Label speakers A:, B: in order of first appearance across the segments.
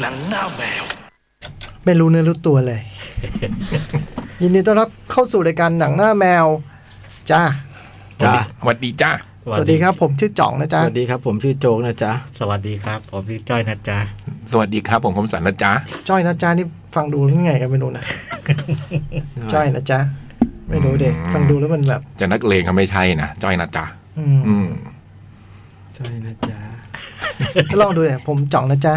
A: หนังหน้าแมว
B: ไม่รู้เนื้อรู้ตัวเลย ยินดีต้อนรับเข้าสู่รายการหนังหน้าแมว จ้า
C: จ้า
D: สวัสดีจ้า
B: สวัสดีครับ ผมชื่อจ่องนะ
C: ส
B: จ๊ะ
C: วัสดีครับผมชื่อโจ๊กนะจ๊ะ
E: สวัสดีครับ ผมพี่จ้อยนะจ๊ะ
D: สวัสดีครับผมคมสันนะจ๊ะ
B: จ้อยนะจ๊ะนี่ฟังดูยังไงกันไม่รู้นะ จ้อยนะจ๊ะไม่รู้เด็กฟังดูแล้วมันแบบ
D: จะนักเลงก็ไม่ใช่นะจ้อยนะจ๊ะ
B: อืม
D: อืม
C: จ้อยนะจ๊ะ
B: ก็ลองดูเลยผมจ่องนะจ๊ะ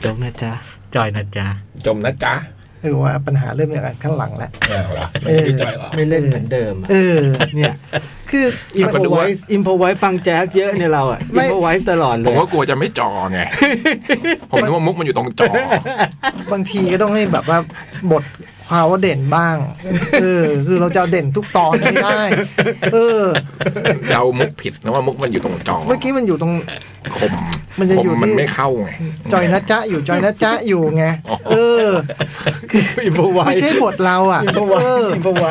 C: โจ๊กนะจ๊ะ
E: จ้อยนะจ๊ะ
D: จมนะจ๊ะ
B: เออว่าปัญหาเริ่มจากการข้างหลังแล้ว
D: ไม่เอาละ
B: เออ
D: ไม่ใช่จ้อยหรอ
C: ไม่เล่นเหมือนเดิมอะ
B: เออ
C: เนี่ย
B: คือ
C: อิมโพไวอิมโพไวฟังแจ๊สเยอะเนี่ยเราอ่ะ
B: ไม่
C: อิมโพไวตลอดเล
D: ผม
C: ย
D: ก็กลัวจะไม่จอ ไง ผมนึกว่ามุกมันอยู่ตรงจอบ
B: างทีก็ต้องให้แบบว่าบทความว่าเด่นบ้าง เออ คือเราจะเอาเด่นทุกตอนไม่ได้ เออ
D: เดามุกผิดนะว่ามุกมันอยู่ตรงจอ
B: เมื่อกี้มันอยู่ตรง
D: คม
B: มันจะ
D: คม
B: อยู่ที่
D: มันไม่เข้าไง
B: จอยนะจ๊ะอยู่จอยนะจ๊ะอยู่ไงเออ
C: อิมโพไว
B: ไม่ใช่บทเราอ่ะ
C: อิมโพไว
B: เออ
C: อิมโพไว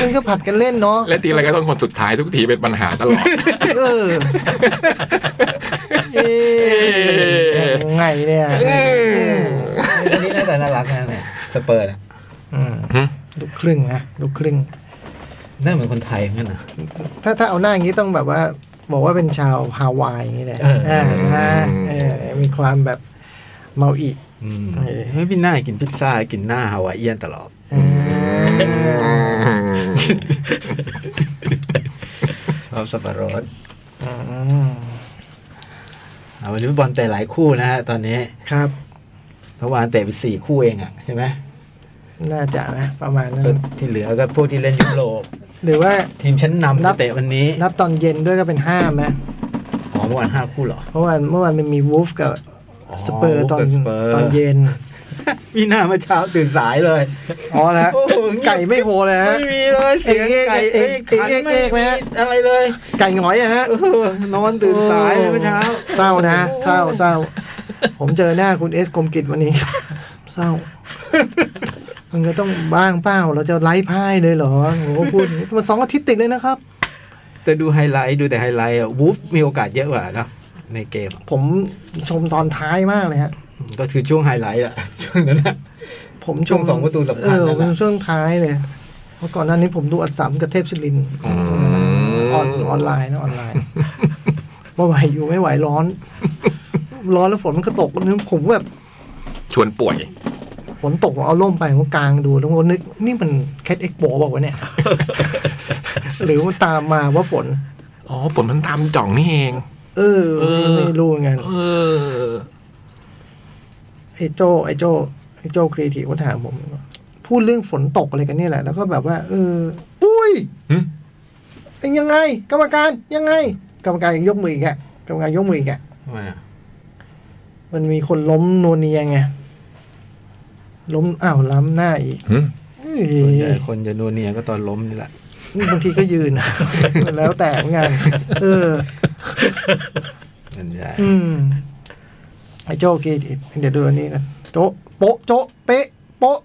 B: มันก็ผัดกันเล่นเนาะ
D: และทีไรก็ต้องคนสุดท้ายทุกทีเป็นปัญหาตลอด
B: เออเอ๊ะยังไงเนี่ย
C: นี่น่าจะน่ารักนะเนี่ยสเปอร์นะ
B: อืม
D: หืม
B: ลูกครึ่งนะลูกครึ่ง
C: หน้าเหมือนคนไทยเหมือนกันนะ
B: ถ้าถ้าเอาหน้าอย่างนี้ต้องแบบว่า บอกว่าเป็นชาวฮาวายอย่างนี้แหละ
C: เออ
B: เออนะเออมีความแบบเมาอี
C: อืมเฮ้ยพี่หน้ากินพิซซ่ากินหน้าฮาวายเอียนตลอด
B: เออ
C: ชอบสับปะรด
B: อืม
C: อ่ะวันนี้ฟุตบอลเตะหลายคู่นะฮะตอนนี้
B: ครับ
C: เมื่อวานเตะไปสี่คู่เองอ่ะใช่ไหม
B: น่าจะนะประมาณนั้
C: ก็
B: น
C: ที่เหลือก็พวกที่เล่นยุโรป
B: หรือว่า
C: ทีมชั้นนำ
B: นั
C: นั
B: บ
C: บเตะวันนี้
B: นับตอนเย็นด้วยก็เป็นห้าไหม
C: อ๋อเมื่อวานห้าคู่เหรอ
B: เพราะว่าเมื่อวานมันมีวูฟกับ
C: อ๋อ
B: สเปอร์ตอน
C: Wolves กับ Spurs
B: ตอนเย็น
C: มีหน้าเมื่อเช้าตื่นสายเลย
B: อ๋อแล้ว
C: โอ้โห
B: ไก่ไม่โหเลยฮะ
C: ไม่มีเลยเสียง
B: เอ๊ะ
C: ไก่
B: เอ๊ะ
C: เอ๊ะ
B: เอ๊ะ
C: ขัน
B: เอ๊ะ
C: ไม่
B: เอ๊ะเอ๊ะไหม
C: มี
B: ฮะ
C: อะไรเลย
B: ไก่หงอยอะฮะ
C: เออนอนตื่นสายเลยเมื่อเช้า
B: เศร้านะเศร้าเศร้าผมเจอหน้าคุณเอสกรมกิจวันนี้ เศร้ามันก็ต้องบ้างเปล่าเราจะไลฟ์พ่ายเลยเหรอโอ้โหพูดอย่างนี้มันสองอาทิตย์ติดเลยนะครับ
C: แต่ดูไฮไลท์ดูแต่ไฮไลท์อะวูฟมีโอกาสเยอะกว่านะในเกมอะ
B: ผมชมตอนท้ายมากเลยฮะ
C: ก็คือช่วงไฮไลท์อะช่วงนั้นอะ
B: ผมช
C: ช่ว
B: ม
C: งสองประตูสำคัญ
B: เออผ
C: นั่นแหละ
B: มช่วงท้ายเลยเพราะก่อนหน้านี้ผมดูอัดสามกับเทพศิรินทร์ออนออนไลน์นะออนไลน์ ไม่ไหวอยู่ไม่ไหวร้อน ร้อนแล้วฝนมันก็ตกนึกผมแบบ
D: ชวนป่วย
B: ฝนตกผมเอาล่มไปผมกลางดูแล้วผมนึก นี่มันแคทเอ็กโปบอกว่าวะเนี่ย หรือมันตามมาว่าฝน
D: อ๋อฝนมันตามจ่องนี่เอง
B: เออ
D: เออ
B: ไม่ไม่รู้เหมือนกัน
D: เออ
B: ไอ้โจไอ้โจไอ้โจครีเอทีฟก็ถามผมพูดเรื่องฝนตกอะไรกันเนี่ยแหละ แล้วก็แบบว่า เออ อุ้ย
D: หึ
B: เป็นยังไง กรรมการยังไง กรรมการยังยกมืออีกอะกรรมการยกมืออีกอะ
C: ทำไมอะ
B: มันมีคนล้มนวเนียไงล้มอ้าวล้ำหน้าอีก
D: หึ
B: เอ้
C: ส่วนใหญ่
B: ย
C: คนจะนูเนียก็ตอนล้มนี่แหละ
B: บางทีก็ยืน แล้วแต่เหมือนกันเออ
C: ส่วนใหญ่
B: อืมไอ้โจ้กีเดี๋ยวดูอันนี้กันโจ๊ะโปะโจ๊ะเป๊ะโปะ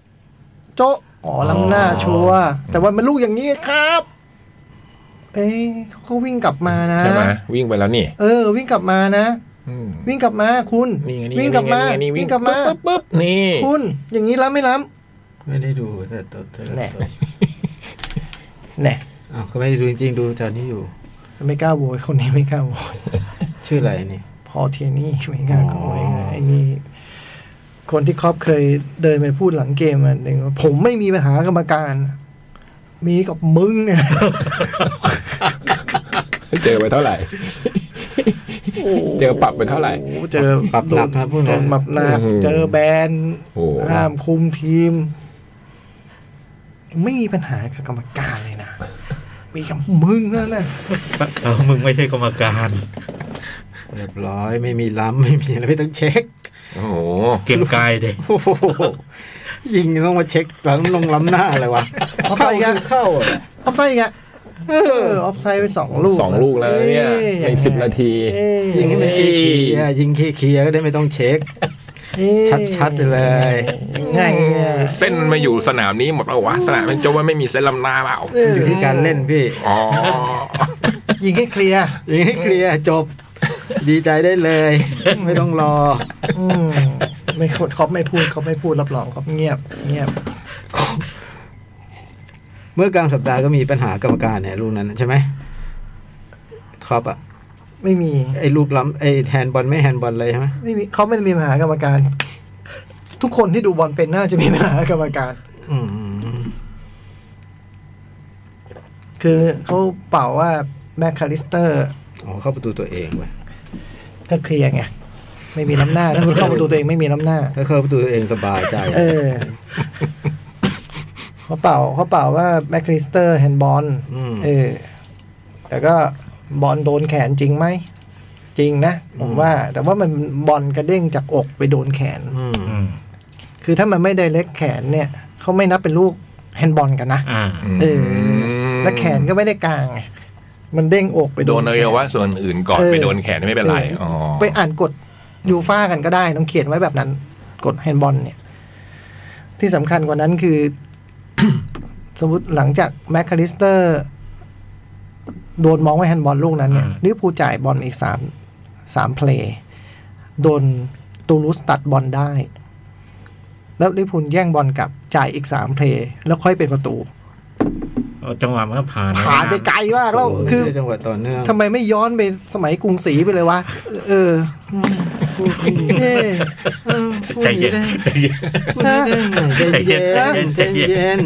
B: โจ๊ะอ๋อล้ำหน้าชัวร์แต่ว่ามันลูกอย่างนี้ครับ เอ้ยเขาก็วิ่งกลับมานะ
D: ใช่ไหมวิ่งไปแล้วนี่
B: เออ วิ่งกลับมานะ
D: อืม
B: วิ่งกลับมาคุณ
D: นี่ไงนี่
B: วิ่งกลับมา
D: ไนี่ไงนี่
B: วิ่งกลับมา
D: ปุ๊บปุ๊บปุ๊บนี่
B: คุณ อย่างนี้ล้ำไม่ล้
C: ไม่ได้ดูแต่ตัวเธอ
B: ำแหน่แหน่
C: อ้าวก็ไม่ได้ดูจริงๆดูตอนนี้อยู่
B: ไม่กล้าโวยคนนี้ไม่กล้าโวย
C: ชื่ออะไรนี่
B: พอเทียนี่ไม่กล้าโกย
C: อ๋อ
B: นะไอ้นี่คนที่ครอปเคยเดินไปพูดหลังเกมอันหนึ่งว่าผมไม่มีปัญหากรรมการ มีกับมึง เนี่ย
D: เจอไปเท่าไหร่
B: โอ้โห
D: เจอปรับไปเท่าไหร่
B: เจอ
C: ปรับหนักครับพวกนั้น
B: โดปรับหนัก
D: อืม
B: เจอแบน
D: โอ้โห
B: ห้ามคุมทีม ไม่มีปัญหากับกรรมการเลยนะ มีกับมึงนั่นนะ
E: เออมึงไม่ใช่กรรมการ
C: เรียบร้อยไม่มีล้ำไม่มีอะไรไม่ต้องเช็ค
D: โอ้โห
E: เก็บกายเด็
C: โอ้โหยิงต้องมาเช็คหลังลงล้ำหน้าอะไรวะ
B: ออฟไซด์อีกอะ
C: เข้าอะ
B: ออฟไซด์อีกอะเออออฟไซด์ไปสองลูก
D: สองลูกแล้วเนี่ย
B: อ้
D: ในสิบนาที
B: เอ้ย
C: ยิงให้มันเคลียร์ยิงเคลียร์ก็ได้ไม่ต้องเช็ค ชัดๆไปเลย
B: ง่ายเนี่ย
D: เส้นมาอยู่สนามนี้หมดแล้ววะสนามมันจะว่าไม่มีเส้นลำหน้าเปล่า
C: มันอยู่ที่การเล่นพี่
D: อ๋อ
B: ยิงให้เคลียร์
C: ยิงให้เคลียร์จบ ดีใจได้เลย ไม่ต้องรอ
B: อืม ไม่ขดคอปไม่พูดคอปไม่พูดรับรองคอปเงียบ เงียบ
C: เมื่อกลางสัปดาห์ก็มีปัญหากรรมการเนี่ยลูกนั้นใช่ไหมครับอ่ะ
B: ไม่มี
C: ไอ้ลูกล้ำไอ้แฮนด์บอลไม่แฮนด์บอลเลยใช่ไหม
B: ไม่มีเขาไม่ได้มีปัญหากรรมการ ทุกคนที่ดูบอลเป็นน่าจะมีปัญหากรรมการ
C: อืม
B: คือเขาเป่าว่าแมคคาลิสเตอร์
C: อ๋อเข้าประตูตัวเองเว้ย
B: ก็เคลียร์ไง ไม่มีล้ำหน้า ถ้าคุณเข้าประตูตัวเองไม่มีล้ำหน้า
C: ถ้าเข้าประตูตัวเองสบายใจ
B: เออเขาเป่าเขาเป่าว่าแมคคลิสเตอร์แฮนด์บอล
C: ม
B: เออแต่ก็บอลโดนแขนจริงไหม จริงนะ ผมว่า แต่ว่ามันบอลกระเด้งจากอกไปโดนแขน
C: อืม
E: อืม
B: คือถ้ามันไม่ได้เล็กแขนเนี่ยเขาไม่นับเป็นลูกแฮนด์บอลกันนะ
E: อ่า
B: เออ และแขนก็ไม่ได้กลางไงมันเด้งอกไป
D: โด
B: โด
D: นอ
B: น
D: วั
B: แข
D: ย
B: น
D: วะส่วนอื่นก่อน
B: เออ
D: ไปโดนแขนไม่เป็นไรอ๋อ
B: ไปอ่านกฎยูฟ่ากันก็ได้ต้องเขียนไว้แบบนั้น กฎแฮนด์บอลเนี่ย ที่สำคัญกว่านั้นคือ สมมติหลังจากแมคคาลิสเตอร์ โดนมองว่าแฮนด์บอลลูกนั้นเนี่ย
E: อ่า
B: ลิเวอร์พูลจ่ายบอลอีกสามสามเพลย์โดนตูลูสตัดบอลได้ แล้วลิเวอร์พูลแย่งบอลกลับจ่ายอีกสามเพลย์แล้วค่อยเป็นประตู
E: เอาจังหวะมันก็ผ่าน
B: ผ่านไปไกลมากแล้ว
C: โโห
B: คือ
C: ได้จังหวะต่อเนื่อง
B: ทำไมไม่ย้อนไปสมัยกรุงศรีไปเลยวะ เออเออเออพูด
E: ใจ
B: อย่าง
E: เย็
B: นี้
E: น
B: ได้
E: ใจเย็น
C: ใจเย็น
E: ใจ
C: ใจ
E: เย็นใจเย็น
C: เย็น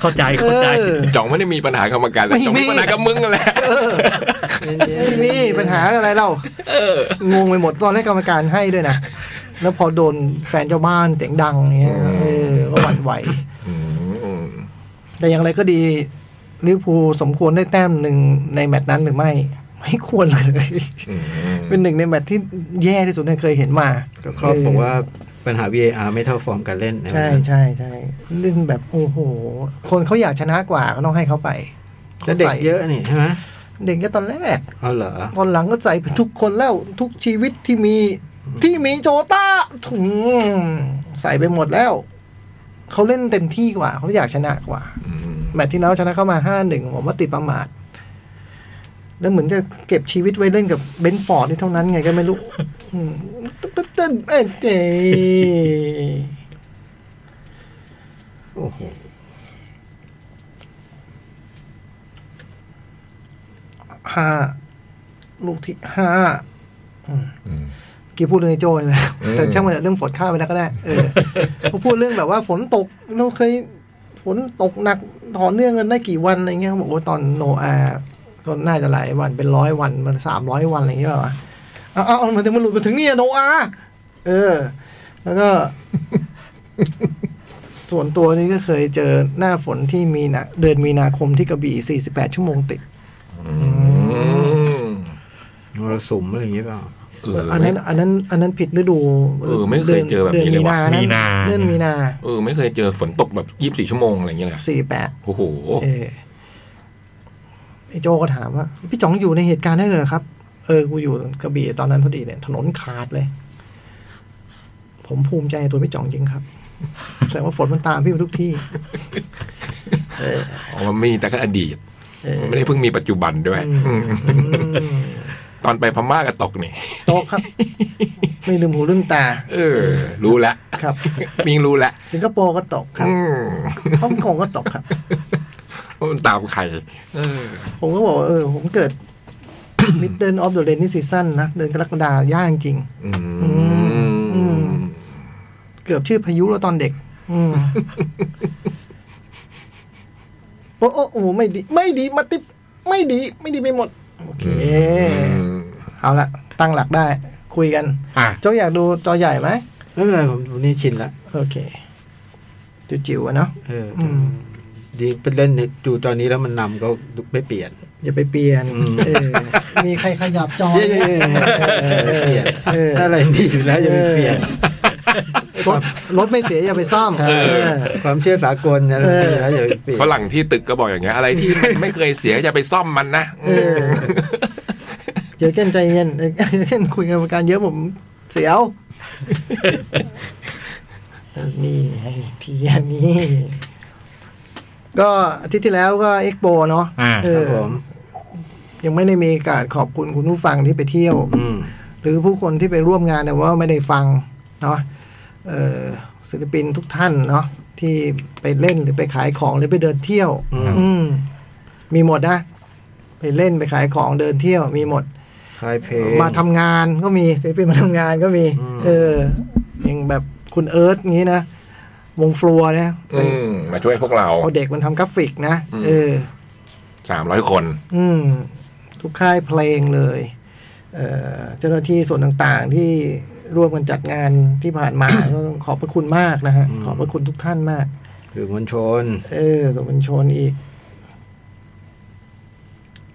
E: เข้าใจ
B: เอ
E: เข้าใจ
B: อ
D: จ่องไม่ได้มีปัญหากรรมการแต่
B: ไม่
D: จ่อง
B: มี
D: มีปัญหากับมึงนั่นแหละ
B: ไม่มีปัญหาอะไรเล่างงไปหมดตอนแรกกรรมการให้ด้วยนะ แล้วพอโดนแฟนเจ้าบ้านเสียงดังเงี้ยเออก็หวั่นไหว
D: อืม
B: แต่อย่างไรก็ดีลิเวอร์พูลสมควรได้แต้มหนึ่งในแมตช์นั้นหรือไม่ ไม่ควรเลย
D: อืม
B: เป็นหนึ่งในแมตช์ที่แย่ที่สุดที่เคยเห็นมา
C: ก็ครอบบอกว่าปัญหา VAR ไม่เท่าฟอร์มการเล่นนะ
B: ใช่ใช่ใช่เรื่องแบบโอ้โห คนเขาอยากชนะกว่าก็ต้องให้เขาไป
C: แล้วเด็ก
B: ขาใส่
C: เยอะนี่ใช่ไหม
B: เด็กก็ตอนแรก
C: เอาเหรอ
B: ตอนหลังก็ใส่ไปทุกคนแล้วทุกชีวิตที่มีที่มีโจต้าถุงใส่ไปหมดแล้ว เขาเล่นเต็มที่กว่า เขาอยากชนะกว่า
D: อืม
B: แมตช์ที่แล้วชนะเข้ามาห้าหนึ่งผมว่าติดประมาทแล้วเหมือนจะเก็บชีวิตไว้เล่นกับเบนฟอร์ดนี่เท่านั้นไงก็ไม่รู้อืมตึ๊ดตึ๊ดตึ๊ดเอ้ยเจ๊
C: โอ้โห
B: ห้าลูกที่ห้า
D: อืม
B: กี่พูดเรื่องไอ้โจ้ใช่ไหม
D: เออ
B: แต่ช่างมันเถอะเรื่องฝนข้ามไปแล้วก็ได้เออผมพูดเรื่องแบบว่าฝนตกเราเคยฝนตกหนักถอนเรื่องกันได้กี่วันอะไรเงี้ยเขาบอกว่าตอนโนอาก็น่าจะหลายวันเป็นร้อยวันมันสามร้อยวันอะไรอย่างเงี้ยป่ะเอาเอาเอามันถึงมันหลุดมาถึงเนี่ยโนอาเออ แล้วก็ ส่วนตัวนี้ก็เคยเจอหน้าฝนที่มีนะเดือนมีนาคมที่กระบี่48 ชั่วโมงติด
D: อืม
C: มรสุมอะไรอย่างเงี้ยเปล่า
D: เออ
B: อันนั้น
D: ไม่
B: อันนั้น อันนั้นผิดฤดู
D: เออไม่เคยเจอแบบนี้เลยว่ะ
B: ดือ
E: มีนา
B: เดือนมีนา
D: เออไม่เคยเจอฝนตกแบบยี่สิบสี่ชั่วโมงอะไรอย่างเงี้ยเลย
B: สี่แปด
D: โอ้โห
B: เออไอ้โจก็ถามว่า พี่จ๋องอยู่ในเหตุการณ์ได้เลยเหรอครับ เออ กูอยู่กระบี่ตอนนั้นพอดีเนี่ย ถนนขาดเลย ผมภูมิใจในตัวพี่จ๋องจริงครับ แสดงว่าฝนมันตามพี่ไปทุกที่
D: อ๋อมันมีแต่ก็อดีต
B: เออ
D: ไม่ได้เพิ่งมีปัจจุบันด้วย
B: อืม
D: อืมตอนไปพม่าก็ตกนี่
B: โต๊ะครับ ไม่ลืมหูลืมตา
D: เออ รู้แล้ว
B: ครับ
D: มิงรู้แล้ว
B: สิงคโปร์ก็ตกครับ
D: อืม
B: ฮ่องกงก็ตกครับ
D: ว่ามันตามใครเออ
B: ผมก็บอกว่าเออ ผมเกิด Middle of the rainy season นะ เดือนกรกฎาย่างจริง
D: อืม
B: อืม เกือบชื่อพายุแล้วตอนเด็ก อืมโอ้โอ้โอ้ไม่ดี ไม่ดีมาติบไม่ดี ไม่ดีไปหมด โอเค
D: ม
B: เอาละตั้งหลักได้ คุยกัน
E: อ่ะ
B: โจ้อยากดูจอใหญ่ไหม
C: ไม่เป็นไรผมผมนี่ชินละ
B: โอเค จิ๋วๆอะเนาะ
C: เอออ
B: ม
C: ดีไปเล่นดูตอนนี้แล้วมันนำก็ไม่เปลี่ยน
B: อย่าไปเปลี่ยน
C: อืม
B: เออ มีใครขยับจอ
C: เย้
B: ไหม
C: ๆๆเปลี่ยน
B: เออ
C: อะไรดีอยู่แล้วอย่าไปเปลี่ยน
B: รถรถไม่เสียอย่าไปซ่อม
C: ใช่
B: เออ
C: ความเชื่อสากลนะ
B: เออ
C: แล้วอย่าไปเปลี่ยน
D: ฝรั่งที่ตึกก็บอกอย่างเงี้ย อะไรที่มันไม่เคยเสียอย่าไปซ่อมมันนะ
B: เออเดี๋ยวเก้นใจเย็นเดี๋ยวเก้นคุยกับกรรมการเยอะผมเสียวนี่ไอ้ทีอันนี้ ก็อาทิตย์ที่แล้วก็เอ็กโปเนาะ
E: อ่า
B: เอ
C: ค
B: อ
C: รับผม
B: ยังไม่ได้มีโอการขอบคุณคุณผู้ฟังที่ไปเที่ยว
C: อืม
B: หรือผู้คนที่ไปร่วมงานแต่ว่าไม่ได้ฟังเนาะ เอ่อศิลปินทุกท่านเนาะที่ไปเล่นหรือไปขายของหรือไปเดินเที่ยว อืมมีหมดนะ ไปเล่นไปขายของเดินเที่ยว มีหมด
C: ค่ายเพลง
B: มาทำงานก็มีศิลปินมาทำงานก็มี
C: อืม
B: เอออย่างแบบคุณเอิร์ธงี้นะ วงฟลัวเนี่ย
D: อืมมาช่วยพวกเรา
B: เอาเด็กมันทำกราฟิกนะเออ
D: สามร้อยคน
B: อืม ทุกค่ายเพลงเลย เอ่อเจ้าหน้าที่ส่วนต่างๆ ที่ร่วมกันจัดงานที่ผ่านมา ก็ต้องขอบพระคุณมากนะฮะ ขอบพระคุณทุกท่านมาก
C: คือมวลชน
B: เออส่วนชนอีก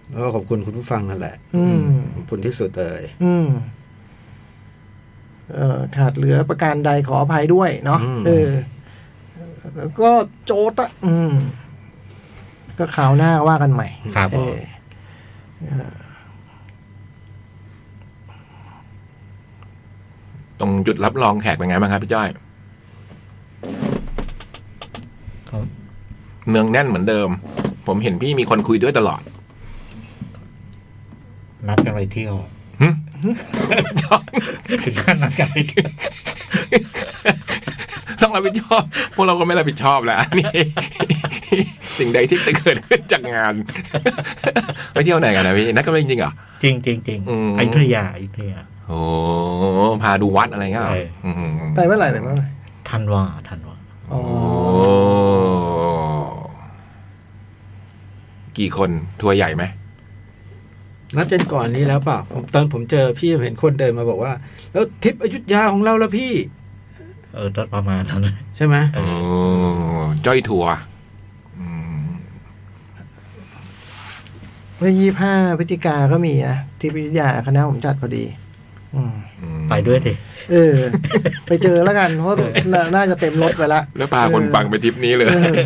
C: แล้วก็ขอบคุณคุณผู้ฟังนั่นแหละ
B: อืม
C: ขอบคุณที่สุดเลย
B: อืม เอ่อขาดเหลือประการใดขออภัยด้วยเนาะเออ แล้วก็โจตะอืม ก็ข่าวหน้าว่ากันใหม่
E: ครับ
B: เออ
D: ตรงจุดรับรองแขกเป็นไงบ้างครับพี่จ้อย
E: ครับ
D: เนืองแน่นเหมือนเดิม ผมเห็นพี่มีคนคุยด้วยตลอด
E: นัดกันไปเที่ยว
D: หึ
E: ถึงขั้นนัดกันไปเที่ยว
D: ต้องรับผิดชอบ พวกเราก็ไม่รับผิดชอบแล้ว อันนี่ สิ่งใดที่จะเกิดขึ้นจากงาน ไปเที่ยวไหนกันนะพี่นัดกันไปจริงๆเหรอ
E: จริงจริงจริง
D: อืม
E: อยุธยาอยุธยา
D: โอ้พาดูวัดอะไรเงี้ยเหรอ
E: ใช่
D: อืม
B: ไปเมื่อไหร่ไปเมื่อไหร่
E: ทันวาทันวา
B: อ๋อ
D: โอ้กี่คนทัวร์ใหญ่ไหม
C: นัดกันก่อนนี้แล้วเปล่าผมตอนผมเจอพี่เห็นคนเดินมาบอกว่า แล้วทริปอยุธยาของเราละพี่
E: เออตัดประมาณนั้นเลย
C: ใช่ไหม
D: โอ้จ้อยทัวร์อืม
B: เมื่อยี่ห้าพฤศจิกาก็มีนะที่พิทยาคณะผมจัดพอดี อืม
D: อืม
E: ไปด้วยดิ
B: เออ ไปเจอแล้วกัน เพราะน่าน่าจะเต็มรถไปละ
D: แล้วพาคน
B: เออ
D: ฟังไปทริปนี้เลย
B: เออ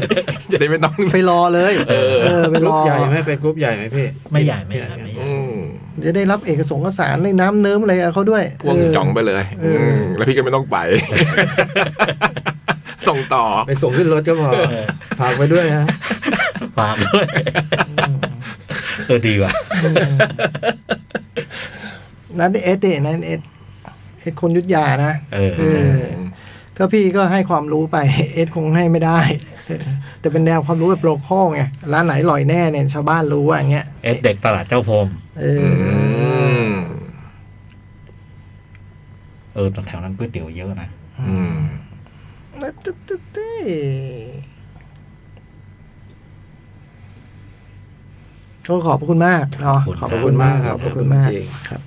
D: จะได้ไม่ต้อง
B: ไปรอเลย
D: เออ
B: ไป
C: ก
B: ร
C: รุ๊ป
B: อ
C: ใหญ่ไหมไปกรุ๊ปใหญ่ไหมพี่
E: ไม่ใหญ่ไม่ใหญ่ไม่ใหญ่
D: อืม
B: จะได้รับเอกสงค์เอกสารในน้ำเนิ้มอะไรกับเขาด้วย
D: พ่วง
B: เ
D: จ่องไปเลย
B: เอออื
D: มแล้วพี่ก็ไม่ต้องไป ส่งต่อ
C: ไปส่งขึ้นรถก็พอฝากไปด้วยนะ
E: ฝากด้วยเออดีว่ะ
B: นั้นเอสเดนั่นเอสเอสคนยุทธยานะ
E: เออ
B: เออ ก็พี่ก็ให้ความรู้ไป เอสคงให้ไม่ได้ เออแต่เป็นแนวความรู้แบบโลคอลไงร้านไหนอร่อยแน่เนี่ยชาวบ้านรู้ว่าอย่างเงี้ย
E: เอสเด็กตลาดเจ้าพรม
B: เอ
D: อื
B: อ
D: ม
E: เออตรงแถวนั้นก๋วยเตี๋ยวเยอะนะ
D: อืม
B: ตึ๊ดตึ๊ดตึ๊ดตึ๊ดก็ขอบพระคุณมากเนาะขอบพระคุณมากครับขอบพระคุณมาก
C: จริง
B: ครับ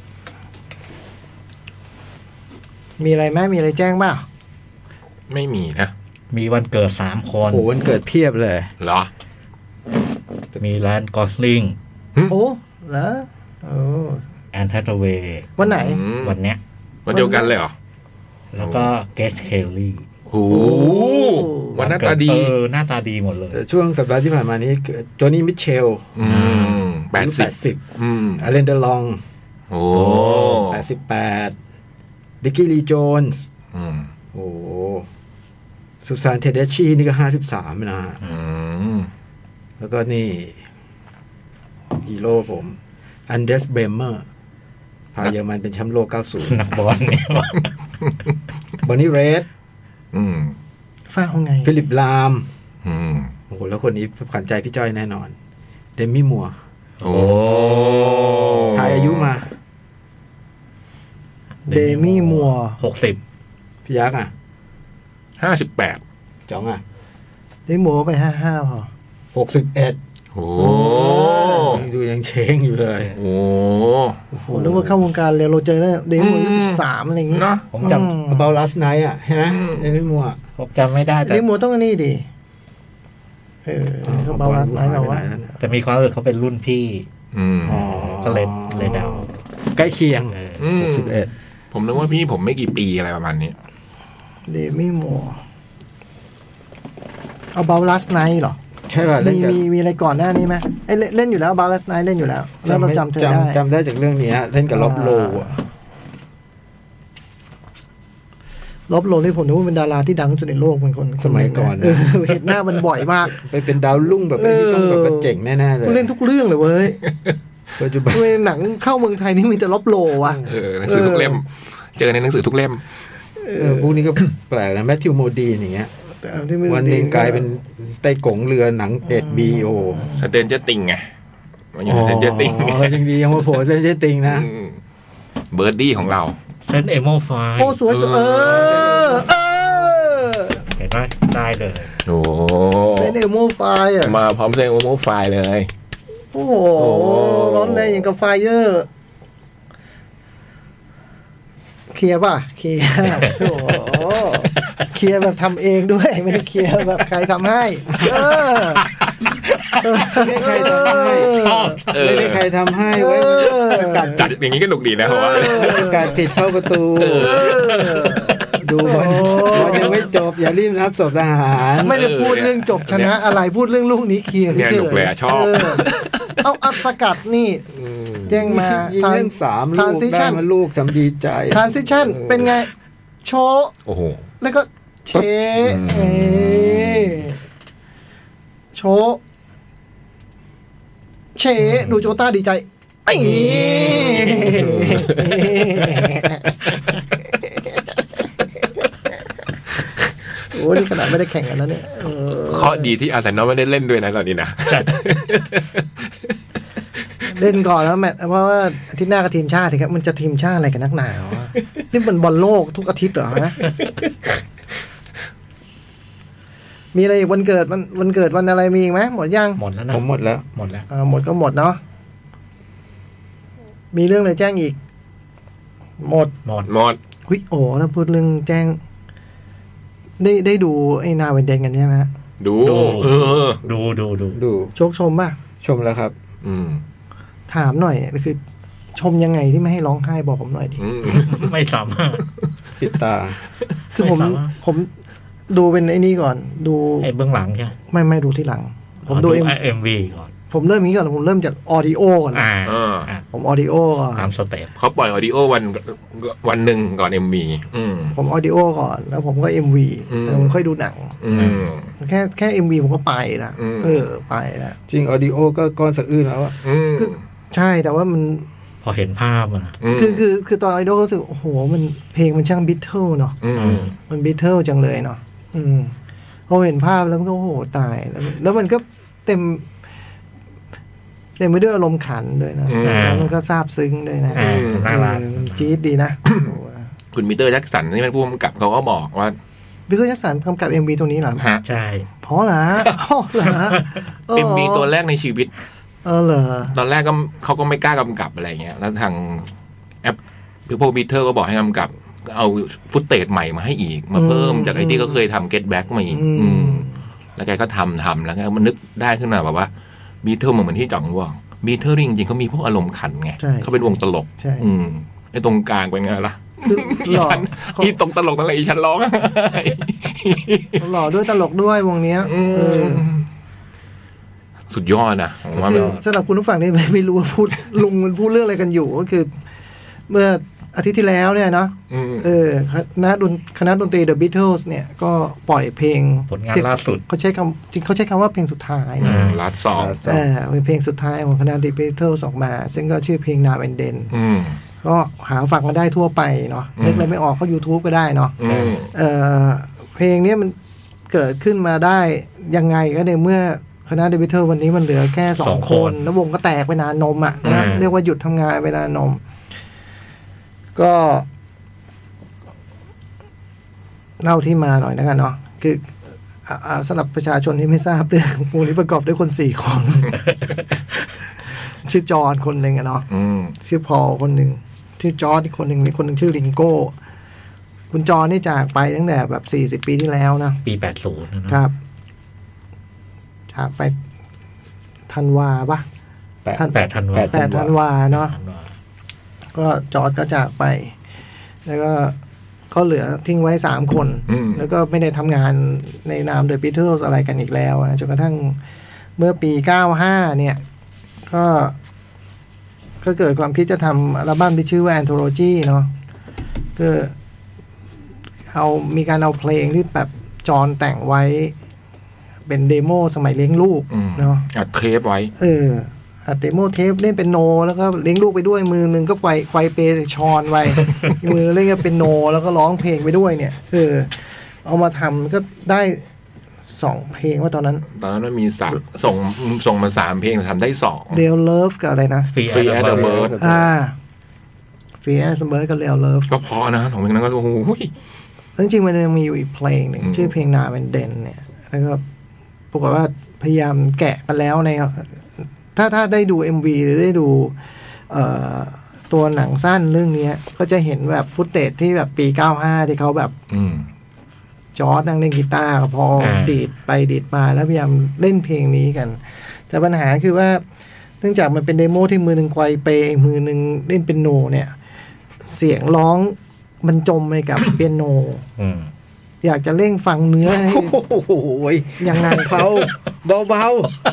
B: มีอะไรไหมมีอะไรแจ้งบ้าง
D: ไม่มีนะ
E: มีวันเกิดสามค
C: โอ้
E: น
C: โหวันเกิดเพียบเลย
D: เหรอ
E: มีแลนด์กอสลิง
B: โอ้เหรอโอ้
E: แอนแทตเวย์
B: วันไหน
D: อืม
E: วันเนี้ย
D: วันเดียวกันเลยเหรอ
E: แล้วก็เกสเคลลี่
D: โอ้โหวันหน้าตาดี
E: เออหน้าตาดีหมดเลย
C: แต่ช่วงสัปดาห์ที่ผ่านมานี้เกิดโจนี่มิเชล
D: อืมแปด
C: อายุ
D: สิบ
C: สิบ
D: อืม
C: อาเลนเดอลอง
D: โอ้
C: แปดสิบแปดดิกกี้ลีโจนส์
D: อืม
C: โอ้โหสุสานเทเดชีนี่ก็ห้าสิบสามนะฮะ
D: อืม
C: แล้วก็นี่ฮีโร่ผมอันเดรสเบรเมอร์พาเยอรมันเป็นแชมป์โลก 90
E: นักบอลเนี่ยว่ะ
C: บอนนี่เรด
D: อืม
B: ฟ้าวไง
C: ฟิลิปลาม
D: อืม
C: โอ้โหแล้วคนนี้ขวัญใจพี่จ้อยแน่นอน เดมี่มัว
D: โอ้
C: ทายอายุมา
B: เดมี่มัวร์
E: หกสิบ
C: พี่ยักษ์อ่ะ
D: ห้าสิบแปด
C: จ๋องอ่ะ
B: ได้หมูไปห้าห้าพอ
C: หกสิบเอ็ด
D: โอ้
C: ยังดูยังเช้งอยู่เลย
D: โอ้
B: ผมนึกว่าเข้าวงการเร็วเราเจอเนี่ยเดมูอายุสิบสามอะไรอย่างงี้
D: เนาะ
E: ผมจำ
C: เบาลัสไนอ่ะใช่ไหม
D: อืม
C: ในพี่มัว
E: ผมจำไม่ได้แต่
B: เดมูต้องอันนี่ดิเออเขาเบาลัดน้อยแบบว่า
C: หนั่นน่ะ
E: แต่มีความรู้สึกเขาเป็นรุ่นพี่
D: อืม
C: อ๋อ
E: ก็เลยเลยเดา
C: ใกล้เคียง
E: เออ
D: อืม
C: หกสิบเอ็ด
D: ผมนึกว่าพี่ผมไม่กี่ปีอะไรประมาณนี้
B: เดมี่มัวร์เอาเบาลัสไนเหรอ
C: ใช่ป่ะเล่
B: มี
C: นกับ
B: มีมีอะไรก่อนหน้านี้ไหมเอ้ยเล่นเล่นอยู่แล้วบาลัสไนเล่นอยู่แล้ว แล้วเราจำเธอได้
C: จำจำได้จากเรื่องเนี้ย เล่นกับ
B: อ่า
C: ล็อบโลอ่ะ
B: ลบโลนี่ผมนึกว่าเป็นดาราที่ดังที่สุดในโลกเป็นคนค
C: ส
B: ห
C: มัย
B: งะ
C: ก่อน
B: เอ
C: นะ
B: อเห็นหน้ามันบ่อยมาก
C: ไปเป็นดาวรุ่งแบบนี้ต้องแบบว่าเจ๋งแน่ๆเลย
B: เล่นทุกเรื่องเลยเว้ย
C: ปัจจุบัน
B: ทำไมหนังเข้าเมืองไทยนี่มีแต่ลบโลวะ
D: เออหนังสือทุกเล่ม เจอในหนังสือทุกเล่ม
B: เ
C: เออพวกนี้ก็ แปลกนะแมทธิวโมดีนอย่างเงี้ย
B: แต่ที่ไม่
C: วันหนึ่งกลายเป็นไต้กงเรือหนังเด็ดบีโอ
D: สเตนเจอร์ติงไงมันอยู่สเตนเจอร์ติ ง
C: อ๋อยังดียังมาโผล่เซนเจอร์ติงนะ
D: อืมเบิร์ดดี้ของเรา
E: เซนเอโมไฟ
B: โอ้สวยสวยเออเออ
E: เห็นไหมได้เลย
D: โอ้โห
B: เซนเอโมไฟอ่ะ
D: มาพร้อมเซนโอโมไฟล์เลย
B: โอ้โห
D: โอ้
B: ร้อนแรงอย่างกับไฟเออร์เคลียร์ป่ะเคลียร์โอ้โหเคลียร์แบบทำเองด้วย ไม่ได้เคลียร์แบบใครทำให้ เออ
C: ไม่ได้ใครทำให้
E: ชอบ
D: เออ
C: ไม่ได้ใครทำให้เว้ยกัด
D: จัดอย่างนี้ก็หนุกดีนะผมว่า
C: กัดติดเข้าประตู ดูบอลบอลยังไม่จบ อย่ารีบรับศพทหาร
B: ไม่ได้พูดเรื่องจบชนะอะไรพูดเรื่องลูกนี้เคลียร์
D: เนี่ย
B: เฉ
D: หนุกเลย
B: ย
D: อะ
B: ๆ
D: ชอบ
B: เออเอาอัพสกัดนี่ แจ้งมา
C: ยิงเรื่องสามลูก
B: transition
C: ได้มาลูกทำดีใจ
B: ทรานซิชันเป็นไง โชว์
D: โอ้โห
B: แล้วก็เช
D: อืม
B: เอ้ยโชว์เชดูโจต้าดีใจไอ้ยโอ้นี่ขนาดไม่ได้แข่งกันนะเนี่ยเออ
D: เคราะห์ดีที่อาร์เซนอลไม่ได้เล่นด้วยนะตอนนี้นะ
B: เล่นก่อนแล้วแมตช์เพราะว่าอาทิตย์หน้าก็ทีมชาติสิครับ มันจะทีมชาติอะไรกันนักหนาวะ นี่มันบอลโลกทุกอาทิตย์เหรอนะ มีอะไรอีกวันเกิดมันวันเกิดวันอะไรมีอีกไหมหมดยัง
E: หมดแล้วนะ
C: ผมหมดแล้ว
E: หมดแล้ว
B: อ่าหมดก็หมดเนาะ มีเรื่องอะไรแจ้งอีก หมด
E: หมด
D: หมด
B: หุยโอ้ถ้าพูดเรื่องแจ้ง ได้ได้ดูไอ้นาเวนเดนกันใช่ไหมฮะ
D: ดูเออ
E: ดูดูดู
C: ดู
B: โชคชมป่ะ
C: ชมแล้วครับ
D: อืม
B: ถามหน่อย คือ ชมยังไงที่ไม่ให้ร้องไห้บอกผมหน่อยดิ
D: อืม
E: ไม่สามารถ
C: ปิดตา
B: คือผม
E: ไม่สามารถ
B: ผมดูเป็นไอ้นี่ก่อน ดู
E: ไอ้เบื้องหลังใช่ไหม
B: ไม่ไม่ดูที่หลัง ผมดูเอ็ม
E: เอ็มวีก่อน
B: ผมเริ่มอย่างนี้ก่อนผมเริ่มจากออดิโอก่อนเลย
E: อ่า
B: ผมออดิโอก่อน
E: ตามสเต็ป
D: เขาปล่อยออดิโอวันวันหนึ่งก่อนเอ็มบีอืม
B: ผมออดิโอก่อน แล้วผมก็เอ็มวี
D: อืม
B: แต่ผมค่อยดูหนัง
D: อืม
B: แค่แค่เอ็มวีผมก็ไปนะ
D: อืม
B: เออไปนะ
C: จริงออดิโอก็ก้อนสะอื้นแล้วอะ
D: อืม
B: ใช่แต่ว่ามัน
E: พอเห็นภาพอะนะ
D: ม
B: คือคือคือตอนไอดอลก็รู้สึกโอ้โหมันเพลงมันช่างบิทเทิลเนาะ
D: อืม
B: มันบิทเทิลจังเลยเนาะอืมพอเห็นภาพแล้วมันก็โอ้โหตายแล้วแล้วมันก็เต็ม เต็มไปด้วยอารมณ์ขันด้วยนะ
D: อืม
B: แล้วมันก็ซาบซึ้งด้วยนะ
E: อ่าน่ารัก
B: เออมันจี๊ดดีนะ
D: คุณมิเตอร์แจ็คสันที่เป็นผู้กำกับเขาก็บอกว่า
B: บิคเกอร์ยักษ์สารกำกับเอ็มวีตรงนี้เหรอ
D: ฮะ
E: ใช่
B: พอ เหรอพอเหรอ
D: เอ็มบีตัวแรกในชีวิต
B: เออเหรอ
D: ตอนแรกก็เขาก็ไม่กล้ากำกับอะไรเงี้ย แล้วทางแอปพิพมิเตอร์ก็บอกให้กำกับ ก็เอาฟุตเตจใหม่มาให้อีก มาเพิ่มจากไอ้ที่เขาเคยทำเก็ตแบ็กมาอีกอืมแล้วแกก็ทำทำแล้วแกก็มันนึกได้ขึ้นมาแบบว่าบีเทอร์เหมือนที่จ่องบอกบีเทอร์จริงๆเขามีพวกอารมณ์ขันไงเขาเป็นวงตลก
B: ใช่
D: อืมไอ้ตรงกลางเป็นไงล่ะ
B: คือ
D: อี
B: หล่อ
D: ฉัน
B: เขา
D: อีตรงตลกนั่นแหละอีฉันร้อง
B: หล่อด้วยตลกด้วยวงเนี้ย
D: อืม
B: เออ
D: สุดยอดนะผมว่า
B: คื
D: มัน
B: อสำหรับคุณผู้ฟังนี่ไม่ไม่รู้ว่าพูด ลุงมันพูดเรื่องอะไรกันอยู่ก็คือ เมื่ออาทิตย์ที่แล้วเนี่ยเนาะ
D: อืม
B: เออคณะดนคณะดนตรี The Beatles เนี่ยก็ปล่อยเพลง
E: ผลงาน
B: ที่
E: ล่าสุด
B: เขาใช้คำจริงเขาใช้คำว่าเพลงสุดท้ายนะ
E: ม
D: รัดสอง
C: สอ
B: เอง อเป็นเพลงสุดท้ายของคณะ The Beatles ออกมา ซึ่งก็ชื่อเพลง Now and Then
D: อืม
B: ก็หาฟังกันได้ทั่วไปเนาะ
D: อืม
B: นึกอะไรไม่ออกก็ YouTube ก็ได้เนาะ
D: อืม
B: เอ่อเพลงเนี้ยมันเกิดขึ้นมาได้ยังไงก็ในเมื่อคณะเดบิเทอร์วันนี้มันเหลือแค่สอ
E: ส
B: ง
E: อง
B: ค
E: คน น
B: แล้ววงก็แตกไปนานนมอ่ะนะ
E: อืม
B: เรียกว่าหยุดทำงานไปนานนม ก็เล่าที่มาหน่อยแล้วกันเนาะคืออ่าอ่าสำหรับประชาชนที่ไม่ทราบเรื่อง วงนี้ประกอบด้วยคนสี่คน ชื่อจอห์นคนหนึ่งอะเนาะ
D: อืม
B: ชื่อพอลคนหนึ่งชื่อจอร์ดอีกคนหนึ่งมีคนหนึ่งชื่อริงโก้ คุณจอร์ดนี่จากไปตั้งแต่แบบสี่สิบ40 ปีที่แล้วนะ
E: ปี 80นะ
B: ค
E: เนอะ
B: รับ จากไปธันวาปะ
C: แปะ
E: แปดธันวา
C: แปด
B: แปดธันวาเนาะ
E: ธันวา
B: ก็จอร์ดก็จากไป แล้วก็ก็เหลือทิ้งไว้สามคน
D: อืม
B: แล้วก็ไม่ได้ทำงานในนามเดอะ e ีเทิลอะไรกันอีกแล้วนะจนกระทั่งเมื่อปีเก้าห้าเนี่ย ก็ ก็เกิดความคิดจะทำอัลบั้มที่ชื่อว่า Anthology เนาะก็เอามีการเอาเพลงที่แบบจอนแต่งไว้ เป็นเดโมสมัยเลี้ยงลูก
D: อืม
B: เนาะ
D: อัดเคปไว้
B: เออ อัดเดโมเทปเล่นเป็นโน แล้วก็เลี้ยงลูกไปด้วยมือหนึงก็ไกวไกวเป ชอนไว้ อีกมือเล่นก็เป็นโน แล้วก็ร้องเพลงไปด้วยเนี่ยเออเอามาทำก็ได้สองเพลงว่าตอนนั้น
D: ตอนนั้นมันมีสามส่งส่งมาสามเพลงแต่ทำได้สอง
B: เ e ลเลิฟกับอะไรนะ
E: ฟรี
D: Free
E: แอ
D: at
E: ด
D: the
E: เดอร์เบิร์
D: Bird
E: ด
B: อ่าเฟียสเบิร์กับเ e ลเลิฟ
D: ก็เพอนะสองเพลงนั้นก็โอ้โห
B: แล้วจริงๆมันยังมีอยู่อีกเพลงหนึ่ง
D: อืม
B: ชื่อเพลงนาเป็นเดนเนี่ย แล้วก็ปรากฏว่าพยายามแกะไปแล้วในถ้าถ้าได้ดู MV หรือได้ดู เอ่อตัวหนังสั้นเรื่องเนี้ย ก็จะเห็นแบบฟุตเตจที่แบบปี 95 ที่เขาแบบ
D: อืม
B: จอร์ดนั่งเล่นกีตาร์กับพออา ดีดไปดีดมาแล้วพยายามเล่นเพลงนี้กัน แต่ปัญหาคือว่า เนื่องจากมันเป็นเดโมที่มือหนึ่งไกวเปย์อีกมือหนึ่งเล่นเป็นโนเนี่ย เสียงร้องมันจมไปกับเปียโน อยากจะเร่งฟังเนื้อให้
C: โอ้โห
B: ยังไง
C: เบาเบา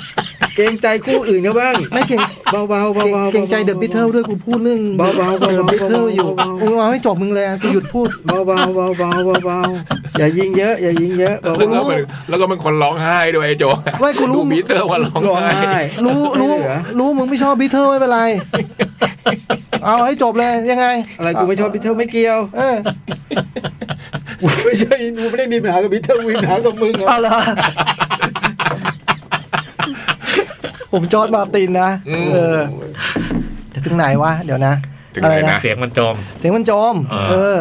C: ๆเกรงใจคู่อื่นเขาบ้าง
B: ไม่เก่ง
C: เบาๆเบาๆ
B: เก่ง
C: เบาๆ
B: เก่งใจเดอะบิทเทิลด้วยกูพูดเรื่อง
C: เบาๆเบาๆ
B: เดอะบิทเทิลอยู่
C: เบาๆ
B: มึงเอาให้จบมึงเลยอะกูหยุดพูด
C: เบาๆเบาๆเบาๆเบาๆอย่ายิงเยอะ อย่ายิงเยอะ
D: แล้ว
C: เบา
D: ก็เป็นแล้วก็เป็นคนร้องไห้ด้วยไอ้โจ
B: ไม่กูรู้
D: ดูบีเตอร์ว่าร้อง
C: ๆร้อง
D: ไห้
C: ไห้
B: รู้รู้
C: ไม่เหลือ
B: รู้มึงไม่ชอบบิทเทิลไม่เป็นไร เอาให้จบเลยยังไง
C: อะไรกูไม่ชอบบิทเทิลไม่เกี่ยว
B: เออ
C: กูไม่ใช่กูไม่ได้มีปัญหากับบิทเทิลกูมีปัญหากับมึง
B: เอา
C: อะ
B: เหรอผมจอร์ดมาร์ตินนะเออจะถึงไหนวะเดี๋ยวนะ
D: ถึงไหน
B: อร
D: นะ
E: เสียงมันจม
B: เสียงมันจม
E: เออ
B: เออ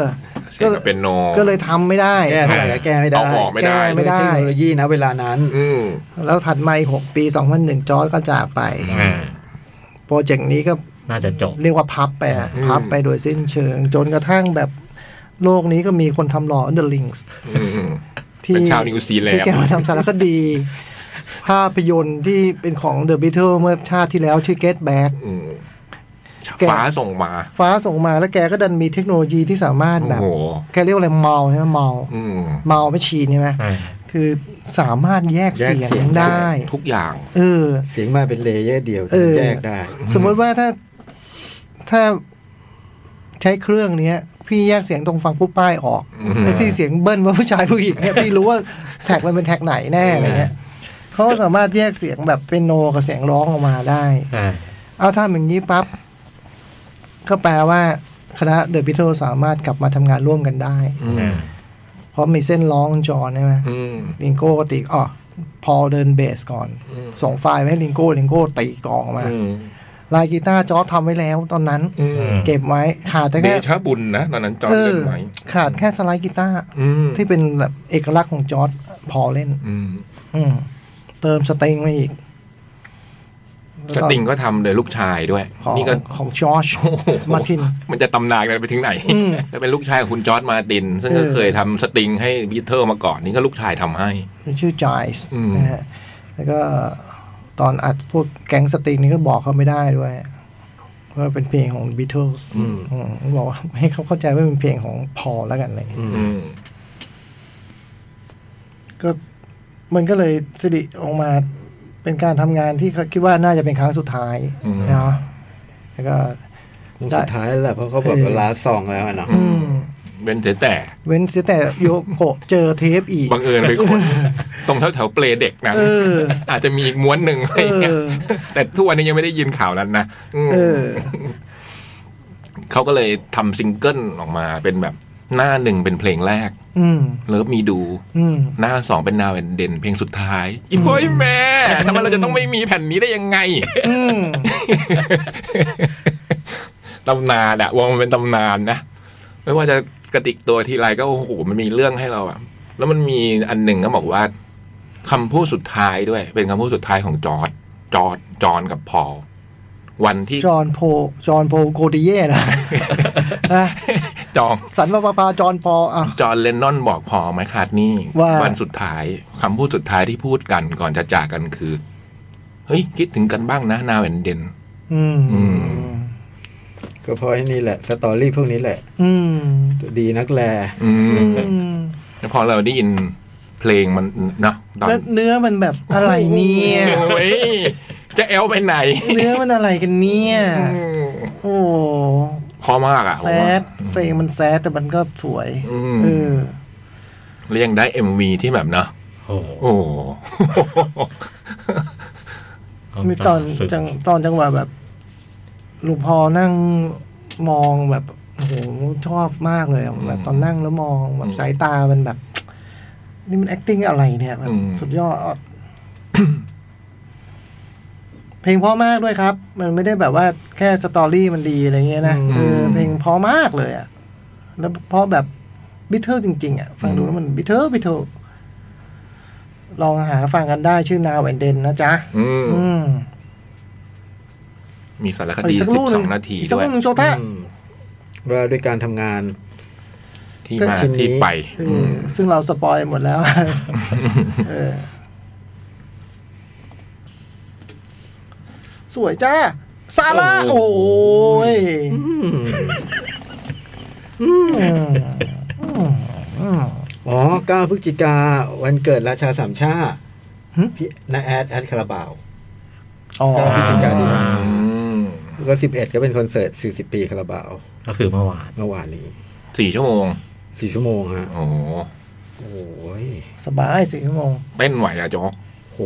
D: เสียงกับเป็นโน
B: ก็เลยทำไม่ได้
C: แก้เท่าไหร่ก็แก้ไม่ได้
D: เอาออกไม่ได้
C: แก้ด้วยเทคโนโลยีนะเวลานั้น
D: อืม
B: แล้วถัดมาอีกหกปี 2001 จอร์ดก็จากไป
E: อ่า
B: โปรเจกต์นี้ก็
E: น่าจะจบ
B: เรียกว่าพับไปอะพับไปโดยสิ้นเชิง จนกระทั่งแบบโลกนี้ก็มีคนทำหล่อ The Links
D: อืม
B: ที่
D: เป็นชาวนิวซีแลนด์
B: ที่แกมาทำสารคดี ภาพยนตร์ที่เป็นของ The Beatles เมื่อชาติที่แล้วชื่อ Get Back
D: อืม
B: แก
D: ฟ้าส่งมา
B: ฟ้าส่งมาแล้วแกก็ดันมีเทคโนโลยีที่สามารถ
D: โอ้
B: แบบ
D: โห
B: แกเรียกว่าอะไรเมาใช่ไหมเมา
D: อืม
B: เมาไม่ชีนใช่ไหม
E: อ่า
B: คือสามารถแยก
C: แยก
B: เสียง
C: เสียงได้
B: ได้
D: ทุกอย่าง
B: เออ
C: เสียงมาเป็นเลเยอร์เดียว
B: เออ
C: แยกได้
B: สมมติว่าถ้าถ้าใช้เครื่องเนี้ย พี่แยกเสียงตรงฟังผู้ป้ายออก
D: อืม
B: ไอ้ที่เสียงเบิ้ลว่าผู้ชายผู้หญิงเนี่ยพี่รู้ว่าแท็กมันเป็นแท็กไหนแน่อะไรเงี้ยเขาสามารถแยกเสียงแบบเป็นโนกับเสียงร้องออกมาได้
E: อ่า
B: เอาถ้าอย่างนี้ปั๊บ ก็แปลว่าคณะเดอะพิทเทิลสามารถกลับมาทำงานร่วมกันได้
D: อืม
B: เพราะมีเส้นร้องจอนใช่ไหม
D: อืม
B: ลิงโก้ก็ตีอ๋อพอเดินเบสก่อน
D: อืม
B: ส่งไฟล์ไปให้ลิงโก้ลิงโก้ตีกลองออกมา
D: อืม
B: ลายกีตาร์จอร์จทำไว้แล้วตอนนั้น
D: อืม
B: เก็บไว้ขาดแต่
D: เด
B: แค่
D: ชะบุญนะ ตอนนั้นจอร์จ
B: เอ
D: เล่
B: อน
D: ไหม
B: ขาดแค่สไลด์กีตาร์
D: อืม
B: ที่เป็นแบบเอกลักษณ์ของจอร์จพอเล่น
D: อืม
B: อืมเติมสเต็งมาอีก
D: สติงก็ทำโดยลูกชายด้วย
B: ของ
D: นี่ก็
B: ของจ อร์จ
D: โอ้โห
B: มาร์ติน
D: มันจะตำนานกันไปถึงไหน
B: อืม
D: จะเป็นลูกชายของคุณจอร์ดมาร์ติน ซึ่งก็
B: เออ
D: เคยทำสตริงให้บีเทอร์มาก่อน นี่ก็ลูกชายทำให้
B: ชื่อจายส์
D: อืม
B: นะฮะแล้วก็ตอนอัดพวกแก๊งสตริงนี่ก็บอกเขาไม่ได้ด้วยว่าเป็นเพลงของ Beatles อืมบอกว่าให้เขาเข้าใจว่าเป็นเพลงของพอแล้วกันอะไรอย่างเงี้ย
D: อืม
B: ก็มันก็เลยสิริออกมาเป็นการทำงานที่คิดว่าน่าจะเป็นครั้งสุดท้ายเนาะแล้วก็
C: มันสุดท้ายแล้วแหละเพราะเขาแบบ
B: เออ
C: ลาซองแล้วอะเนาะ
B: อืม
D: เป็นแต่แต่
B: เว้นเสียแต่โยโกะเจอเทปอีก
D: บังเอิญไป คน ตรงแถวแถวๆเปลเด็กนั้น
B: เออ
D: อาจจะมีอีกม้วนหนึ่งอะไรอย่างเงี้ยแต่ทุกวันนี้ยังไม่ได้ยินข่าวนั้นนะอืม
B: เออ
D: เขาก็เลยทำซิงเกิลออกมาเป็นแบบหน้าหนึ่งเป็นเพลงแรก
B: อืม
D: เลิฟมีดู
B: อืม
D: หน้าสองเป็นนาวเด่นเพลงสุดท้ายอีโอยแม่ทำไมเราจะต้องไม่มีแผ่นนี้ได้ยังไง
B: อืม
D: ตำนานอะวงมันเป็นตำนานนะ ไม่ว่าจะกระติกตัวทีไรก็โอ้โหมันมีเรื่องให้เราอะแล้วมันมีอันหนึ่งก็บอกว่าคำพูดสุดท้ายด้วย เป็นคำพูดสุดท้ายของจอร์ดจอร์ดจอห์นกับพอลวันที่
B: จอห์นโพจอห์นโพโกดิเย่นะ นะ
D: จอง
B: สันวปปาจอห์นพออ่ะ
D: จอห์นเลนนอนบอกพอลไหมคาร์ทนี่
B: ว่า
D: นสุดท้ายคำพูดสุดท้ายที่พูดกันก่อนจะจากกันคือ เฮ้ย คิดถึงกันบ้างนะนาแอนเดน
B: อืม
D: อืม
C: ก็เพราะไอ้นี่แหละสตอรี่พวกนี้แหละ
B: อืม
C: ดีนักแล
D: อืม
B: อืม
D: แล้วพอเราได้ยินเพลงมันเนาะตอน
B: แล้วเนื้อมันแบบอะไรเนี่ย
D: โอ้ยจะแอลไปไหน
B: เนื้อมันอะไรกันเนี่ย โอ้
D: พอมากอะผ
B: แซ
D: มว่า
B: ดเฟรมมันแซดแต่มันก็สวย
D: อืม
B: เออ
D: แล้วยังได้เอ็มวีที่แบบเนอะ
E: โอ้โห
D: โอ้โห
B: มีตอน
E: ศึก
B: จังตอนจังหวะแบบหลุงพอนั่งมองแบบโอ้โหชอบมากเลยอะแบบตอนนั่งแล้วมองแบบ
D: อืม
B: สายตามันแบบ นี่มัน acting อะไรเนี่ยแบบ
D: อืม
B: สุดยอด เพลงเพราะมากด้วยครับ มันไม่ได้แบบว่าแค่สตอรี่มันดีอะไรเงี้ยนะ
D: อืม
B: เออเพลงเพราะมากเลยอ่ะ แล้วเพราะแบบบิทเทิลจริง ๆ อ่ะ ฟังดูแล้วมันบิทเทิลบิทเทิลลองหาฟังกันได้ชื่อ Now and Then นะจ๊ะ
D: อืม
B: อืม
D: มีสารค
B: เอา
D: ดี
B: อีกสัก
D: สิ
B: ลูก
D: บ
B: ห
D: ส
B: นึ่
D: อง งนาที
B: อีกสัก
D: ด้วย
B: ลูกหนึ่งโชต้า
C: อืมว่าด้วยการทำงาน
D: ที่
B: ก็
D: มา
C: ชิ้นนี้
D: ที่ไป
B: เออซึ่งเราสปอยหมดแล้ว เออสวยจ้าซาร่า
D: โอ้
B: โอ้
D: โห
B: ย
C: อืมอ๋อเก้าพฤศจิกาวันเกิดราชาสามชาพี่นาแอดแอดคาราบาว
B: อ๋อ
C: เก้าพฤศจิกาดีมาก
D: อืม
C: แล้วก็สิบเอ็ดก็เป็นคอนเสิร์ตสี่สิบปีคาราบาว
E: ก็คือเมื่อวาน
C: เมื่อวานนี้
D: สี่ชั่วโมง
C: สี่ชั่วโมงฮะ
D: โอ้โห
C: โอ้ย
B: สบายสี่ชั่วโมง
D: เต้นไหวอะโจ๊ก
C: โห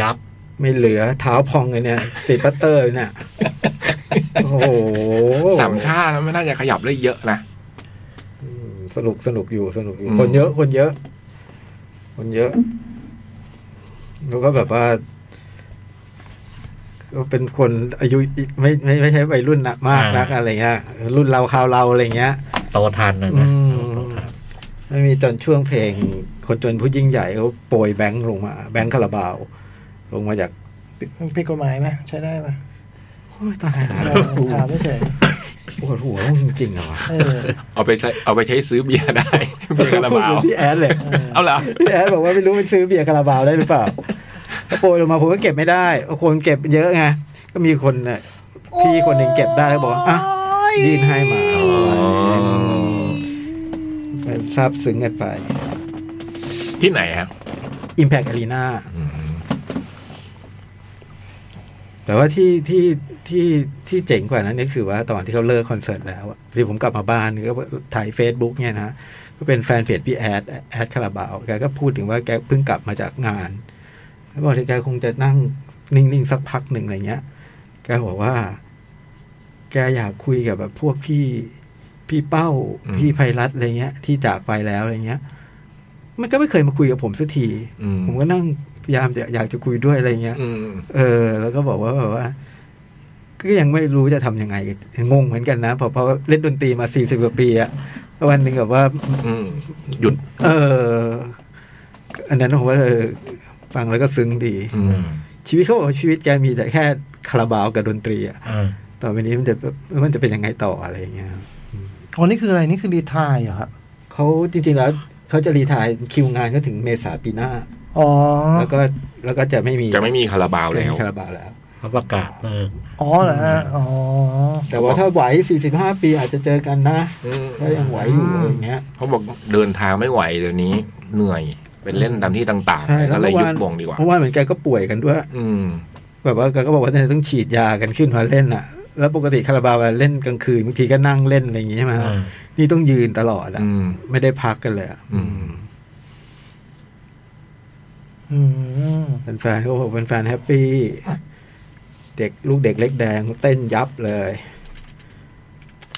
E: ยับ
C: ไม่เหลือเท้าพองเลยเนี่ยติดปัตเตอร์เนี่ย โอ้โห
D: สามชาติแล้วไม่น่าจะขยับได้เยอะนะ
C: อืมสนุกสนุกอยู่สนุกอยู่
D: อืม
C: คนเยอะคนเยอะ คนเยอะ แล้วก็แบบว่า ก็เป็นคนอายุไม่ไม่ไม่ใช่วัยรุ่นนะมากนัก
E: อ่า
C: อะไรเงี้ยรุ่นเราคราวเราอะไรเงี้ย
E: โตทันนะ
C: อื
E: น
C: ม
E: ะ
C: ไม่มีตอนช่วงเพลง คนจนผู้ยิ่งใหญ่เขาโปรยแบงค์ลงมา แบงค์คาราบาว ลงมาจาก
B: ผิดผิดกฎหมายไหมใช้ได้ไหม
C: โอ้ยตาย
B: เอ
C: แล้ว
B: อถามไม่เฉย
C: ปวดหัวจริงๆเหรอวะ
B: เออ
D: เอาไปใช้เอาไปใช้ซื้อเบียร์ได้ เบียร์กระ
C: พูด
D: บา
C: เหมื
D: ว
C: อนพี่แอดเลย
D: เอาละ
C: พี่แอดบอกว่าไม่รู้มันซื้อเบียร์คาราบาวได้หรือเปล่าโปรยลงมาผมก็เก็บไม่ได้คนเก็บเยอะไง ก็มีคนน่ะพี่คนหนึ่งเก็บได้แล้วบอกว่าอ่ะยื่นให้มาซาบซึ้งกันไป
D: ที่ไหนครับ
C: Impact Arena แต่ว่าที่ที่ที่ที่เจ๋งกว่านั้นก็คือว่าตอนที่เขาเลิกคอนเสิร์ตแล้วอะที่ผมกลับมาบ้านก็ถ่าย Facebook เนี่ยนะ ก็เป็นแฟนเพจพี่แอด แอดคาราบาว แกก็พูดถึงว่าแกเพิ่งกลับมาจากงาน แล้วบอกเลยแกคงจะนั่งนิ่ง ๆ สักพักหนึ่งอะไรเงี้ย แกบอกว่า แกอยากคุยกับแบบพวกพี่พี่เป้า
D: อืม
C: พี่ไพรัตอะไรเงี้ย ที่จากไปแล้วอะไรเงี้ย มันก็ไม่เคยมาคุยกับผมสักที
D: อืม
C: ผมก็นั่งพยายามจะอยากจะคุยด้วยอะไรเงี้ย
D: อืม
C: เออ แล้วก็บอกว่าแบบว่า ก็ยังไม่รู้จะทำยังไง งงเหมือนกันนะเพอเพราะเล่นดนตรีมาสี่สิบกว่าปีอะวันหนึ่งแบบว่า
D: อืมหยุด
C: เออ อันนั้นผมว่าเออฟังแล้วก็ซึ้งดี
D: อืม
C: ชีวิตเขาบอกว่าชีวิตแกมีแต่แค่คาราบาวกับดนตรีอะ
E: อ่า
C: ต่อไปนี้มันจะมันจะเป็นยังไงต่ออะไรอย่างเงี้ย
B: อ๋อนี่คืออะไรนี่คือรีทายเหรอครับ
C: เขาจริงๆแล้วเขาจะรีไทายคิวงานก็ถึงเมษาปีหน้า
B: อ๋อ
C: แล้วก็แล้วก็จะไม่มี
D: จะไม่มีคาราบาวแล้ว
C: คาราบาวแล้ว
E: เขาประกาศเลิก
B: อ๋อเหรอฮะอ๋อ
C: แต่ว่าถ้าไหว 45 ปีอาจจะเจอกันนะ
D: อืม
C: ถ้ายังไหวอยู่อะไรอย่างเงี้ย
D: เขาบอกเดินทางไม่ไหวเดี๋ยวนี้ เหนื่อยเป็นเล่นตามที่ต่าง
C: ใช่
D: ๆก็เลยยุ
C: เมื่
D: บ
C: อาน
D: วงดีกว่า
C: เมื่อวานเหมือนแกก็ป่วยกันด้วย
D: อืม
C: แบบว่าแกก็บอกว่าเนี่ยต้องฉีดยากันขึ้นมาเล่นอ่ะ แล้วปกติคาราบาวเล่นกลางคืนบางทีก็นั่งเล่นอะไรอย่างงี้ใช่ไหม
E: อ่า
C: นี่ต้องยืนตลอดอ่ะ
D: อืม
C: ไม่ได้พักกันเลยอะ
D: อืม
B: อืม
C: แฟนๆเขาบอกแฟนๆแฮปปี้เด็กลูกเด็กเล็กแดงเต้นยับเลย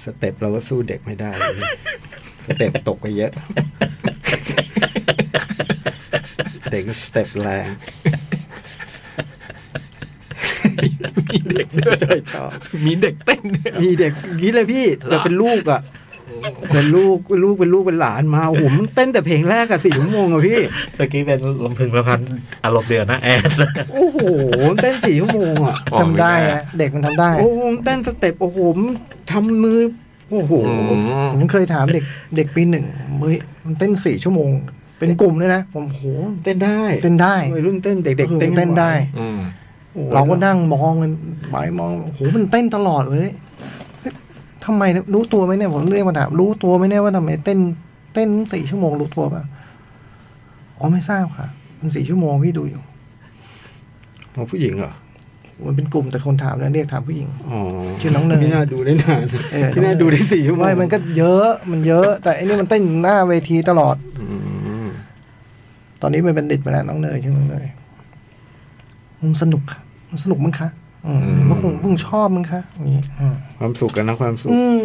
C: สเต็ปเราก็สู้เด็กไม่ได้เลย สเต็ปตกไปเยอะ เด็กสเต็ปแรง
D: มีเด็กด้วย
C: ใช่ชอบ
D: มีเด็กเต้นด้วย
C: มีเด็กอย่างนี้เลยพี่
D: เหรอ
C: แต่เป็นลูกอ่ะเป็นลูกเป็นลูกเป็นลูกเป็นหลานมาโอ้โหมันเต้นแต่เพลงแรกอะสี่ชั่วโมงอะพี่
E: ตะกี้เป็นลำพึงประพันธ์อารมณ์เดือนนะแอน
C: โอ้โหมันเต้นสี่ชั่วโมงอะ
B: ทำได้นะเด็กมันทำได้
C: โอ้โหมันเต้นสเต็ปโอ้โหมันทำมือโอ้โห
D: อืม
B: ผมเคยถามเด็กเด็กปีหนึ่งเฮ้ยมันเต้นสี่ชั่วโมง เป็นกลุ่มด้วยนะ ผมโห
C: เต้นได้
B: เต้นได้
C: วัยรุ่นเต้นเด็กๆ
B: เต้
C: เต้
B: น
C: น
B: เต้นได้
D: อืม
C: โอ้โห
B: เราก็นั่งมองกันบายมองโหมันเต้นตลอดเว้ยเอ๊ะทำไมเนี่ยรู้ตัวไหมเนี่ยผมเรียกมาถามรู้ตัวไหมเนี่ยว่าทำไมเต้นเต้นสี่ชั่วโมงรู้ตัวป่ะอ๋อไม่ทราบค่ะ มันสี่ชั่วโมงพี่ดูอยู่
C: ของผู้หญิงเหรอ
B: มันเป็นกลุ่มแต่คนถามนะเรียกถามผู้หญิง
C: อ๋อ
B: ชื่อน้องเนย
C: พี่น่าดูได้นาน
B: เออ
C: พี่น่าดูได้สี่ชั่วโมง
B: ไม่มันก็เยอะมันเยอะ แต่อันนี้มันเต้นหน้าเวทีตลอด
C: อืม
B: ตอนนี้เป็นบัณฑิตไปแล้วน้องเนยชื่อน้องเนย มันสนุกค่ะมันสนุกมั้งคะอืมมันคงเพิ่งชอบมั้งคะอย่างนี้อืม
C: ความสุขกันนะความสุข
B: อืม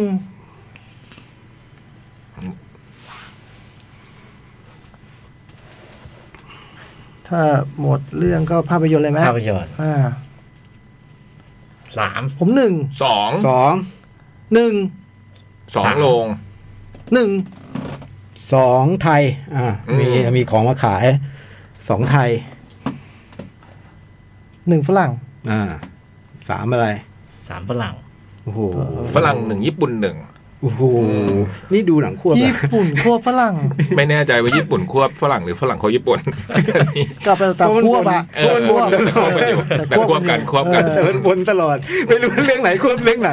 B: ถ้าหมดเรื่องก็ภาพยนตร์เลยไหม
E: ภาพยนตร์
B: อ่า
E: สาม
B: ผมหนึ่ง
D: สอง
C: สอง
B: หนึ่ง
D: สองโรง
B: หนึ่ง
C: สองไทย อ่า
D: อืม
C: มี มีของมาขาย สองไทย
B: หนึ่งฝรั่ง
C: อ่า สามอะไร
E: สามฝรั่ง
C: โอ้โห
D: ฝรั่งหนึ่งญี่ปุ่นหนึ่ง
C: โอ้โห
D: อืม
C: นี่ดูหนังคั่วแบบ
B: ญี่ปุ่นคั่วฝรั่ง
D: ไม่แน่ใจว่าญี่ปุ่นควบฝรั่งหรือฝรั่งเขาญี่ปุ่น
B: กลับไปตามคั่วปะ
D: เออ
B: คั่ว
D: แต่คั่วกันอยู่แต่คั่วกันคั่วกัน
B: เอ
C: แต่
B: อ
C: มันวนตลอด ไม่รู้เรื่องไหนควบเรื่องไหน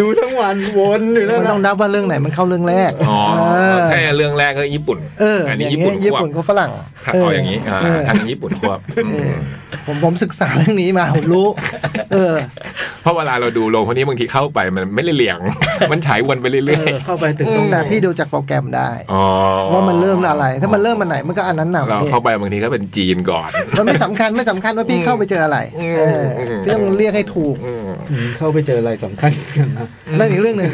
C: ดูทั้งวันวนอยู่นั่น
B: มัน
C: แห
B: ต้อ
C: ละ
B: งนับว่าเรื่องไหนมันเข้าเรื่องแรก
D: อ๋อ
B: เออ
D: แค่เรื่องแรกก็ญี่ปุ่น
B: เอออั
D: อั
B: น
D: น
B: นี้
D: นี้
B: ญี่
D: ญี่
B: ปุ่
D: ปุ่นคว
B: นญี่ปุ่น
D: บ
B: คั่วฝรั่ง
D: ถ้าเอาอย่างนี้อ่า
B: เออ
D: อันนี้ญี่ปุ่นควบอืม
B: เออผมผมศึกษาเรื่องนี้มาผมรู้ เออ
D: เพราะเวลาเราดูโรงพวกนี้บางทีเข้าไปมันไม่ได้เลียง มันฉายวนไป
C: เอ
D: เรื่อย
C: อเข้าไปถึงตรง
B: แต่
C: นั้น
B: พี่ดูจากโปรแกรมได้
D: ๆอ๋อ
B: ว่ามันเริ่มอะไร ถ้ามันเริ่มมันไหนมันก็อันนั้นหนัก
D: เราเข้าไปบางทีก็เป็นจีนก่อน
B: มันไม่สำคัญไม่สำคัญว่าพี่เข้าไปเจออะไร
D: อืม
B: เอออ
D: ม
B: พี่ต้องเรียกให้ถูก
D: อืม
C: อืมเข้าไปเจออะไรสำคัญกันนะ
B: นั่นอีกเรื่องหนึ่ง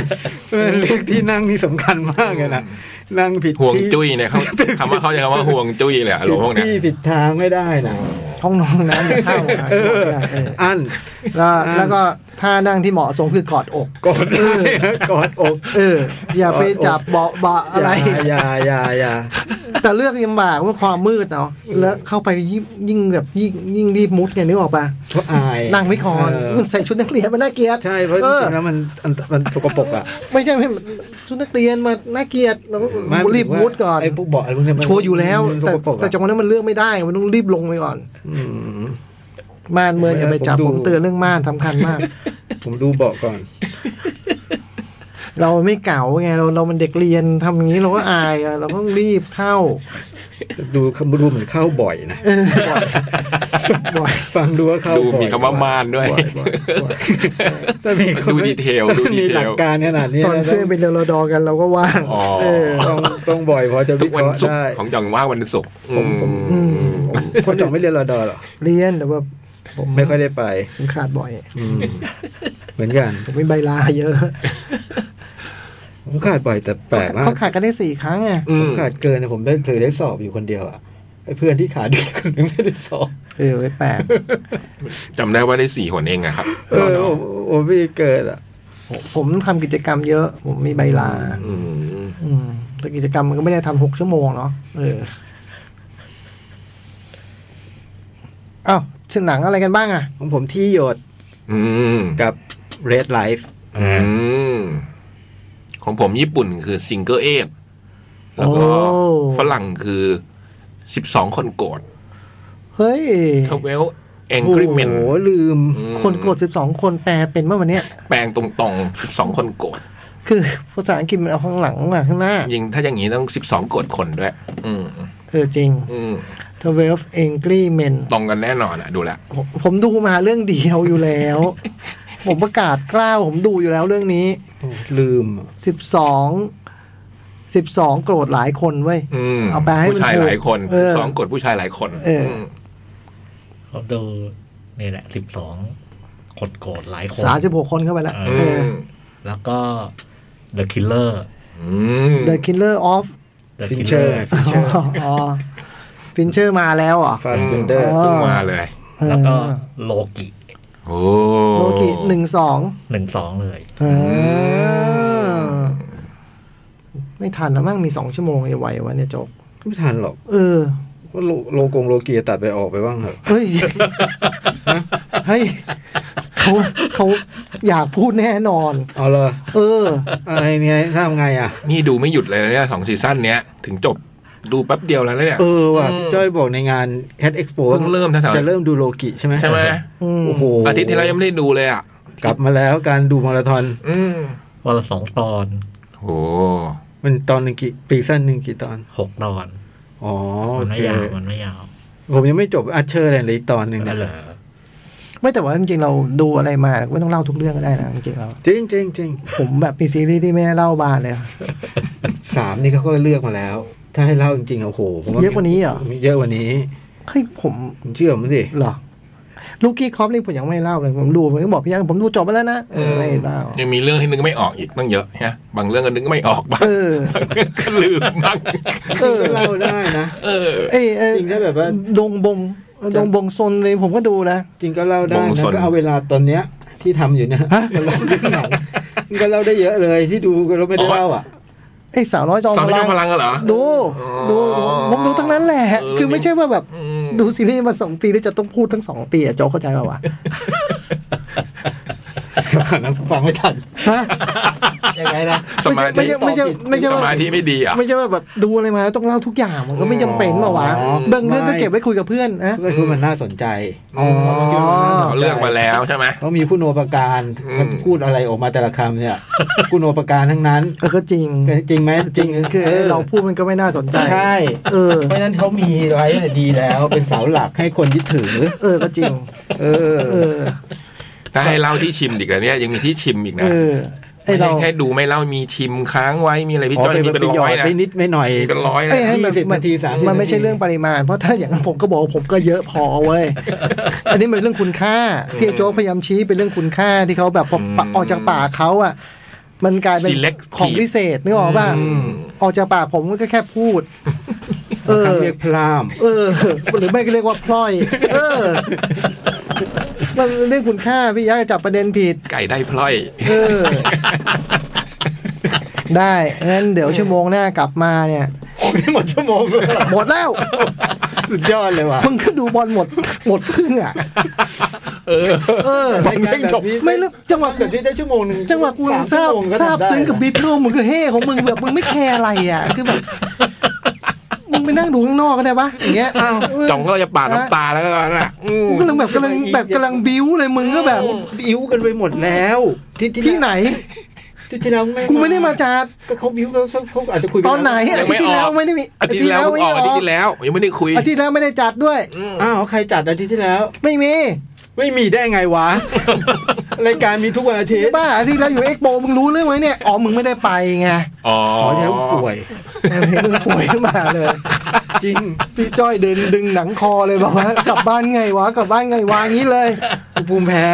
C: เออเรื่องที่นั่งนี่สำคัญมากเลยนะ นั่งผิด
D: ห่วง
C: ที่
D: จุ้ยเนี่ย เขาคำว่าเขาใช้คำว่าห่วงจุ้ยเลยอะโรงพวกเนี้ย
C: ที่ผิดทางไม่ได้นะ
B: ห้องนอนน้ำอย่าเข้านะ
C: เออ
B: เออ
C: อัน
B: แล้วแล้วก็ท่านั่งที่เหมาะสมคือกอดอก
C: กอดได้นะกอดอก
B: เออ อย่าไปจับเบาะเบาะอะไร
C: อย่าอย่าอย่า
B: แต่เลือกลำบากว่าความมืดเนาะแล้วเข้าไปยิ่งยิ่งแบบยิ่งยิ่งรีบมุดไงนึกออกปะ
C: เพราะอาย
B: นั่งไว้ก่อน
C: เ
B: คุณใส่ชุดนักเรียนมาน่าเกลียด
C: ใช่เพราะจ
B: เออ
C: ริงๆแล้วมันอันมันสกปรกอ่ะ
B: ไม่ใช่ไม่ชุดนักเรียนมาน่าเกลียดเรา
C: ไม่
B: รีบมุดก่อน
C: ไอ้พวกเบาะอะไรพวกเนี้มัน
B: โชว์อยู่แล้ว
C: มันส
B: แต่
C: กปรกอะ
B: แต่จังหวะนั้นมันเลือกไม่ได้ มันต้องรีบลงไปก่อน
C: อืม
B: ม่านเมินอย่าไปจับ
C: ผมดู
B: ผมเตือนเรื่องม่านสำคัญ มาก
C: ผมดูเบาะก่อน
B: เราไม่เก่าไงเราเรามันเด็กเรียนทำอย่างนี้เราก็อายอะเราต้องรีบเข้า
C: ดูดูเหมือนเข้าบ่อยนะ
B: เออบ่อย
C: ฟังดูว่าเข้า
D: ดู
C: บ่อย
D: มีคำว่าม่านด้วย
C: บ่อบ่อบ่อยถ้ามีคน
D: ดูดีเทลดู
C: ถ้า
D: ดี
C: มี
D: เทล
C: หลักการขนาดนี้
B: ตอน
C: นะ
B: เพื่อนเป็นเรอดอกันเราก็ว่าง
D: อ๋อ
B: เออ
C: ต้องต้องบ่อยพอจะ
D: ทุ
C: วิ
D: ก
C: เค
D: วัน
C: ราะห์
D: ศุกร์
C: ได้
D: ของจังว่าวันศุกร์อืม
B: อืม
C: คนจบไม่เรียนรอดอหรอ
B: เรียนแต่ว่า
C: ผมไม่ค่อยได้ไป
B: ผมขาดบ่อย
C: เหมือนกัน
B: ผมเป็นใบลาเยอะ
C: ผมขาดบ่อยแต่แปลกมาก
B: เขาขาดกันได้สี่ครั้งไง
D: อื
C: ผม
D: ม
C: ขาดเกินนะผมได้เคยได้สอบอยู่คนเดียวอ่ะไอ้เพื่อนที่ขาดด้วยคนนึงไม่ได้สอบ
B: เออไว้แปลก
D: จำได้ว่าได้สี่หนเองอะครับ
C: เออโอ้โอ้พี่เกิดอ่ะ
B: ผมผมทำกิจกรรมเยอะ ผมมีใบลา
D: อืม
B: อืมแต่กิจกรรมมันก็ไม่ได้ทำหกชั่วโมงเนาะเอออ้าวชื่อหนังอะไรกันบ้างอ่ะ
C: ของผมที่หยด
D: อืม
C: กับ Red Life
D: อืมของผมญี่ปุ่นคือซิงเกิลเอฟแล้วก็
B: โอ้
D: ฝรั่งคือสิบสองคนโกรธ
B: เฮ้ย
D: เทเวลแองกิเมน
C: โอ้โหลืม
B: คนกดสิบสองคนแปลเป็นเมื่อวันเนี้ย
D: แปลงตรงๆสิบสองคนโกรธ
B: คือภาษาอังกฤษมันเอาข้างหลังมาข้างหน้า
D: ยิงถ้าอย่างนี้ต้องสิบสองโกรธคนด้วย อืม
B: เออจริง
D: อืม
B: twelve angry men
D: ตรงกันแน่นอนอะดูแลว
B: ผมผมดูมาเรื่องเดียวอยู่แล้ว ผมประกาศกล้าวผมดูอยู่แล้วเรื่องนี้
C: ลืมอะ
B: สิบสองสิบสองโกรธหลายคนเว้ย
D: อืม
B: เอาไปให้มัน
D: ผู้ชายหลายคน
B: เออ
D: สองโกรธผู้ชายหลายคน
B: เอออื
D: ม
E: ผมดูนี่แหละสิบสองคนโกรธหลายคน
B: สามสิบหกคนเข้าไปแล้ว
E: อื
B: เอ
D: อื
B: อ
D: ม
E: แล้วก็ The Killer
D: อืม
B: The Killer of
E: The
C: ฟินเชอร์ ฟินเชอร์
B: ฟินเชอร์มาแล้วเหรอ่ะ
C: ฟาสเบนเดอร์
B: อ๋อ
D: เพิ่งมาเลย
E: แล้วก็โลกิ
D: โอ้
B: โลกิหนึ่งสอง
E: หนึ่งสองเลย
B: ไม่ทันนะมั่งมีสองชั่วโมงจะไหววะเนี่ยจบ
C: ไม่ทันหรอก
B: เออ
C: ว่าโลโลกงโลเกียตัดไปออกไปบ้างเหรอะ
B: เฮ้ยเฮ้ยเขาเขาอยากพูดแน่นอน
C: เอา เลย
B: เออ
C: อะไรเนี่ยทำไงอ่ะ
D: นี่ดูไม่หยุดเลยนะเนี่ยสองซีซั่นเนี้ย ถึงจบดูแป๊บเดียวแล้วนะเนี่ย
C: เออว่ะ
D: อืม
C: จ้อยบอกในงาน Head Expo
D: เพิ่งเริ่มนะสาว
C: จะเริ่มดูโลกิใช่ไหม
D: ใช่ไหม
B: อืม
C: โอ้โห
D: อาทิตย์ที่แล้วยังไม่ได้ดูเลยอ่ะ
C: กลับมาแล้วการดูมาราธอน
D: อืม
E: วันละสองตอน
D: โอ้
C: มันตอนหนึ่งกี่ปีสั้นหนึ่งกี่ตอน
E: หกตอน
C: อ๋อโอ
E: มัน
C: เค
E: ไม่ยาวมันไม่ยาว
C: ผมยังไม่จบอาเชอร์อะไรเลยอีกตอนหนึ่ง
E: เอ
C: เนี่ย
E: อ
B: ไม่แต่ว่าจริงๆเราดูอะไรมาไม่ต้องเล่าทุกเรื่องก็ได้นะจริงๆเรา
C: จริงจริงจริง
B: ผมแบบมีซีรีส์ที่ไม่ได้เล่าบานเลยอะ
C: สามนี่เขาก็เลือกมาแล้ว ถ้าให้เล่าจริงๆอะโอ้โหผม
B: เยอะกว่านี้เหรอ
C: มีเยอะกว่านี้
B: เฮ้ยผม
C: ผมเชื่อผมสิ
B: เหรอ ลูกกี้คอปนี่ผมยังไม่เล่าเลย ผมดูผมก็บอกพี่ยังผมดูจบมาแล้วนะเออไม่เล่า
D: ยังมีเรื่องที่นึกไม่ออกอีกตั้งเยอะฮะบางเรื่องก็นึกไม่ออกบ้าง
B: เออ
D: บางเรื่องก็ลืมบ้าง
B: เออ
C: เล่าได้นะ
D: เออ
B: เอยเอย
C: จริงถ้าแบบว่า
B: ดงบงดงบงซนเลยผมก็ดูนะ
C: จริงก็เล่าได้
D: บง
C: นะ
D: สน
C: ก็เอาเวลาตอนเนี้ยที่ทำอยู่เนี่ย
B: ฮะ
C: มาเล่าเรื่องหนังมันก็เล่าได้เยอะเลยที่ดูก็เราไม่ได้เล่าอ่ะ
B: ไอ้ยสาวน้อยจอม
D: สอง
B: พ
D: ที่
B: ลัง
D: พลังกันเหรอ
B: ดูดู
D: อ๋อ
B: ผมดูทั้งนั้นแหละ
D: เออ
B: คือไม่ใช่ว่าแบบ
D: อืม
B: ดูซีรีส์มาสองปีแล้วจะต้องพูดทั้งสองปีอะโจกเข้าใจป่าววะ
C: ขนาดฟังไม่ทัน
B: ฮะ
C: ยังไงนะ
D: สมาธิ
B: ไม่ใช่ไม่ใช่ไม่ใช่
D: ส
B: ว่า
D: มาธิไม่ดีเหรอ่ะ
B: ไม่ใช่ว่าแบบดูอะไรมาแล้วต้องเล่าทุกอย่างมันก็ไม่จำเป็นหรอวะ
D: อ๋อ
B: เบิ่งเรื่องก็เก็บไว้คุยกับเพื่อนนะ
C: ก็คือมันน่าสนใจ
B: อ๋อ
D: เขาเลือกมาแล้วใช่ไหม
C: เขามีผู้โนประการ
D: อืม
C: เขาพูดอะไรออกมาแต่ละคำเนี่ยผู้โนประการทั้งนั้น
B: เออก็จริง
C: จริงไหม
B: จริงคือเราพูดมันก็ไม่น่าสนใจ
C: ใช่
B: เออ
C: เพราะฉะนั้นเขามีไว้เนี่ยดีแล้ว เป็นเสาหลักให้คนยึดถือ
B: เออก็จริง
C: เออ
B: เออ
D: ถ้าให้เล่าที่ชิมอีกแล้วเนี่ยยังมีที่ชิมอีก
B: เอ
D: นะ
B: อไอ
D: ไม่
B: เรา
D: ใช่แค่ดูไม่เล่ามีชิมค้างไว้มีอะไรพี่
C: อ๋อ
D: จ้อย
C: ไป
D: มีเป็น
C: ไปหย
D: ร้
C: อ
D: อย
C: ด
D: นะ
C: ไปนิดไม่หน่อย
D: มีเป็นร้อยนะ
B: เอ้ยให้มัน
C: 20นาที30
B: มันไม่ใช่เรื่องปริมาณ เพราะถ้าอย่างนั้นผมก็บอกว่าผมก็เยอะพอเว้ย อันนี้มันเรื่องคุณค่าที่ไอ้โจ๊กพยายามชี้เป็นเรื่องคุณค่าที่เขาแบบพอปะออกจากป่าเขาอ่ะ มันกลายเป็น
D: ซีเล็ก
B: ของพิเศษนึกออกป่ะออกจากป่าผมก็แค่พูด เออ
C: คำเรียกพราม
B: เออ หรือไม่ก็เรียกว่าพลอย เออ มันเรื่องคุณค่าพี่ยักษ์จับประเด็นผิด
D: ไก่ได้พลอย
B: เออ ได้งั้นเดี๋ยวชั่วโมงหน้ากลับมาเนี่ย
C: นี่หมดชั่วโมงเลย
B: หมดแล้ว
C: สุดยอดเลยว่ะ
B: มึงก็ดูบอลหมด หมดครึ่งอ่ะ
D: เออ
B: เออ
D: บอลแม่งจบ
B: ไม่ลึกจังหวะ
C: แบบนี้ได้ชั่วโมงหนึ่ง
B: จังหวะกูทราบทราบซึ้งกับบีเทิลมึงก็เฮ่ของมึงแบบมึงไม่แคร์อะไรอ่ะ คือแบบมึงไปนั่งดูข้างนอกก็ได้ปะอย่างเงี้ยอ้าวเ
D: จ่องก็จะปาดน้ำตาแล้วนะอืม
B: กูกำลังแบบกำลังแบบกำลังบิ้วเลยมึงก็แบบ
C: บิ้วกันไปหมดแล้วที่
B: ที่ไหน
C: ที่ที่แล้ว
B: กูไม่ได้มาจัด
C: ก็เขาบิ้วเขาเขาอาจจะคุยกั
B: ตอนไหนอาทิตย์ที่แล้วไม่ได้มี
D: อาทิตย์ที่แล้วเพิ่งออกอาทิตย์ที่แล้ว ยังไม่ได้คุย
B: อาทิตย์ที่แล้วไม่ได้จัดด้วย
D: อืม
C: อ้าวใครจัดอาทิตย์ที่แล้ว
B: ไม่มี
C: ไม่มีได้ไง วะรายการมีทุกวันอาทิต
B: ไอ้
C: ย์
B: บ้าอาทิตย์ที่แล้วอยู่เอ็กโปมึงรู้เรื่องไหมเนี่ยอ๋อมึงไม่ได้ไปไง
D: อ๋อ
C: อ๋อแล้วป่วย
B: มึงป่วยขึ้นมาเลย
C: จริง
B: พี่จ้อยเดินดึงหนังคอเลยบอกว่ากลับบ้านไงวะกลับบ้านไงวะอย่างนี้เลย
C: กูภูมิแพ้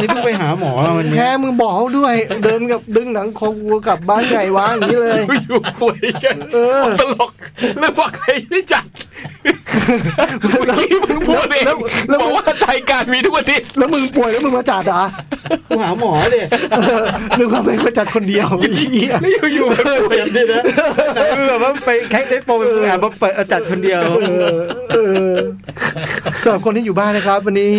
C: นี่เพิ่งไปหาหมอมาวันนี้
B: แค่มึงบอกเขาด้วย เดินกับดึงหนังคอกูกลับบ้านไงวะอย่างนี้เลย
D: อยู่ป่วยจัง
B: เออ
D: ตลกแล้วบอกใครไม่จัดเมื่อกี้เพิ่งพูดเอง
B: แล้วแล้ว
D: บอกว่ารายการมีทุกวันที่
B: แล้วมึงป่วยแล้วมึงมาจัดเหรอ่ะ
C: กูหาหมอเด็ก
B: นึกว่าไม่มาจัดคนเดียวไอ้เหี้ย
D: แล้วอยู่ๆมันป่วย
C: เด็ดนะแบบว่าไปแค่เด็กโปรเป็นงานมาเปิดจัดคนเดียว
B: เออเออสำหรับคนที่อยู่บ้านนะครับ วันนี้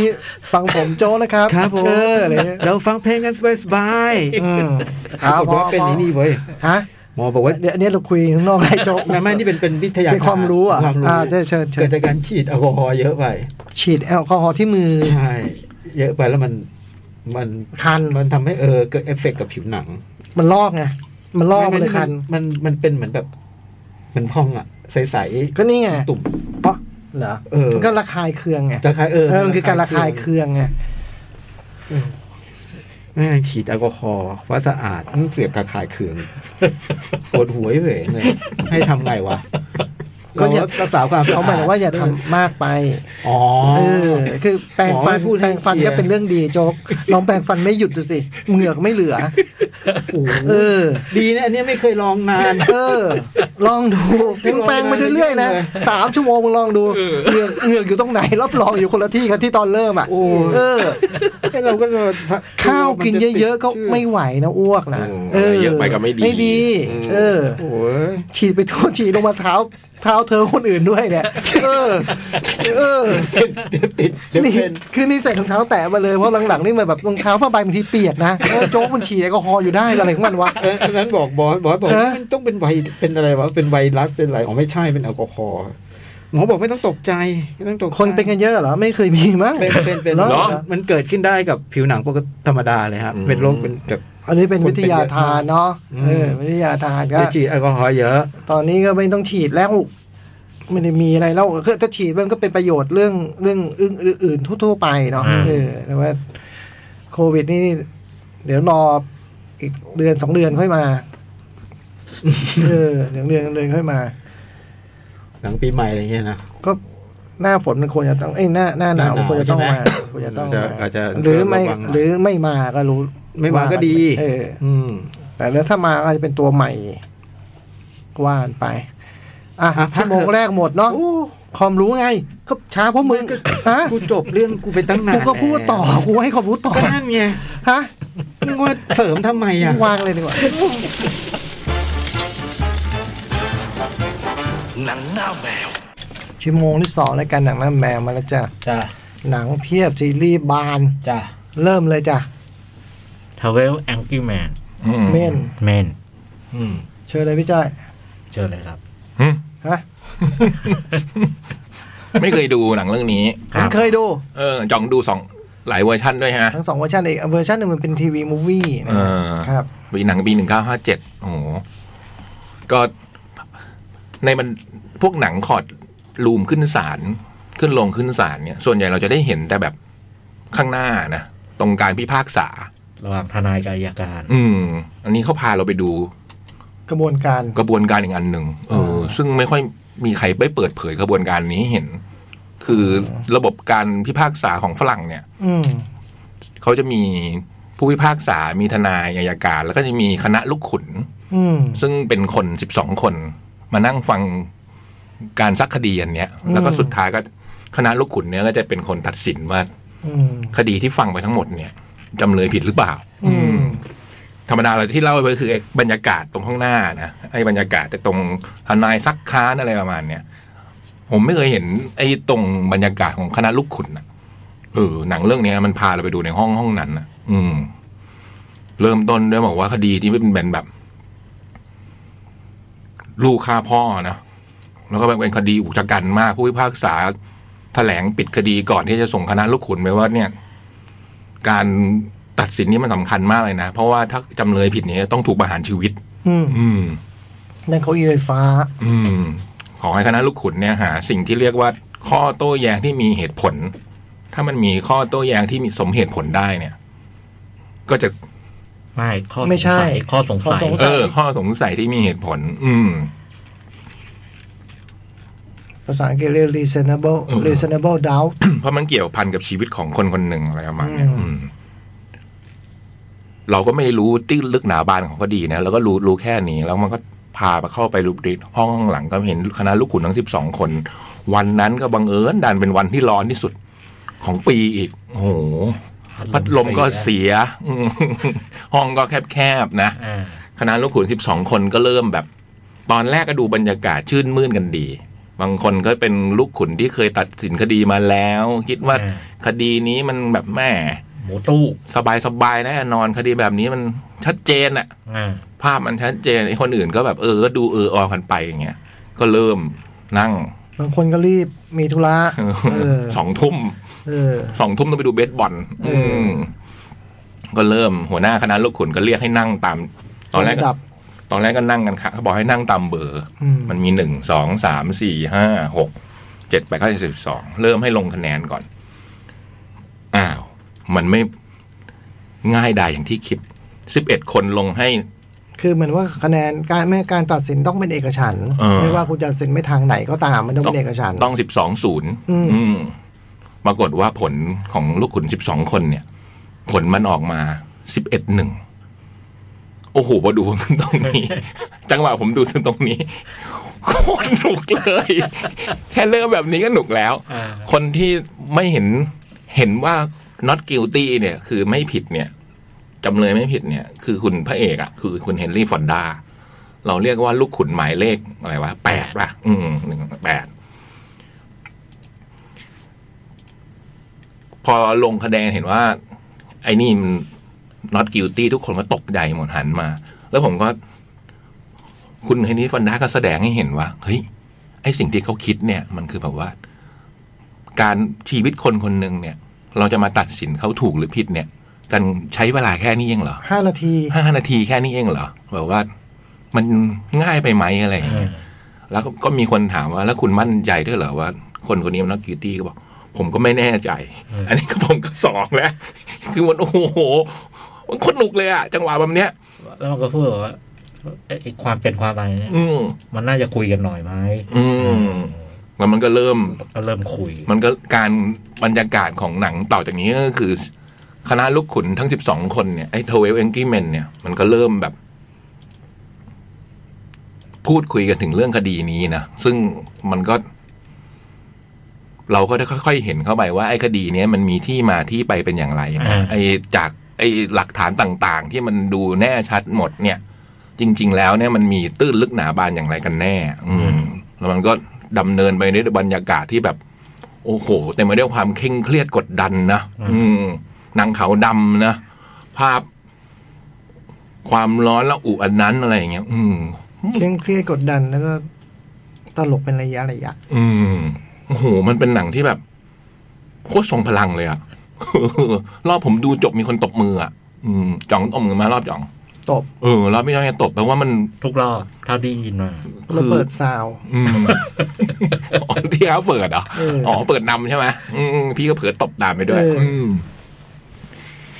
B: ฟังผมโจ้นะครับ
C: ครับผม
B: เอออะไรเงี้ย
C: เราฟังเพลงกันสบาย
B: อืม
C: ๆปรากฏว่าเป็นไอ้นี่เว้ย
B: ฮะ
C: หมอบอกว่า
B: เดี๋ยวอันนี้เราคุยข้างนอกไรโจ้
C: ไม่ไม่นี่เป็นเป็นวิทยา
B: เป็นความรู้อ่ะ
C: ความรู้
B: อ่าใช่เชิญเชิญ
C: เกิดจากการฉีดแอลกอฮอล์เยอะไป
B: ฉีดแอลกอฮอล์ที่มือ
C: ใช่เยอะไปแล้วมันมัน
B: คัน
C: มันทำให้เออเกิดเอฟเฟกต์กับผิวหนัง
B: มันลอกไงมันลอกมันเลยคัน
C: มันมันเป็นเหมือนแบบมันพองอ่ะ ใส
B: ก็นี่ไง
C: ๆตุ่ม
B: เพราะเหรอ
C: เออ
B: มันก็ระคายเคืองไง
C: ระคายเออ
B: เออมันคือการระคายเคืองไง
C: แม่งฉีดแอลกอฮอล์ว่าสะอาดมันเสียบระคายเคือง ปวดหัวเหวงเลยให้ทำไงวะก็รักษาความสะอด
B: เขาหมายถึงว่าอย่าทำมากไป
C: อ๋อ
B: เออคือแปรงฟัน
C: หมอไม่พูดให้
B: แปรงฟัน
C: เคลีย
B: ก็
C: ร์
B: เป็นเรื่องดีโจ๊กลองแปรงฟันไม่หยุดดูสิเหงือกไม่เหลือเออ
C: ดีนะอันเนี้ยไม่เคยลองนาน
B: เออ ลองดูมึงแปลงไปเรื่อยๆนะสามชั่วโมงมึงลองดูเหงือกเหงือกอยู่ตรงไหน รับรองอยู่คนละที่กันที่ตอนเริ่มอ่ะ
C: โอ้
B: เออ
C: ให้เราก็
B: ข้าวกินเยอะๆก็ไม่ไหวนะอ้วกนะ
D: อืมเยอะไปก็ไม่ดี
B: ไม่ดี
D: อืม
B: เออ
C: โอ้ย
B: ฉีดไปทั่วฉีดลงมาเท้าเท้าเธอคนอื่นด้วยเนี่ย เออ เออ
C: ติดเดี๋ยว
B: นี่
C: เป็น
B: คือนี่ใส่รองเท้าแตะมาเลยเพราะหลังๆนี่มันแบบรองเท้าผ้าใบบางทีเปียกนะเออโจ๊กมันฉีดแอลกอฮอล์อยู่ได้อะไรของมันวะ
C: เอออันนั้นบอกบอสบอสบอก
B: ฮะ
C: มันต้องเป็นไวเป็นอะไรวะเป็นไวรัสเป็นอะไรอ๋อไม่ใช่เป็นแอลกอฮอล์หมอบอกไม่ต้องตกใจไม่ต้องตกใจ
B: คนเป็นกันเยอะเหรอไม่เคยมีมั้ง
C: เป็นเป็นเป็น
B: เหรอ
C: เหรอมันเกิดขึ้นได้กับผิวหนังปกติธรรมดาเลยครับ
D: อืม
C: เป็นโรคเป็นแบบ
B: อันนี้เป็นวิทยาทานเนาะ
C: อืม
B: เออ วิทยาทานก็
C: ไปฉีดแอลกอฮอล์เยอะ
B: ตอนนี้ก็ไม่ต้องฉีดแล้วไม่ได้มีอะไรแล้วก็ถ้าฉีดมันก็เป็นประโยชน์เรื่องเรื่องอื่นอื่นๆทั่วๆไปเนาะ
E: อืม
B: เออแต่ว่าโควิดนี่ เดี๋ยวรออีกเดือนสองเดือนค่ อยมา เออเดี๋ยวเดือนสองเดือนค่อยมา
C: หลังปีใหม่อะไรเงี้ยนะ
B: ก็ หน้าฝนมันควรจะต้องเอ้ยหน้าหน้าหนาว
E: ห
B: มัน
E: น้าห
B: ค
E: นาว
B: วรจะต้อง
E: ใช่ไหม
B: มาควรจะต้องม
C: อาจจะ
B: หรือไม่
C: ระวังหน่อย
B: หรือไม่มาก็รู้
C: ไม่มาก็ดี
B: เออ
C: อืม
B: แต่แล้วถ้ามาก็จะเป็นตัวใหม่ว่านไป อ่ะ
C: อ่ะพัก
B: ชั่วโมง
C: เถอะ
B: แรกหมดเนาะความรู้ไง ก็ช้าเพราะมึงฮะ
C: กูจบเรื่องกูไปตั้งนาน
B: กูก็พูดต่อกูให้ความรู้ต่อ
C: ก็นั่นไง
B: ฮะ
C: มึงว่าเสริมทำไมอ่ะ
B: วางเลยดีกว่า
A: หนังหน้าแมว
B: ชั่วโมงที่สองรายการหนังหน้าแมวมาแล้วจ้ะ
E: จ้า
B: หนังเพียบซีรีส์บาน
E: จ้า
B: เริ่มเลยจ้ะ
E: ทาวเวลแองกี้แมน
D: อื
B: เมน
E: เมน
C: อืม
B: เชิญเลยพี่จ้อย
E: เจอเลยครับ
D: หึ
B: ฮะ
D: ไม่เคยดูหนังเรื่องนี้
B: ผมเคยดู
D: เออจ่องดูสองหลายเวอร์ชันด้วยฮะ
B: ทั้งสองเวอร์ชันเองเวอร์ชันหนึ่งมันเป็นทีวีมูฟวี่นะ
D: เออ
B: ครับ
D: ปีหนังปีหนึ่งเก้าห้าเจ็ดโอ้โหก็ในมันพวกหนังคอร์ดลูมขึ้นศาลขึ้นลงขึ้นศาลเนี่ย ส่วนใหญ่เราจะได้เห็นแต่แบบข้างหน้านะ ตรงการพิพากษา
E: ระหว่างทนายกับอัยการ
D: อืม อันนี้เขาพาเราไปดู
B: กระบวนการ
D: กระบวนการอีกอันหนึ่งเออ ซึ่งไม่ค่อยมีใครไปเปิดเผยกระบวนการนี้ให้เห็น คือระบบการพิพากษาของฝรั่งเนี่ย
B: อืม
D: เขาจะมีผู้พิพากษา มีทนายอัยการ แล้วก็จะมีคณะลูกขุน
B: อืม
D: ซึ่งเป็นคนสิบสองคนมานั่งฟังการซักคดีอันเนี้ย แล้วก็
B: อืม
D: สุดท้ายก็คณะลูกขุนเนี่ยก็จะเป็นคนตัดสินว่า
B: อืม
D: คดีที่ฟังไปทั้งหมดเนี่ยจำเลยผิดหรือเปล่า
B: อืม
D: ธรรมดาเราที่เล่าไปคือไอ้บรรยากาศตรงข้างหน้านะไอ้บรรยากาศแต่ตรงทนายซักค้านอะไรประมาณเนี้ยผมไม่เคยเห็นไอ้ตรงบรรยากาศของคณะลูกขุนนะเออหนังเรื่องเนี้ยมันพาเราไปดูในห้องห้องนั้นนะอืม เริ่มต้นด้วยบอกว่าคดีที่เป็นแบบ ลูกฆ่าพ่อนะแล้วก็เป็นคดีอุกชะกันมาก ผู้พิพากษาแถลงปิดคดีก่อนที่จะส่งคณะลูกขุนไปว่าเนี่ย การตัดสินนี่มันสำคัญมากเลยนะ เพราะว่าถ้าจำเลยผิดเนี่ยต้องถูกประหารชีวิต
B: อืม
D: อืม
B: นั่นเขาอีไฟฟ้า
D: อืม ขอให้คณะลูกขุนเนี่ยหา สิ่งที่เรียกว่าข้อโต้แย้งที่มีเหตุผล ถ้ามันมีข้อโต้แย้งที่มีสมเหตุผลได้เนี่ย ก็จะ
E: ไม่ข้อ
B: ไม่ใช่
E: สงสัยข้อสง
B: ข้อ
E: สัย
B: สงสัย
D: เออ ข้อสงสัยที่มีเหตุผล อืม
B: ภาษาอังกฤษเรียก reasonable
D: เออ
B: reasonable doubt
D: เพราะมันเกี่ยวพันกับชีวิตของคนคนหนึ่งอะไรประมาณเนี้ย
B: อืม
D: อืม เราก็ไม่รู้ตื้นลึกหนาบานของคดีนะเราก็รู้รู้แค่นี้ แล้วมันก็พาไปเข้าไปรูปในห้องข้างหลังก็เห็นคณะลูกขุนทั้งสิบสองคน วันนั้นก็บังเอิญดันเป็นวันที่ร้อนที่สุดของปีอีก โอ้โห พัดลมก็เสียอืมห้องก็แคบๆนะ
E: อ่า
D: คณะลูกขุนสิบสองคนก็เริ่มแบบ ตอนแรกก็ดูบรรยากาศชื่นมื่นกันดี บางคนก็เป็นลูกขุนที่เคยตัดสินคดีมาแล้ว คิดว่า
E: อืม
D: คดีนี้มันแบบแม่
E: หมูตู้
D: สบายสบายๆแน่นอนคดีแบบนี้มันชัดเจนอะ
E: อ่า
D: ภาพมันชัดเจนไอ้คนอื่นก็แบบเออก็ดูเออออกันไปอย่างเงี้ยก็เริ่มนั่ง
B: บางคนก็รีบมีธุ ระเออ
D: สองทุ่ม
B: เออ
D: สองทุ่มต้องไปดูเบสบอล
B: เอออื
D: มก็เริ่มหัวหน้าคณะลูกขุนก็เรียกให้นั่งตาม ตอนแรก
B: ระ
D: ก็
B: ดับ
D: ตอนแรกก็นั่งกันค่ะเขาบอกให้นั่งตามเบอร์
B: อืม
D: มันมีหนึ่งสองสามสี่ห้าหกเจ็ดแปดเก้าสิบสองเริ่มให้ลงคะแนนก่อน อ้าว มันไม่ง่ายดายอย่างที่คิดสิบเอ็ดคนลงให้
B: คือเหมือนว่าคะแนนการแม่การตัดสินต้องเป็นเอกฉันท์
D: เออ
B: ไม่ว่าคุณจะตัดสินไม่ทางไหนก็ตามมันต้องเป็นเอกฉันท์
D: ต้องสิบสองศูนย์
B: อืม
D: ปรากฏว่าผลของลูกขุนสิบสองคนเนี่ย ผลมันออกมาสิบเอ็ดหนึ่ง โอ้โหพอดูตรงนี้ จังหวะผมดูตรงนี้โคตรหนุกเลย แค่เริ่มแบบนี้ก็หนุกแล้ว
E: อ่า
D: คนที่ไม่เห็นเห็นว่า not guilty เนี่ย คือไม่ผิดเนี่ยจำเลยไม่ผิดเนี่ย คือคุณพระเอกอะคือคุณเฮนรี่ฟอนดา เราเรียกว่าลูกขุนหมายเลขอะไรวะแปดป่ะ อืมหนึ่งแปด พอลงคะแนนเห็นว่า ไอ้นี่มัน not guilty ทุกคนก็ตกใจหมดหันมา แล้วผมก็ คุณเฮนรี่ฟอนดาก็แสดงให้เห็นว่า เฮ้ย ไอ้สิ่งที่เขาคิดเนี่ย มันคือแบบว่า การชีวิตคนคนหนึ่งเนี่ย เราจะมาตัดสินเขาถูกหรือผิดเนี่ย กันใช้เวลาแค่นี้เองเหรอ
B: ห้านาที
D: ห้านาทีแค่นี้เองเหรอแบบว่า มันง่ายไปไหมอะไรอย่างเงี้ย แล้วก็ก็มีคนถามว่าแล้วคุณมั่นใจด้วยเหรอว่า คนคนนี้มันนักกิตี้ก็บอก ผมก็ไม่แน่ใจ อันนี้ก็ผมก็สองแล้ว คือมันโอ้โห มันโคนหนุกเลยอะจังหวะแบบเนี้ย
E: แล้วมันก็พูดว่าไอ้ไอ้ความเป็นความตายเนี่ย
D: อืม
E: มันน่าจะคุยกันหน่อยไหม
D: อืม แล้วมันก็เริ่ม
E: ก็เริ่มคุย
D: มันก็การบรรยากาศของหนังต่อจากนี้ก็คือ คณะลูกขุนทั้ง 12 คนเนี่ยไอ้ทเวลเอนกี้เมนเนี่ยมันก็เริ่มแบบ พูดคุยกันถึงเรื่องคดีนี้นะ ซึ่งมันก็ เราก็ได้ค่อย ๆ เห็นเข้าไปว่าไอ้คดีเนี้ยมันมีที่มาที่ไปเป็นอย่างไรนะ
E: อ่า
D: ไอ้จากไอ้หลักฐานต่าง ๆ ที่มันดูแน่ชัดหมดเนี่ย จริง ๆ แล้วเนี่ยมันมีตื้นลึกหนาบานอย่างไรกันแน่ อืมแล้วมันก็ดำเนินไปในบรรยากาศที่แบบ โอ้โหเต็ไมไปด้วยความเคร่งเครียดกดดันนะอืมหนังขาวดำนะ ภาพ ความร้อนและอุอันนั้นอะไรอย่างเงี้ย อืม
B: เคร่งเครียดกดดันแล้วก็ตลกเป็นระยะระยะ
D: อืมโอ้โห มันเป็นหนังที่แบบโคตรทรงพลังเลยอะ รอบผมดูจบมีคนตบมืออะอืมจ่องอมเงินมารอบจ่อง
B: ตบ
D: เออรอบไม่ยอมจะตบแปลว่ามัน
E: ทุกรอบเท่าที่ยินมา
B: แล้วเปิดซาวด์
D: อืม อ๋อที่เขาเปิดเหรอ
B: เอออ๋
D: อ๋อเปิดนำใช่ไหมอืมพี่ก็เผื่อตบตามไปด้วย
B: เอออื
D: ม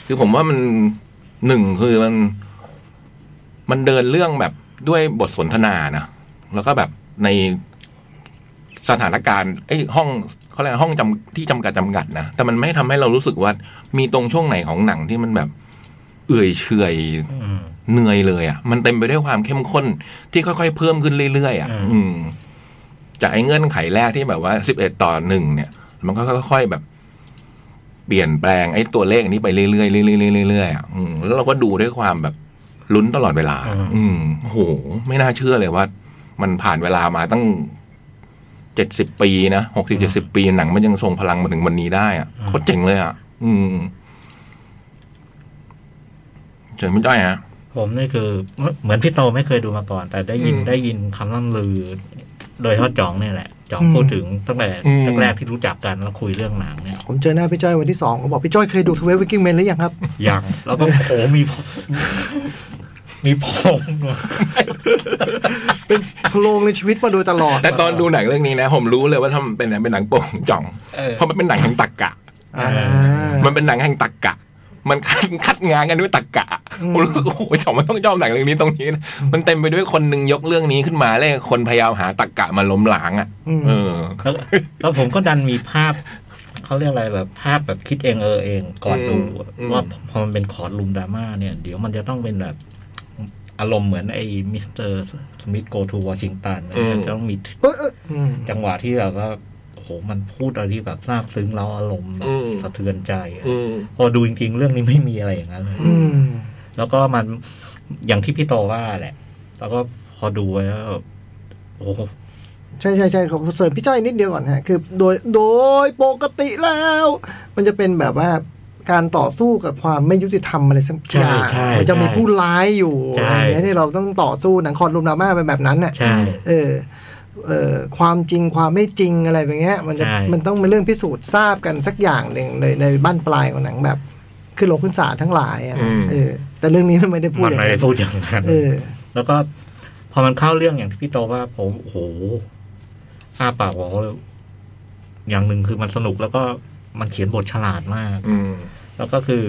D: คือผมว่ามันหนึ่งคือมัน มันเดินเรื่องแบบด้วยบทสนทนานะแล้วก็แบบในสถานการณ์ไอ้ยห้องเขาเรียกห้องจำที่จำกัดจำกัดนะแต่มันไม่ทำให้เรารู้สึกว่า มีตรงช่วงไหนของหนังที่มันแบบ เอื่อยเฉอย
E: อืม
D: เหนื่อยเลยอ่ะ มันเต็มไปด้วยความเข้มข้นที่ค่อยๆ เพิ่มขึ้นเรื่อยๆอ่ะ
E: อืม
D: อืมจากไอ้เงื่อนไขแรกที่แบบว่าสิบเอ็ดต่อหนึ่งเนี่ย มันก็ค่อยๆแบบ เปลี่ยนแปลงไอ้ตัวเลขนี้ไปเรื่อยๆเรื่อยๆเรื่อยๆอ่ะอืมแล้วเราก็ดูด้วยความแบบลุ้นตลอดเวลา อืมโอ้โห ไม่น่าเชื่อเลยว่า มันผ่านเวลามาตั้งเจ็ดสิบปีนะหกสิบเจ็ดสิบปีหนังมันยังทรงพลังมาถึงวันนี้ได้อ่ะโคตรเจ๋งเลยอ่ะ อืมเจ๋งไม่ได้ฮะ
E: ผมนี่คือเหมือนพี่โตไม่เคยดูมาก่อน แต่ได้ยิน
D: อืม
E: ได้ยินคำล่ำลือ โดยเฉพาะจ่องเนี่ยแหละจ่องพูดถึงตั้งแต่
D: อืม
E: แรกๆที่รู้จักกันแล้วคุยเรื่องหนังเนี่ย
B: ผมเจอหน้าพี่จ้อยวันที่สองผมบอกพี่จ้อยเคยดูทเวฟกิ้งแมนหรือยังครับ
E: ยังแล้วก็โอ้มีพ มีพง
B: เป็นพโลงในชีวิตมาโดยตลอด
D: แต่ตอนดูหนังเรื่องนี้นะ ผมรู้เลยว่าทำเป็นหนังเป็นหนังโป่งจ่อง เพราะมันเป็นหนังแห่งตรกกะ
B: อ่า
D: มันเป็นหนังแห่งตรกกะ มันคัดคัดงานกันด้วยตรกกะผมรู้สึกโอ้โหจ่องมันต้องยอมหนังเรื่องนี้ตรงนี้นะมันเต็มไปด้วยคนหนึ่งยกเรื่องนี้ขึ้นมาแล้วคนพยายามหาตรกกะมาล้มล้างอ่ะ
B: อืม
D: เออ
E: แล้วแล้วผมก็ดันมีภาพเขาเรียกอะไรแบบภาพแบบคิดเองเออเอง ก่อนดู
D: อืม
E: ว่าพอมันเป็นคอร์ดลุมดราม่าเนี่ย เดี๋ยวมันจะต้องเป็นแบบอารมณ์เหมือนไอ้มิสเตอร์สมิธโกทูวอชิงตันนะจะต้องมี
B: เอยเอยอืม
E: จังหวะที่แบบว่าโอ้โหมันพูดอะไรที่แบบซาบซึ้งเราอารมณ์แบบ
D: อืม
E: สะเทือนใจอะ
D: อืม
E: พอดูจริงๆ เรื่องนี้ไม่มีอะไรอย่างนั้นเลย
B: อืม
E: แล้วก็มันอย่างที่พี่โตว่าแหละ แล้วก็พอดูไปแล้วโอ้โห
B: ใช่ใช่ใช่ขอเสริมพี่จ้อยนิดเดียวก่อนฮะคือโดยโดยปกติแล้ว มันจะเป็นแบบว่าการต่อสู้กับความไม่ยุติธรรมอะไรสักอย่าง
E: ใช่
B: มันจะมี
E: ใช่
B: ผู้ร้ายอยู่
E: ใช่
B: อะไรอย่างเงี้ยที่เราต้องต่อสู้หนังคอนรุมดราม่าเป็นแบบนั้นน่ะ
E: ใช่
B: เออเออความจริงความไม่จริงอะไรแบบเงี้ย มันจะ
E: ใช่
B: มันต้องเป็นเรื่องพิสูจน์ทราบกันสักอย่างหนึ่งในในบ้านปลายของหนังแบบขึ้นโรงขึ้นศาลทั้งหลายอะ
D: อื
B: นะ
D: ม
B: เออ แต่เรื่องนี้มันไม่ได้พูด
E: มัน
B: อย่าง
E: ไม่ได้
B: นั้น
E: พูดอย่างนั้น
B: เออ
E: แล้วก็ พอมันเข้าเรื่องอย่างที่พี่โตว่า ผมโอ้โหอ้าปากบอกเลยอย่างหนึ่งคือมันสนุกแล้วก็มันเขียนบทฉลาดมาก
D: อืม
E: แล้วก็คือ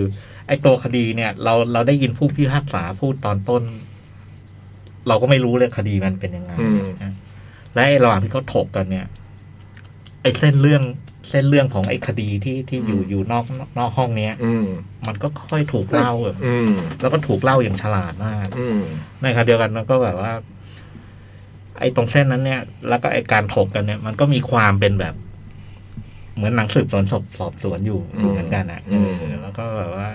E: ไอ้ตัวคดีเนี่ย เราเราได้ยินผู้พิพากษาพูดตอนต้น เราก็ไม่รู้เลยคดีมันเป็นยังไง
D: อืม
E: นะและไอ้ระหว่างที่เขาถกกันเนี่ย ไอ้เส้นเรื่องเส้นเรื่องของไอ้คดีที่ที่อยู่อยู่นอกนอกห้องเนี้ย
D: อืม
E: มันก็ค่อยถูกเล่าแบบ
D: อืม
E: แล้วก็ถูกเล่าอย่างฉลาดมาก
D: อืม
E: ในขณะเดียวกันมันก็แบบว่า ไอ้ตรงเส้นนั้นเนี่ย แล้วก็ไอ้การถกกันเนี่ย มันก็มีความเป็นแบบ เหมือนหนังสืบสวนสอบสอบสวนอยู่อยู่เหมือนกันอ่ะ
D: อืม
E: เออแล้วก็แบบว่า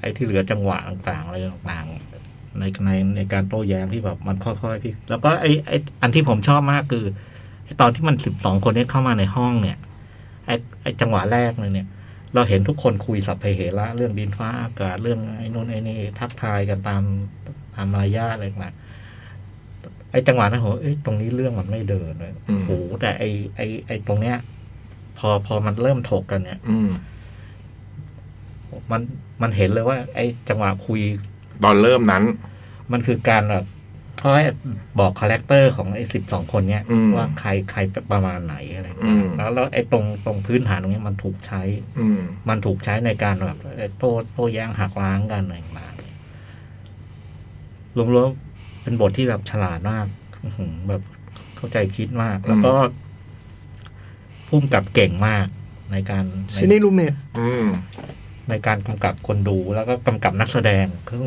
E: ไอ้ที่เหลือจังหวะต่างๆอะไรต่างๆ ในในในการโต้แย้งที่แบบมันค่อยๆที่แล้วก็ไอ้ไอ้อันที่ผมชอบมากคือไอ้ตอนที่มันสิบสองคนเนี้เข้ามาในห้องเนี่ย ไอ้ไอ้จังหวะแรกเลยเนี่ย เราเห็นทุกคนคุยสัพเพเหระเรื่องดินฟ้าอากาศเรื่องไอ้นู่นไอ้นี่ทักทายกันตามตามมารยาทอะไรต่างๆไอ้จังหวะนั้นผมเอ้ยตรงนี้เรื่องมันไม่เดินเลยโอ้โหแต่ไอ้ไอ้ไอ้ตรงเนี้ย พอพอมันเริ่มถกกันเนี่ย
D: อืม
E: มันมันเห็นเลยว่า ไอ้จังหวะคุย
D: ตอนเริ่มนั้น
E: มันคือการแบบเขาให้บอกคาแรคเตอร์ของไอ้สิบสองคนเนี้ย
D: อืม
E: ว่าใครใครประมาณไหนอะไร
D: อื
E: เงี้ย
D: ม
E: แล้วแล้วไอ้ตรงตรงพื้นฐานตรงเนี้ยมันถูกใช้
D: อืม
E: มันถูกใช้ในการแบบเอ่อโต้โต้แย้งหักล้างกันอะไรต่างๆรวมๆเป็นบทที่แบบฉลาดมากอื้อหือแบบ เข้าใจคิดมาก แล้วก็พุ่มกับเก่งมากในการใน
B: ซินี่ลูเมด
D: อืม
E: ในการกำกับคนดูแล้วก็กำกับนักแสดงซึ่ง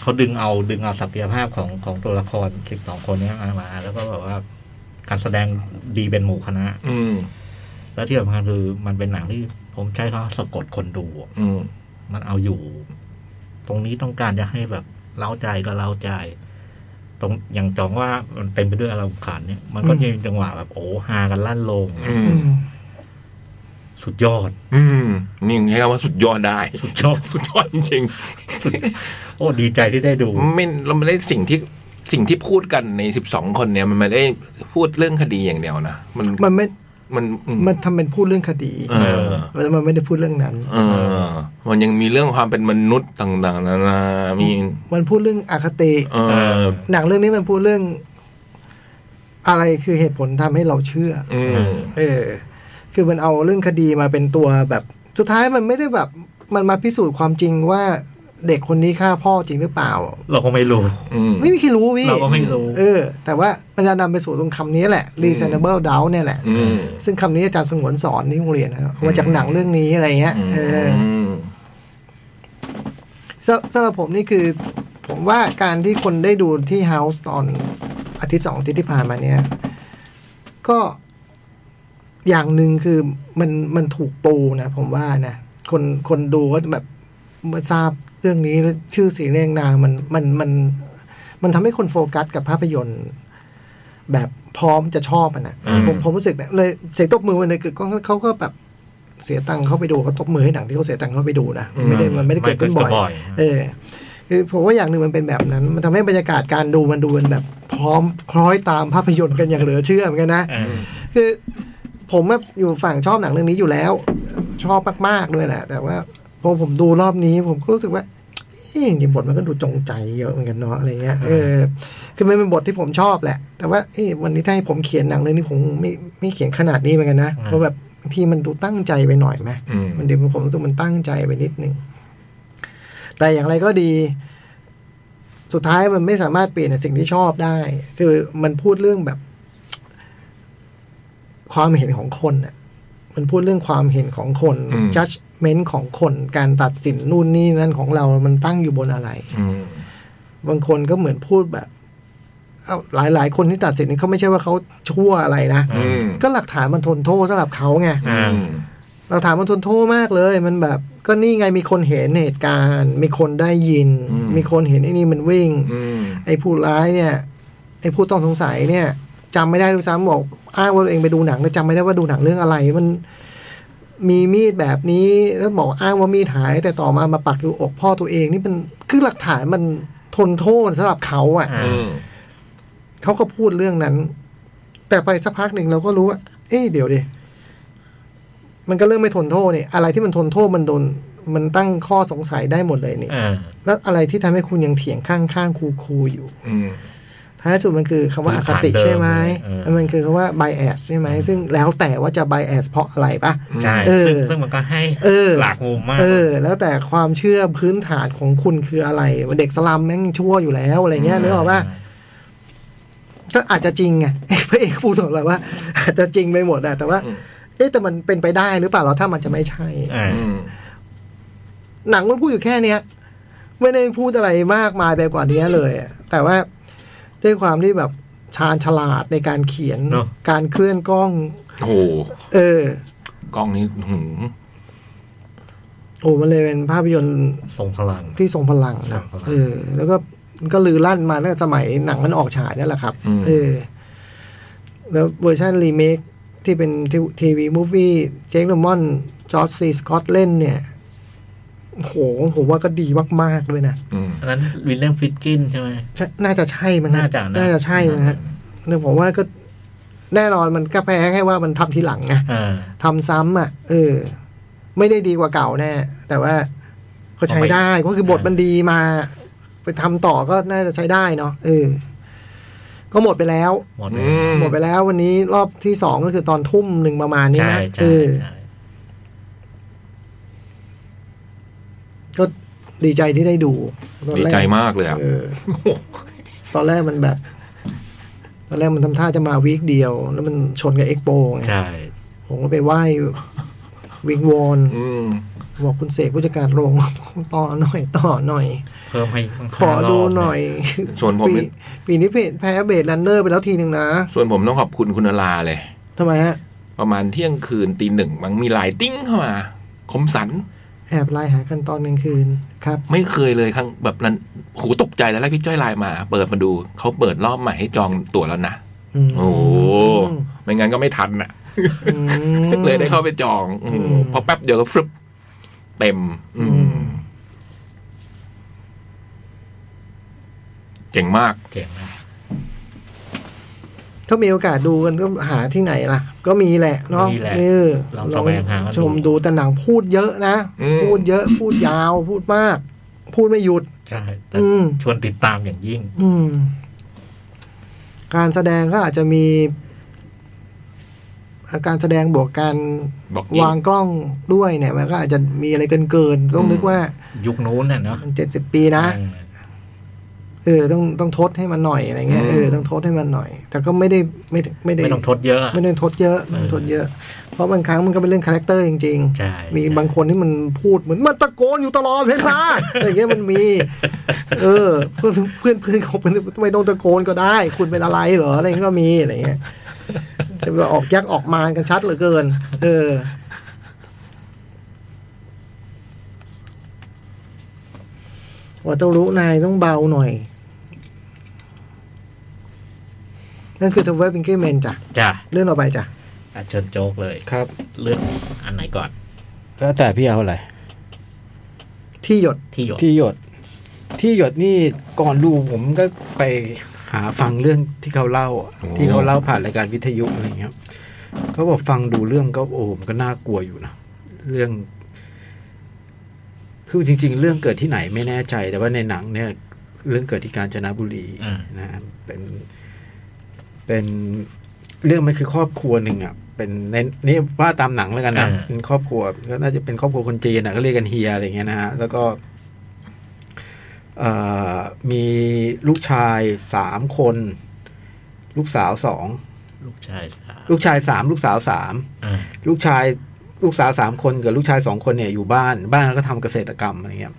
E: เขาดึงเอาดึงเอาศักยภาพของของตัวละครสิบสองคนเนี้ยมามา แล้วก็แบบว่าการแสดงดีเป็นหมู่คณะ
D: อืม
E: แล้วที่สำคัญคือมันเป็นหนังที่ผมใช้คำว่าสะกดคนดูอะ
D: อืม
E: มันเอาอยู่ ตรงนี้ต้องการจะให้แบบเล้าใจก็เล้าใจ ตรงอย่างจองว่ามันเต็มไปด้วยอารมณ์ขันเนี่ยมันก็จะมีจังหวะแบบโอ้ฮากันลั่นโลง
D: อืม
E: สุดยอด
D: อืม นี่ใช้คำว่าสุดยอดได้
E: สุดยอด
D: สุดยอดจริง
E: โอ้ดีใจที่ได้ดู
D: ๆไม่เราไม่ได้สิ่งที่สิ่งที่พูดกันในสิบสองคนเนี่ย มันไม่ได้พูดเรื่องคดีอย่างเดียวนะ มัน
B: มันไม่
D: มันอืม
B: มันทำเป็นพูดเรื่องคดี
D: เออ
B: แต่มันไม่ได้พูดเรื่องนั้น
D: เออ มันยังมีเรื่องความเป็นมนุษย์ต่างๆนานามี
B: มันพูดเรื่องอคติ
D: เออ
B: หนังเรื่องนี้มันพูดเรื่อง อะไรคือเหตุผลทำให้เราเชื่อ
D: อืม
B: เออ คือมันเอาเรื่องคดีมาเป็นตัวแบบ สุดท้ายมันไม่ได้แบบ มันมาพิสูจน์ความจริงว่าเด็กคนนี้ฆ่าพ่อจริงหรือเปล่า
E: เราก็ไม่รู้
D: อืม
B: ไม่มีใครรู้พี่
E: เราก็ไม่รู้
B: เออ แต่ว่ามันจะนำไปสู่ตรงคำนี้แหละ reasonable doubt เนี่ยแหละ
D: อืม
B: ซึ่งคำนี้อาจารย์สงวนสอนที่โรงเรียนนะครับมาจากหนังเรื่องนี้อะไรเงี้ย เออ
D: ม
B: สสำหรับผมนี่คือผมว่าการที่คนได้ดูที่ House ตอนอาทิตย์สองอาทิตย์ที่ผ่านมาเนี่ย ก็อย่างหนึ่งคือมันมันถูกปูนะผมว่านะคนคนดูก็จะแบบเมื่อทราบเรื่องนี้แล้วชื่อเสียงเรียงนามมันมันมัน มันทำให้คนโฟกัสกับภาพยนตร์ แบบพร้อมจะชอบมันนะ
D: อืม
B: ผมผมรู้สึกนะเลยเสียงตบมือมันเลยคือก็เขาก็แบบเสียตังค์เข้าไปดูเขาตบมือให้หนังที่เขาเสียตังค์เข้าไปดูนะไม่ได้มันไม่ได้เกิดขึ้นบ่อย เออคือผมว่าอย่างหนึ่งมันเป็นแบบนั้น มันทำให้บรรยากาศการดูมันดูเป็นแบบพร้อมคล้อยตามภาพยนตร์กันอย่างเหลือเชื่อเหมือนกันนะ
E: เออ
B: คือ ผมอะอยู่ฝั่งชอบหนังเรื่องนี้อยู่แล้ว ชอบมากๆด้วยแหละ แต่ว่าพอผมดูรอบนี้ ผมก็รู้สึกว่าเอ๊ะจริงๆบทมันก็ดูจงใจเยอะเหมือนกันเนาะอะไรเงี้ยเออคือมันเป็นบทที่ผมชอบแหละ แต่ว่าเอ๊ะวันนี้ถ้าให้ผมเขียนหนังเรื่องนี้ผมไม่ไม่เขียนขนาดนี้เหมือนกันนะเพราะแบบบางทีมันดูตั้งใจไปหน่อยไหม
D: อืม
B: มันเดี๋ยวผมรู้สึกมันตั้งใจไปนิดนึง แต่อย่างไรก็ดี สุดท้ายมันไม่สามารถเปลี่ยนสิ่งที่ชอบได้ คือมันพูดเรื่องแบบ ความเห็นของคนน่ะ มันพูดเรื่องความเห็นของคน
D: อืม
B: judgment ของคน การตัดสินนู่นนี่นั่นของเรา มันตั้งอยู่บนอะไร
D: อืม
B: บางคนก็เหมือนพูดแบบ เอาหลายหลาย ๆ คนที่ตัดสินนี่เขาไม่ใช่ว่าเขาชั่วอะไรนะ
D: อืม
B: ก็หลักฐานมันทนโทษสำหรับเขาไง
D: อืม
B: เราถามมันทนโทษมากเลย มันแบบ ก็นี่ไงมีคนเห็นเหตุการณ์ มีคนได้ยิน
D: อืม
B: มีคนเห็นไอ้นี่มันวิ่ง
D: อืม
B: ไอ้ผู้ร้ายเนี่ย ไอ้ผู้ต้องสงสัยเนี่ยจำไม่ได้ด้วยซ้ำบอกอ้างว่าตัวเองไปดูหนังแล้วจำไม่ได้ว่าดูหนังเรื่องอะไร มันมีมีดแบบนี้แล้วบอกอ้างว่ามีดหาย แต่ต่อมามาปักอยู่อกพ่อตัวเอง นี่มันคือหลักฐานมันทนโทษสำหรับเขาอ่ะ
E: อ่า
D: อืม
B: เขาก็พูดเรื่องนั้น แต่ไปสักพักหนึ่งเราก็รู้ว่า เอ๊ะเดี๋ยวดิ มันก็เริ่มไม่ทนโทษนี่ อะไรที่มันทนโทษมันโดน มันตั้งข้อสงสัยได้หมดเลยนี่
E: อ่า
B: แล้วอะไรที่ทำให้คุณยังเถียงข้างข้างๆคูคูๆอยู่
D: อืม
B: ท้ายสุดมันคือคำว่าอคติใช่ไหม
E: เออ
B: มันคือคำว่า bias ใช่ไหม ซึ่งแล้วแต่ว่าจะ bias เพราะอะไรปะ
E: ใช่
B: เออ
E: ซึ่งซึ่งมันก็ให้
B: เออ
E: หลากมุมมาก
B: เออ แล้วแต่ความเชื่อพื้นฐานของคุณคืออะไรเด็กสลัมแม่งชั่วอยู่แล้วอะไรเงี้ยนึกออกปะ ก็อาจจะจริง ไง พระเอกพูดบอกเราว่า อาจจะจริงไปหมดอะแต่ว่า
D: อืม
B: เอ๊ะแต่มันเป็นไปได้หรือเปล่าเราถ้ามันจะไม่ใช่
E: อ่า
D: อืม
B: หนังมันพูดอยู่แค่เนี้ยไม่ได้พูดอะไรมากมายไปกว่านี้เลยอะแต่ว่าด้วยความที่แบบชาญฉลาดในการเขียนการเคลื่อนกล้อง
D: โห
B: เออ
D: กล้องนี้หืม
B: โอ้มันเลยเป็นภาพยนตร์
E: ทรงพลัง
B: ที่ทรงพลังนะ
E: ทรงพลัง
B: เออ แล้วก็ก็ลือลั่นมาตั้งแต่สมัยหนังมันออกฉายนั่นแหละครับ
D: อืม
B: เออ แล้วเวอร์ชันรีเมคที่เป็นทีวีมูฟวี่เจคโนมอนจอร์จซีสกอตเล่นเนี่ยโหผมว่าก็ดีมาก ๆ ด้วยนะ
D: อืม
E: อันนั้นวิลเลียมฟิตกินใช่ไหม
B: ใช่น่าจะใช่มั้งฮ
E: น่าจะนะ
B: น่าจะใช่มั้งฮะเนี่ยผมว่าก็แน่นอนมันก็แพ้แค่ว่ามันทำทีหลังไง
E: อ่า
B: ทำซ้ำอ่ะ เออ ไม่ได้ดีกว่าเก่าแน่ แต่ว่าก็ใช้ได้ก็คือบทมันดีมา ไปทำต่อก็น่าจะใช้ได้เนาะเออ ก็หมดไปแล้ว
E: หมดเล
D: อื
E: ย
D: ม
B: หมดไปแล้ววันนี้รอบที่สองก็คือตอนทุ่มหนึ่งประมาณนี้
E: ใช่
B: นะ
E: ใช่
B: เออ
E: ใช่
B: ก็ดีใจที่ได้ดูตอน
D: ดี
B: แรก
D: ใจมากเลยอ่ะ
B: เออ ตอนแรกมันแบบ ตอนแรกมันทำท่าจะมาวีคเดียว แล้วมันชนกับเอ็กโปไง
E: ใช่
B: ผมก็ไปไหว้วิงวอน
D: อืม
B: บอกคุณเสกผู้จัดการโรง ต่อหน่อยต่อหน่อย
E: เพิ่มให้ตั้ง
B: ขอ
E: 5รบ
B: ดูหน่อย
D: ส่วนผม
B: ปี
D: นี่
B: ปีนี้เพจแพ้เบสแลนเนอร์ไปแล้วทีหนึ่งนะ
D: ส่วนผมต้องขอบคุณคุณอลาเลย
B: ทำไมฮะ
D: ประมาณเที่ยงคืนตีหนึ่งมังมีไลายติ้งเข้ามาคมสัน
B: แอบไลน์หากันตอนกลางคืนครับ
D: ไม่เคยเลยครั้งแบบนั้นโหูตกใจแล้วแรกพี่จ้อยไลน์มา เปิดมาดูเขาเปิดรอบใหม่ให้จองตั๋วแล้วนะ
B: อืม
D: โอ้โหไม่งั้นก็ไม่ทันอ่ะ
B: อืม
D: เลยได้เข้าไปจองอ
B: ม
D: มพอแป๊บเดียวก็ฟรึบเต็ม อืมเจ๋งมาก
E: เก่งนะ
B: ถ้ามีโอกาสดูกันก็หาที่ไหนล่ะ ก็มีแหละเนาะ
E: นี่แหละ
B: เออ
E: ลองแสวงหาดู
B: ชมดูแต่หนังพูดเยอะนะ
D: อืม
B: พูดเยอะพูดยาวพูดมาก พูดไม่หยุด
E: ใช่แต่
B: อืม
E: ชวนติดตามอย่างยิ่ง
B: อืม การแสดงก็อาจจะมีอ่าการแสดงบวกการ
D: บอกอีก
B: วางกล้องด้วยเนี่ย มันก็อาจจะมีอะไรเกินเกินๆต้อง
D: อืม
B: นึกว่า
E: ยุคนู้นน่ะเนาะ
B: มันเจ็ดสิบปีนะ
E: อืม
B: เออต้องต้องทดให้มันหน่อยอะไรเงี้ย
D: อืม
B: เออต้องทดให้มันหน่อย แต่ก็ไม่ได้ไม่ได้ไม่ได้
E: ไม่ต้องทดเยอะอะ
B: ไม่ได้ทดเยอะไม่ต้องทดเยอะ เพราะบางครั้งมันก็เป็นเรื่องคาแรคเตอร์จริง
E: ใช่
B: มีบางคนที่มันพูดเหมือนมันตะโกนอยู่ตลอดเวลา อะไรเงี้ยมันมี เออ เพื่อนเพื่อนเพื่อนเขาเป็นไม่ต้องตะโกนก็ได้ คุณเป็นอะไรเหรออะไรเงี้ยก็มีอะไรเงี้ยจะไปออกยักษ์ออกมารกันชัดเหลือเกิน เออ ว่าต้องรู้นายต้องเบาหน่อย นั่นคือทเวบิงเกอร์แมนจ้ะ
E: จ้ะ
B: เรื่องต่อไปจ้ะ
E: อ่ะเชิญโจ๊กเลย
C: ครับ
E: เลือกอันไหนก่อน
C: แล้วแต่พี่เอาอะไร
B: ที่หยด
E: ที่หยด
C: ที่หยด ที่หยดนี่ก่อนดูผมก็ไปหาฟังเรื่องที่เขาเล่าอะ
D: โอ้
C: ที่เขาเล่าผ่านรายการวิทยุอะไรเงี้ยเขาบอกฟังดูเรื่องก็โอ้โหมนก็น่ากลัวอยู่นะเรื่อง คือจริง ๆ เรื่องเกิดที่ไหนไม่แน่ใจ แต่ว่าในหนังเนี่ย เรื่องเกิดที่กาญจนบุรีนะฮะเป็น เป็นเรื่องมันคือครอบครัวหนึ่งอ่ะ เป็นในนี่ว่าตามหนังแล้วกันนะเป็นครอบครัวก็น่าจะเป็นครอบครัวคนจีนอ่ะก็เรียกกันเฮียอะไรเงี้ยนะฮะแล้วก็ เอ่อมีลูกชายสามคน ลูกสาวสอง
E: ลูกชายสาว
C: ลูกชายสามลูกสาวสาม
E: อ่ะ
C: ลูกชายลูกสาวสามคนกับลูกชายสองคนเนี่ยอยู่บ้านบ้านก็ทำเกษตรกรรมอะไรเงี้ย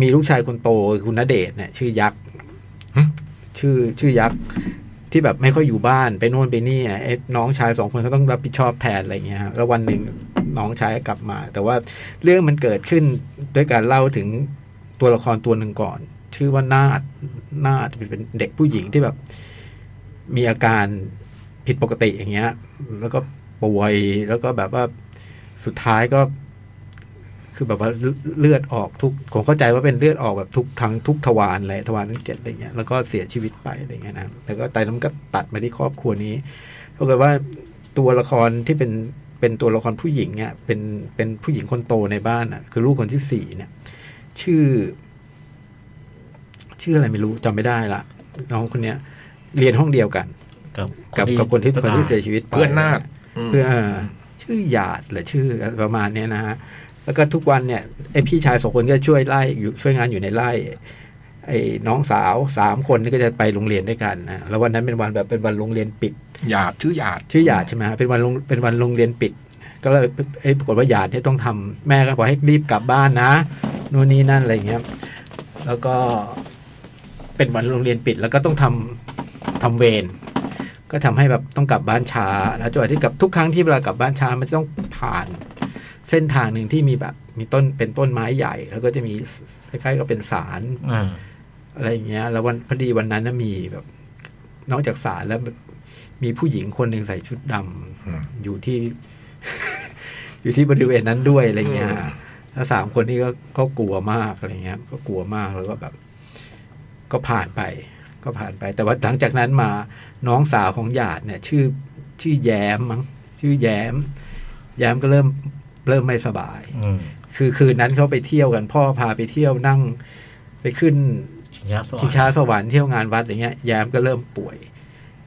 C: มีลูกชายคนโตคือคุณณเดชน์เนี่ยชื่อยักษ์
D: หึ
C: ชื่อชื่อยักษ์ที่แบบไม่ค่อยอยู่บ้านไปโน่นไปนี่อ่ะไอ้น้องชายสองคนก็ต้องรับผิดชอบแทนอะไรเงี้ยฮะแล้ววันหนึ่งน้องชายก็กลับมา แต่ว่าเรื่องมันเกิดขึ้นด้วยการเล่าถึง ตัวละครตัวหนึ่งก่อน ชื่อว่านาดนาดเป็นเด็กผู้หญิงที่แบบ มีอาการผิดปกติอย่างเงี้ย แล้วก็ป่วยแล้วก็แบบว่าสุดท้ายก็ คือแบบว่าเลือดออกทุกผมเข้าใจว่าเป็นเลือดออกแบบทุกทางทุกทวารเลยทวารทั้งเจ็ดอะไรเงี้ยแล้วก็เสียชีวิตไปอะไรเงี้ยนะแล้วก็ไตน้ำก็ตัดมาที่ครอบครัวนี้ปรากฏว่าตัวละครที่เป็นเป็นตัวละครผู้หญิงเนี่ยเป็นเป็นผู้หญิงคนโตในบ้านอ่ะ คือลูกคนที่สี่เนี่ย ชื่อ ชื่ออะไรไม่รู้จำไม่ได้ละน้องคนเนี้ย เรียนห้องเดียวกัน
E: กับ
C: กับกับคนที่คนที่เสียชีวิตไป
D: เพื่อนนาฏอืม
C: เพื่อนเออชื่อหยาดหรือชื่อประมาณเนี้ยนะฮะแล้วก็ทุกวันเนี่ยไอพี่ชายสองคนก็ช่วยไล่อยู่ช่วยงานอยู่ในไร่ไอ้น้องสาวสามคนนี่ก็จะไปโรงเรียนด้วยกันนะแล้ววันนั้นเป็นวันแบบเป็นวันโรงเรียนปิด
D: หยาดชื่อหยาด
C: ชื่อหยาดใช่ไหมฮะเป็นวันโรงเป็นวันโรงเรียนปิด ก็เลยเอ้ยปรากฏว่าหยาดเนี่ยต้องทำแม่ก็บอกให้รีบกลับบ้านนะนู่นนี่นั่นอะไรอย่างเงี้ยแล้วก็เป็นวันโรงเรียนปิด แล้วก็ต้องทำทำเวรก็ทำให้แบบต้องกลับบ้านช้า แล้วจังหวะที่กลับทุกครั้งที่เวลากลับบ้านช้ามันจะต้องผ่าน เส้นทางหนึ่งที่มีแบบ มีต้นเป็นต้นไม้ใหญ่ แล้วก็จะมีคล้ายๆกับเป็นสาร
E: อ่า
C: อะไรอย่างเงี้ย แล้ววันพอดีวันนั้นน่ะมีแบบ นอกจากสารแล้ว มีผู้หญิงคนหนึ่งใส่ชุดดำ
D: อืม
C: อยู่ที่ อยู่ที่บริเวณนั้นด้วยอะไรเงี้ยแล้วสามคนนี้ก็ก็กลัวมากอะไรเงี้ย ก็กลัวมากแล้วก็แบบ ก็ผ่านไป ก็ผ่านไป แต่ว่าหลังจากนั้นมาน้องสาวของหยาดเนี่ย ชื่อชื่อแย้มมั้งชื่อแย้ม แย้มก็เริ่มเริ่มไม่สบาย
E: อืม
C: คือคืนนั้นเขาไปเที่ยวกัน พ่อพาไปเที่ยวนั่ง ไปขึ้น
E: ชิงช้าสวร
C: ชิงช้าสวรร
E: รค์
C: ค์เที่ยวงานวัดอย่างเงี้ยแย้มก็เริ่มป่วย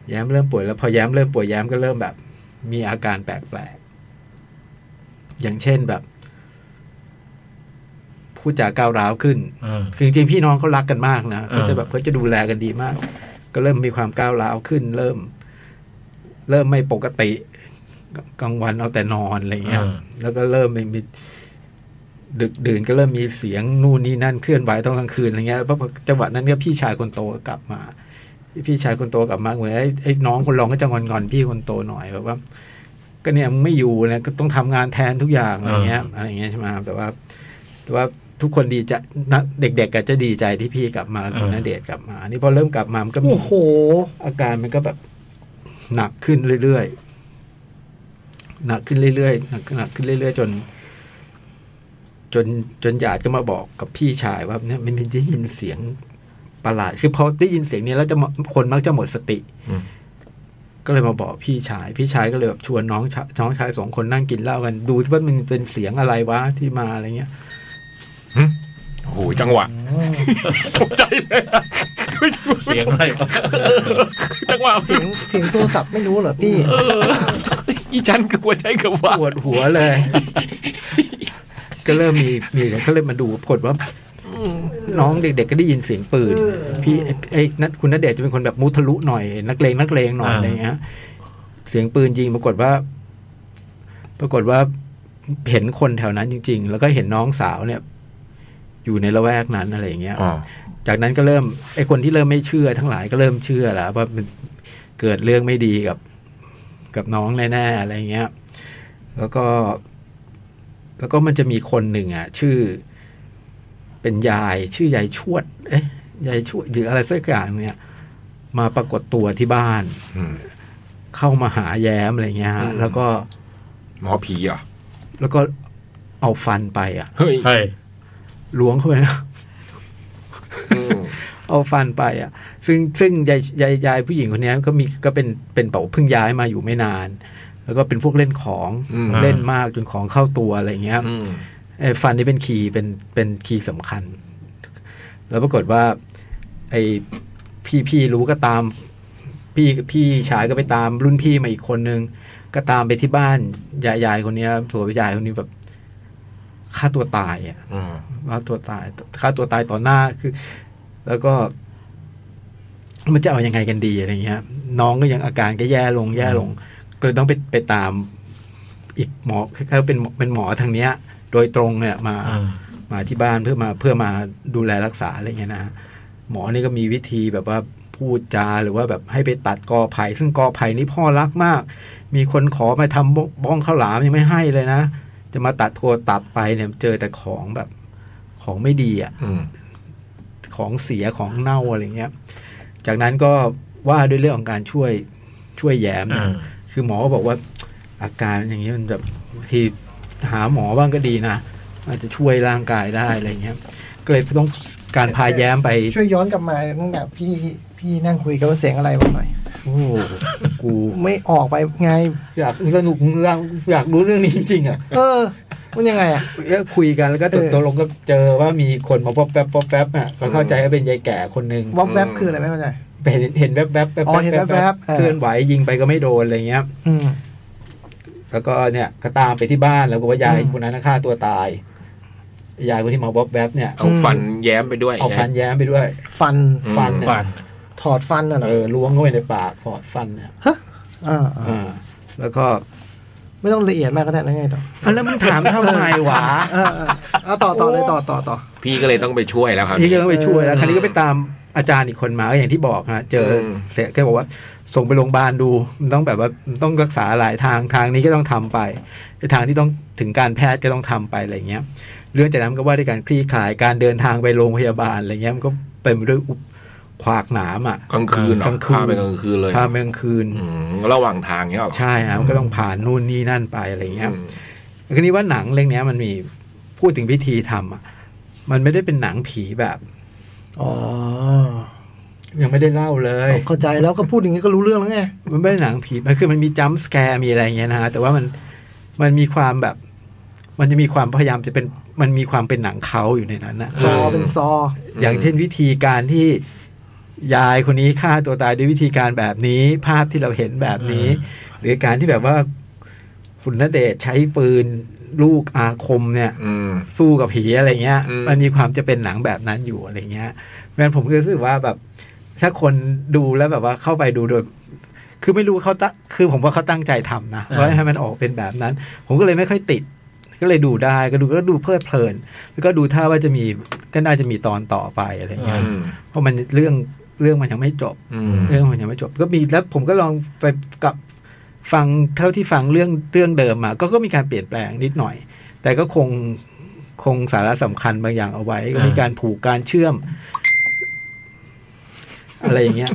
C: แย้มเริ่มป่วยแล้วพอแย้มเริ่มป่วยแย้มก็เริ่มแบบ มีอาการแปลกๆอย่างเช่นแบบพูดจาก้าวร้าวขึ้น
E: อืม
C: คือจริงๆพี่น้องเขารักกันมากนะเขาจะแบบเขาจะดูแลกันดีมาก ก็เริ่มมีความก้าวร้าวขึ้น เริ่ม เริ่มไม่ปกติกลางวันเอาแต่นอนอะไรเงี้ย
E: อ่า
C: แล้วก็เริ่มมีมีดึกดื่นก็เริ่มมีเสียงนู่นนี่นั่นเคลื่อนไหวตอนกลางคืนอะไรเงี้ยแล้วพอจังหวะนั้นเนี่ยพี่ชายคนโตกลับมา พี่ชายคนโตกลับมาเหมือนไอ้ไอ้น้องคนรองก็จะงอนๆพี่คนโตหน่อยแบบว่า ก็เนี่ยมึงไม่อยู่นะก็ต้องทำงานแทนทุกอย่างอะไรเงี้ยอะไรเงี้ยใช่ไหมครับแต่ว่า แต่ว่าทุกคนดีใจนะเด็กๆก็จะดีใจที่พี่กลับมาคุณ
E: อ่า
C: ณเดชน์กลับมาอันนี่พอเริ่มกลับมามันก็มี
B: โอ้โห
C: อาการมันก็แบบ หนักขึ้นเรื่อยๆหนักขึ้นเรื่อยๆหนักหนักขึ้นเรื่อยๆจน จนจนหยาดก็มาบอกกับพี่ชายว่าเนี่ยมันได้ยินเสียงประหลาด คือพอได้ยินเสียงนี้แล้วจะมาคนมักจะหมดสติ
D: อืม
C: ก็เลยมาบอกพี่ชาย พี่ชายก็เลยแบบชวนน้องชาน้องชายสองคนนั่งกินเหล้ากันดูที่ว่ามันเป็นเสียงอะไรวะที่มาอะไรเงี้ย
D: โอ้โหจังหวะตกใจเลย
E: เสียงอะไรวะ
D: จังหวะ
B: เสียงเสียงโทรศัพท์ไม่รู้เหรอพี่
D: อีฉันก็หัวใจกับว่า
C: ปวดหัวเลย ก็เริ่มมีมีก็เลยมาดูปรากฏว่า น้องเด็กๆก็ได้ยินเสียงปืน พี่ไอ้ไอ้นัทคุณนัทเดชจะเป็นคนแบบมุทะลุหน่อย นักเลงนักเลงหน่อยอะไรเงี้ยเสียงปืนยิงปรากฏว่า ปรากฏว่าเห็นคนแถวนั้นจริง ๆ แล้วก็เห็นน้องสาวเนี่ย อยู่ในละแวกนั้นอะไรอย่างเงี้ย
D: อ๋อ
C: จากนั้นก็เริ่มไอ้คนที่เริ่มไม่เชื่อทั้งหลายก็เริ่มเชื่อแล้วว่ามันเกิดเรื่องไม่ดีกับ กับน้องแน่ๆอะไรเงี้ย แล้วก็ แล้วก็มันจะมีคนหนึ่งอ่ะ ชื่อ เป็นยาย ชื่อยายชวด เอ๊ยยายชวดหรืออะไรสักอย่างเนี่ย มาปรากฏตัวที่บ้าน
D: อืม
C: เข้ามาหาแย้มอะไรเงี้ยฮะ
D: อืม
C: แล้วก็
D: หมอผีเหรอ่ะ
C: แล้วก็เอาฟันไปอ่ะ
D: เฮ้ย
E: เฮ้ย
C: ล้วงเข้าไปนะ
D: อืม
C: เอาฟันไปอ่ะ ซึ่งซึ่งยายยายยายผู้หญิงคนเนี้ยก็มีก็เป็นเป็นเป่าเพิ่งย้ายมาอยู่ไม่นาน แล้วก็เป็นพวกเล่นของ
D: อืม
C: เล่นมากจนของเข้าตัวอะไรเงี้ย
D: อืม
C: ไอ้ฟันนี่เป็นคีย์เป็นเป็นคีย์สำคัญ แล้วปรากฏว่า ไอ้พี่พี่รู้ก็ตาม พี่พี่ชายก็ไปตามรุ่นพี่มาอีกคนนึง ก็ตามไปที่บ้านยายยายคนเนี้ยผัวยายคนนี้แบบฆ่าตัวตายอ่ะ
D: อืม
C: ฆ่าตัวตายฆ่าตัวตายต่อหน้าคือ แล้วก็ มันจะเอายังไงกันดีอะไรเงี้ย น้องก็ยังอาการก็แย่ลงแย่ลง ก็เลยต้องไปไปตาม อีกหมอคล้ายๆเป็นหมอเป็นหมอทางเนี้ย โดยตรงเนี่ยมา
E: อ่า
C: มาที่บ้านเพื่อมาเพื่อมาดูแลรักษาอะไรเงี้ยนะฮะหมอนี่ก็มีวิธีแบบว่าพูดจาหรือว่าแบบให้ไปตัดกอไผ่ซึ่งกอไผ่นี่พ่อรักมาก มีคนขอมาทำบ้องบ้องข้าวหลามยังไม่ให้เลยนะ จะมาตัดโัวตัดไปเนี่ยเจอแต่ของแบบของไม่ดีอ่ะ
D: อืม
C: ของเสียของเน่าอะไรเงี้ย จากนั้นก็ว่าด้วยเรื่องของการช่วยช่วยแย้มนะ
E: อ่า
C: คือหมอก็บอกว่าอาการอย่างนี้มันแบบบางทีหาหมอบ้างก็ดีนะอาจจะช่วยร่างกายได้อะไรเงี้ยก็เลยต้องการพาแย้มไป
B: ช่วยย้อนกลับมาตั้งแต่พี่พี่นั่งคุยกันว่าเสียงอะไรบ้างหน่อย
C: โอ้โหกู
B: ไม่ออกไปไง
C: อยากสนุกอยากรู้เรื่องนี้จริงๆอ่ะ
B: เออ มันยังไงอ่ะ
C: แล้วคุยกันแล้วก็ตก
B: เออ
C: ตกลงก็เจอว่ามีคนมาป๊อปแป๊บป๊อปแป๊บอ่ะก็เข้าใจว่าเป็นยายแก่คนหนึ่ง
B: วับแวบคืออะไรไม่เข้าใจ
C: เห็นเห็นแวบๆแป๊บๆแป๊บ
B: อ๋อเห็นแว๊บๆ
C: ๆ
B: เออ
C: เคลื่อนไหวยิงไปก็ไม่โดนอะไรเงี้ย
B: อืม
C: แล้วก็เนี่ยก็ตามไปที่บ้านแล้วก็ว่ายาย
B: อืม
C: คนนั้นนะฆ่าตัวตายยายคนที่มาบ๊อบแวบเนี่ย
D: เอาฟันแย้มไปด้วย
C: เอาฟันแย้มไปด้วย
B: ฟัน
D: อืม
C: ฟันเนี่ย
E: บ้าน
B: ถอดฟันน่ะเหรอ
C: เออล้วงเข้าไปในปากถอดฟันเนี่ย
B: อ่า
C: อ่าแล้วก็
B: ไม่ต้องละเอียดมากก็ได้นะไงต่อ
C: แล้วมึงถามทำไมวะ
B: เออเออเอาต่อต่อเลยต่อต่อต่อ
D: พี่ก็เลยต้องไปช่วยแล้วครับ
C: พี่ก็ ต้องไปช่วยแล้วคราวนี้ก็ไปตามอาจารย์อีกคนมาก็อย่างที่บอกฮะเจอ
D: ม
C: เสร็จก็บอกว่า ส่งไปโรงพยาบาลดูมันต้องแบบว่ามันต้องรักษาหลายทางทางนี้ก็ต้องทำไปไอ้ทางที่ต้องถึงการแพทย์ก็ต้องทำไปอะไรเงี้ย เรื่องจากนั้นก็ว่าด้วยการคลี่คลายการเดินทางไปโรงพยาบาลอะไรเงี้ยมันก็เต็มไปด้วยอุปขวากหนามอ่ะ
D: กลางคืนเหรอก
C: ลางคืน
D: พาไปกลางคืนเลย
C: พาไปกลางคืน
D: อืมระหว่างทางเนี้ยเหรอ
C: ใช่ฮะมันก็ต้องผ่านนู่นนี่นั่นไปอะไรเงี้ย
D: อืม
C: แล้วก็นี้ว่าหนังเรื่องเนี้ยมันมีพูดถึงวิธีทำอ่ะ มันไม่ได้เป็นหนังผีแบบ
B: อ๋อ
C: ยังไม่ได้เล่าเลย
B: เข้าใจแล้วก็พูดอย่างนี้ก็รู้เรื่องแล้วไง
C: มันไม่ได้หนังผีมันคือมันมีจัมป์สแกร์มีอะไรเงี้ยนะฮะแต่ว่ามันมันมีความแบบ มันจะมีความพยายามจะเป็นมันมีความเป็นหนังเขาอยู่ในนั้นนะ
B: ซอเป็นซอ
C: อย่างเช่นวิธีการที่ยายคนนี้ฆ่าตัวตายด้วยวิธีการแบบนี้ ภาพที่เราเห็นแบบนี้ หรือการที่แบบว่าคุณณเดชน์ใช้ปืนลูกอาคมเนี่ย
D: อืม
C: สู้กับผีอะไรเงี้ย
D: อืม
C: มันมีความจะเป็นหนังแบบนั้นอยู่อะไรเงี้ยแม้นผมก็รู้สึกว่าแบบ ถ้าคนดูแล้วแบบว่าเข้าไปดูโดย คือไม่รู้เขาตั้งคือผมว่าเขาตั้งใจทำนะ
E: อ่า
C: ว่าให้มันออกเป็นแบบนั้น ผมก็เลยไม่ค่อยติด ก็เลยดูได้ก็ดูก็ดูเพลิดเพลิน แล้วก็ดูท่าว่าจะมีก็น่าจะมีตอนต่อไปอะไรเงี้ย
D: อืม
C: เพราะมันเรื่องเรื่องมันยังไม่จบ
D: อืม
C: เรื่องมันยังไม่จบก็มีแล้วผมก็ลองไปกลับฟังเท่าที่ฟังเรื่องเรื่องเดิมมาก็ก็มีการเปลี่ยนแปลงนิดหน่อย แต่ก็คงคงสาระสำคัญบางอย่างเอาไว้ ก็มีการผูกการเชื่อม อะไรอย่างเงี้ย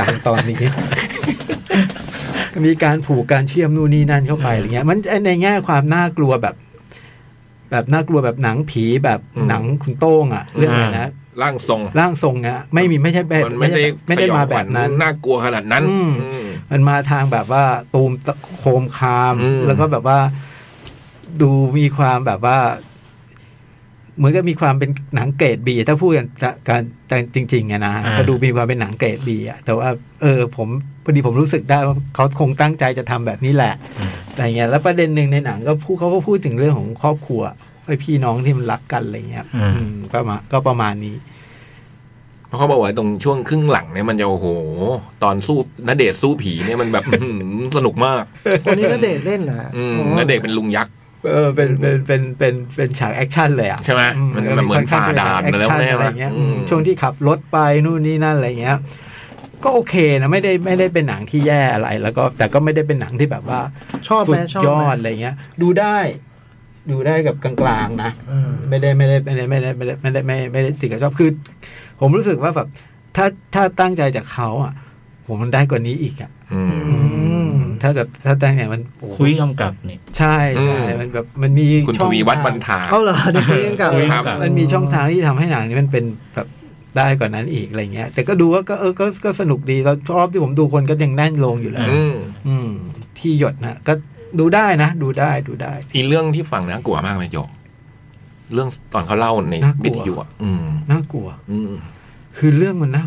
C: ดังตอนนี้มีการผูกการเชื่อมนู่นนี่นั่นเข้าไปอะไรเงี้ย มันในแง่ความน่ากลัวแบบ แบบน่ากลัวแบบหนังผีแบบ
D: อืม
C: หนังคุณโต้งอะเรื่องอะไรนะ
D: ร่างทรง
C: ร่างทรงเนี่ยไม่มีไม่ใช่แบบ
D: มันไม่ได้
C: ไม่ได้
D: สยอง
C: มา
D: ข
C: แบ
D: วัญ
C: บนั้น
D: น่ากลัวขนาดนั้น
C: อืม
D: อืม
C: มันมาทางแบบว่าตูมโคมคาม
D: อืม
C: แล้วก็แบบว่า ดูมีความแบบว่า เหมือนก็มีความเป็นหนังเกรดบีถ้าพูดกันการแต่จริงๆอะนะ
E: อ่า
C: ก็ดูมีความเป็นหนังเกรดบีอะแต่ว่า เออ ผมพอดีผมรู้สึกได้ว่าเขาคงตั้งใจจะทำแบบนี้แหละอะไรเงี้ยแล้วประเด็นหนึ่งในหนังก็พูดเขาก็พูดถึงเรื่องของครอบครัวไอ้พี่น้องที่มันรักกันอะไรเงี้ยอืมก็มาก็ประมาณนี้
D: เพราะเขาบอกว่าตรงช่วงครึ่งหลังเนี่ยมันจะโอ้โห ตอนสู้นเดชน์สู้ผีเนี่ยมันแบบ อื้อหือสนุกมาก
B: วันนี้นเดชน์เล่นเหรอ
D: อืม
B: อ๋อน
D: เดชน์เป็นลุงยักษ์
C: เออเป็นเป็นเป็นเป็นเป็นฉากแอคชั่นเลยอ่ะ
D: ใช่ไหม
C: อื
D: มันมันเหมือน
C: ค่
D: ฝ่า
C: ข้งจะ
D: ด่าน
C: เป็
D: แล้ว
C: แอคชั่
D: แน่
C: อะไร
D: ละ
C: เงี้ย
D: อืม
C: ช่วงที่ขับรถไปนู่นนี่นั่นอะไรเงี้ย ก็โอเคนะไม่ได้ไม่ได้เป็นหนังที่แย่อะไร แล้วก็แต่ก็ไม่ได้เป็นหนังที่แบบว่า
B: ชอบ
C: สุ
B: ไหม
C: ด
B: ชอบ
C: ย
B: ไหม
C: อดอะไรเงี้ย ดูได้ ดูได้กับกลางๆนะ
B: เออ
C: ไม่ได้ไม่ได้ไม่ได้ไม่ได้ไม่ได้ไม่ได้ไม่ได้ไม่ได้ติดกับชอบคือ ผมรู้สึกว่าแบบถ้าถ้าตั้งใจจากเขาอ่ะ ผมมันได้กว่านี้อีกอ่ะ
D: อืม
B: ม
C: ถ้าแบบถ้าตั้งใจมันโอ้โห
E: คุยกำกับนี่
C: ใช่ใช่
D: อืม
C: มันแบบมันมี
D: คุณท
C: ช่อง
D: วีวัฒน์
C: ท
D: บรง รทา
B: เอาเหรอเด็กเรียนกับ
E: คุย
D: ครับ
C: มันมีช่องทางที่ทำให้หนังนี้มันเป็นแบบได้กว่านนั้นอีกอะไรเงี้ย แต่ก็ดูว่าก็เออก็ก็สนุกดีแล้วรอบที่ผมดูคนก็ยังแน่นลงอยู่แล้ว
D: อืม
C: อืม ที่หยดนะก็ดูได้นะ ดูได้ดูได้
D: อีเรื่องที่ฟังน่ากลัวมากไหมโยเรื่องตอนเขาเล่าใน
C: น่ากลัว
D: วิทยุอ่ะอืม
C: น่ากลัว
D: อืม
C: คือเรื่องมันน่า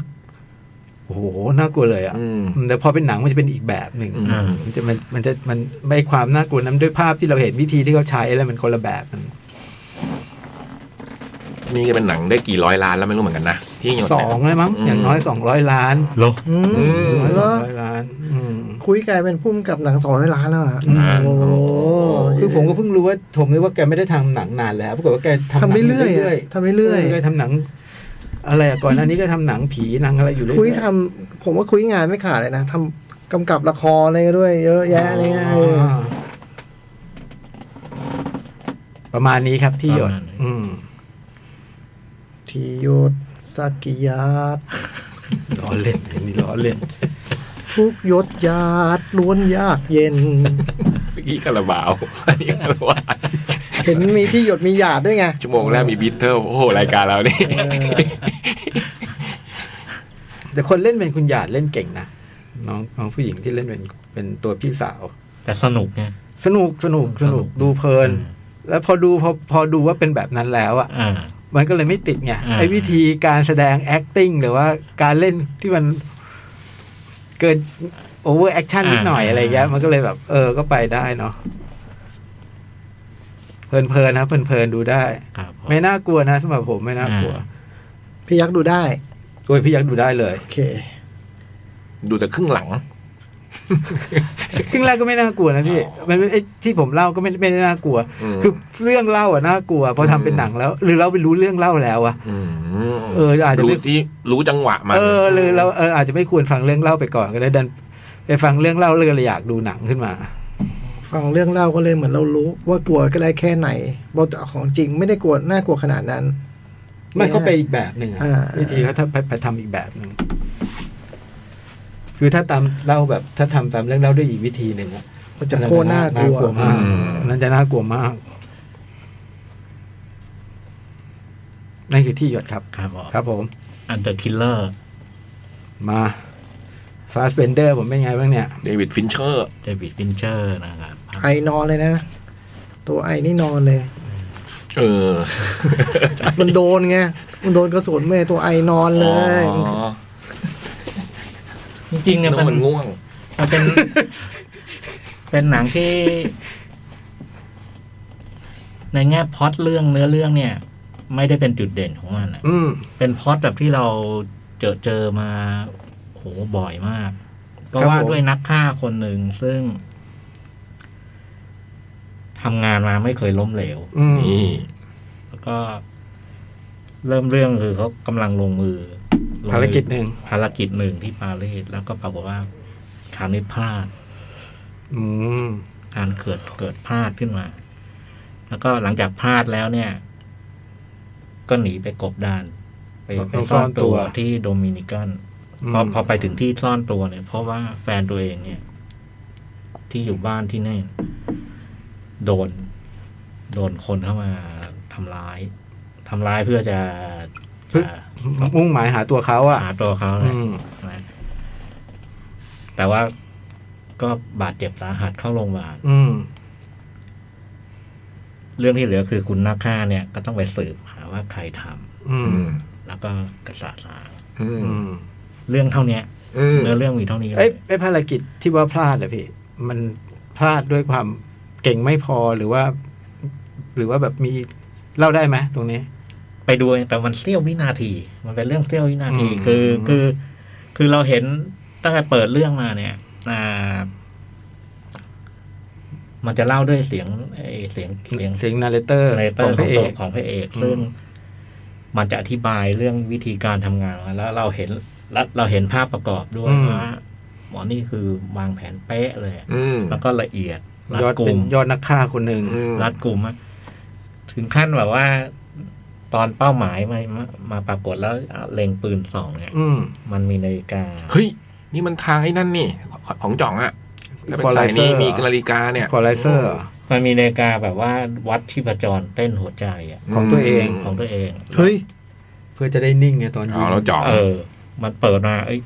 C: โอ้โหน่ากลัวเลยอ่ะ
D: อืม
C: แต่พอเป็นหนังมันจะเป็นอีกแบบหนึ่ง
D: อืม
C: มันจะมันมันจะมันไม่ความน่ากลัวนั้นด้วยภาพที่เราเห็นวิธีที่เขาใช้อะไรมันคนละแบบมัน
D: นี่ก็เป็นหนังได้กี่ร้อยล้านแล้วไม่รู้เหมือนกันนะที่หยด
C: สอ
D: เนี่ย
C: งเลยมั้ง
D: อืม
C: อย่างน้อยสองร้อยล้าน
E: โลก
B: อืม
C: อย่างน้อย
B: แล้
C: สอ
B: ว
C: งร้อยล้าน อืม
B: คุยกลายเป็นพุ่มกับหนังสองร้อยล้านแล้วอ่ะ
C: อืม
B: โอ้โห
C: คือผมก็เพิ่งรู้ว่าผมนึกว่าแกไม่ได้ทำหนังนานแล้วปรากฏว่าแกทำหนัง
B: ทำเรื่อยๆอะทำเรื่อยๆ
C: แกทำหนัง อะไรอะก่อนอันนี้ก็ทำหนังผีหนังอะไรอยู่เรื่อยๆ
B: คุยทำผมว่าคุยงานไม่ขาดเลยนะทำกำกับละครอะไรก็ด้วย เยอะแยะเลยนะเออ
C: อ่าประมาณนี้ครับที่หยด
E: ประมาณนี้
C: อืม
B: ทีโยสกกิยาต
C: ล้อเล่นอันนี้ล้อเล่น
B: ทุกยศยาตล้วนยากเย็น
D: เมื่ อกี้คาราบาวอันนี้คาราบาว
B: เห็นมีที่หยดมีหยาดด้วยไง
D: ชั่วโมงแรกมีบิทเทิลโอ้โหรายการเรานี่
B: เออ
C: แต่คนเล่นเป็นคุณหยาดเล่นเก่งนะน้องน้องผู้หญิงที่เล่นเป็นเป็นตัวพี่สาว
E: แต่สนุกไง
C: สนุกสนุกสนุกดูเพลิน แล้วพอดูพอพอดูว่าเป็นแบบนั้นแล้วอะ
E: อ่า
C: มันก็เลยไม่ติดไง
E: อ่า
C: ไอ้วิธีการแสดง acting หรือว่าการเล่นที่มันเกิน over action นิดหน่อยอะไรเงี้ยมันก็เลยแบบ เออก็ไปได้เนาะเพลินๆนะเพลินๆดูได้
E: ครับผม
C: ไม่น่ากลัวนะสำหรับผมไม่น่ากลัว
E: อ่า
B: พี่ยักษ์ดูได้
C: โอ้ยพี่ยักษ์ดูได้เลย
B: โอเค
D: ดูแต่ครึ่งหลัง
C: ครึ่งแรกก็ไม่น่ากลัวนะพี่มันไอ้ที่ผมเล่าก็ไม่ไม่ได้น่ากลัว
D: อืม
C: คือเรื่องเล่าอะน่ากลัวพอทำเป็นหนังแล้ว หรือเราไปรู้เรื่องเล่าแล้วอะ
D: อืม
C: เอออาจจะ
D: รู้
C: ไม่
D: ที่รู้จังหวะมัน
C: เออหรือเราเอออาจจะไม่ควรฟังเรื่องเล่าไปก่อนก็ได้ดันไปฟังเรื่องเล่าเรื่องเลยอยากดูหนังขึ้นมา
B: ฟังเรื่องเล่าก็เลยเหมือนเรารู้ ว่ากลัวก็ได้แค่ไหนบอกแต่ของจริงไม่ได้กลัวน่ากลัวขนาดนั้น
C: ไม่เขาไปอีกแบบหนึ่งอะ
B: อ่า
C: วิธีเขาทำไปไปทำอีกแบบหนึ่งคือถ้าตามเล่าแบบ ถ้าทำตามเรื่องเล่าด้วยอีกวิธีหนึ่งอะ
B: มันจะโคตรน่ากลัว
C: มากอันนั่นจะน่ากลัวมาก นั่นคือที่หยดครับ
E: ครับผม
C: ครับผม
E: อันเดอร์คิลเลอร์
C: มาฟาสเบนเดอร์ผมเป็นไงบ้างเนี่ย
D: เดวิดฟินเชอร์
E: เดวิดฟินเชอร์นะครับ
B: ไอนอนเลยนะ ตัวไอนี่นอนเลย
D: เออ
B: มันโดนไง มันโดนกระสุนเมตัวไอนอนเลย
D: อ๋อ
E: จริง
D: นึ
E: ๆเนี่ย
D: ก
E: มั
D: ว่ามัน นง่วง
E: มันเป็น เป็นหนังที่ ในแง่พล็อตเรื่องเนื้อเรื่องเนี่ย ไม่ได้เป็นจุดเด่นของมันอะ
B: อืม
E: เป็นพล็อดแบบที่เราเจอเจอมาโหบ่อยมาก ก็
C: ครับ
E: ว่า
C: ผม
E: ด้วยนักฆ่าคนหนึ่งซึ่งทำงานมาไม่เคยล้มเหลว
B: อืม
D: นี่
E: แล้วก็เริ่มเรื่องคือเขากำลังลงมือลงมือ
C: ภารกิจหนึ่ง
E: ภารกิจหนึ่งที่ปารีสแล้วก็ปรากฏว่าคราวนี้พลาด
C: อืม
E: การเกิดเกิดพลาดขึ้นมา แล้วก็หลังจากพลาดแล้วเนี่ย ก็หนีไปกบดาน ไป
C: ต้อง
E: ไปซ่อ
C: ซ่อ
E: น
C: นตั
E: ตัว วที่โดมินิกัน
C: อืม
E: พอพอไปถึงที่ซ่อนตัวเนี่ย เพราะว่าแฟนตัวเองเนี่ย ที่อยู่บ้านที่นั่นโดน โดนคนเข้ามาทำร้ายทำร้ายเพื่อจะจะ
C: มุ่งหมายหาตัวเขาอ่ะ
E: หาตัวเขาแห
C: อื
E: ละ
C: ม
E: นะแต่ว่าก็บาดเจ็บสาหัสเข้าโรงพยาบาล
C: อืม
E: เรื่องที่เหลือคือคุณนักฆ่าเนี่ย ก็ต้องไปสืบหาว่าใครทำ
C: อื
D: อืม
C: ม
E: แล้วก็กระสาสาง
D: อืม
C: อืม
E: เรื่องเท่าเนี้ย
D: อืม
E: เนื้อเรื่องมีเท่านี้เล
C: เอ้ย
E: ย
C: ไอ้ภารกิจที่ว่าพลาดอะพี่ มันพลาดด้วยความเก่งไม่พอหรือว่า หรือว่าแบบมีเล่าได้ไหมตรงนี้
E: ไปดูแต่มันเสี้ยววินาที มันเป็นเรื่องเสี้ยววินาที
C: อืม
E: คือคือ คือเราเห็นตั้งแต่เปิดเรื่องมาเนี่ยอ่ามันจะเล่าด้วยเสียงไอ้เสียงเสียง
C: เสียงนาเรเตอร์
E: เนเต
C: ของ
E: อร์
C: พระ
E: ของ
C: เอ
E: ตัว
C: ก
E: ของพระเอก
C: อืม
E: ซึ่งมันจะอธิบายเรื่องวิธีการทำงานมาแล้วเราเห็นแล้วเราเห็นภาพประกอบด้วยว่าหมอนี่คือวางแผนเป๊ะเลย
D: อืม
E: แล้วก็ละเอียดรั
C: ยอ
E: ด
C: ด
E: ก
C: เป็
E: ลุ่
C: น
E: ม
C: ยอดนักฆ่าคนหนึ่ง
D: อืม
E: รัดกลุ่มมากถึงขั้นแบบว่า ตอนเป้าหมายมามามาปรากฏแล้วเล็งปืนสองเนี่ย
C: อืม
E: มันมีนาฬิกา
D: เฮ้ย นี่มันทางไอ้นั่นนี่ ของจ่องอ่ะถ้าเป็นสาย
C: Equalizer
D: นี้
C: เหรอ
D: มีนาฬิกาเนี่ย
C: ฟอร์ไลเซอร์
E: มันมีนาฬิกาแบบว่าวัดชีพจรเต้นหัวใจอะ
C: ของตัวเอง
D: ม
E: ของตัวเอง
B: เฮ้ย
C: เพื่อจะได้นิ่งไงตอนยิ
D: เอา
C: ง
D: แล้วจ่อง
E: เออ มันเปิดมาเอ้ย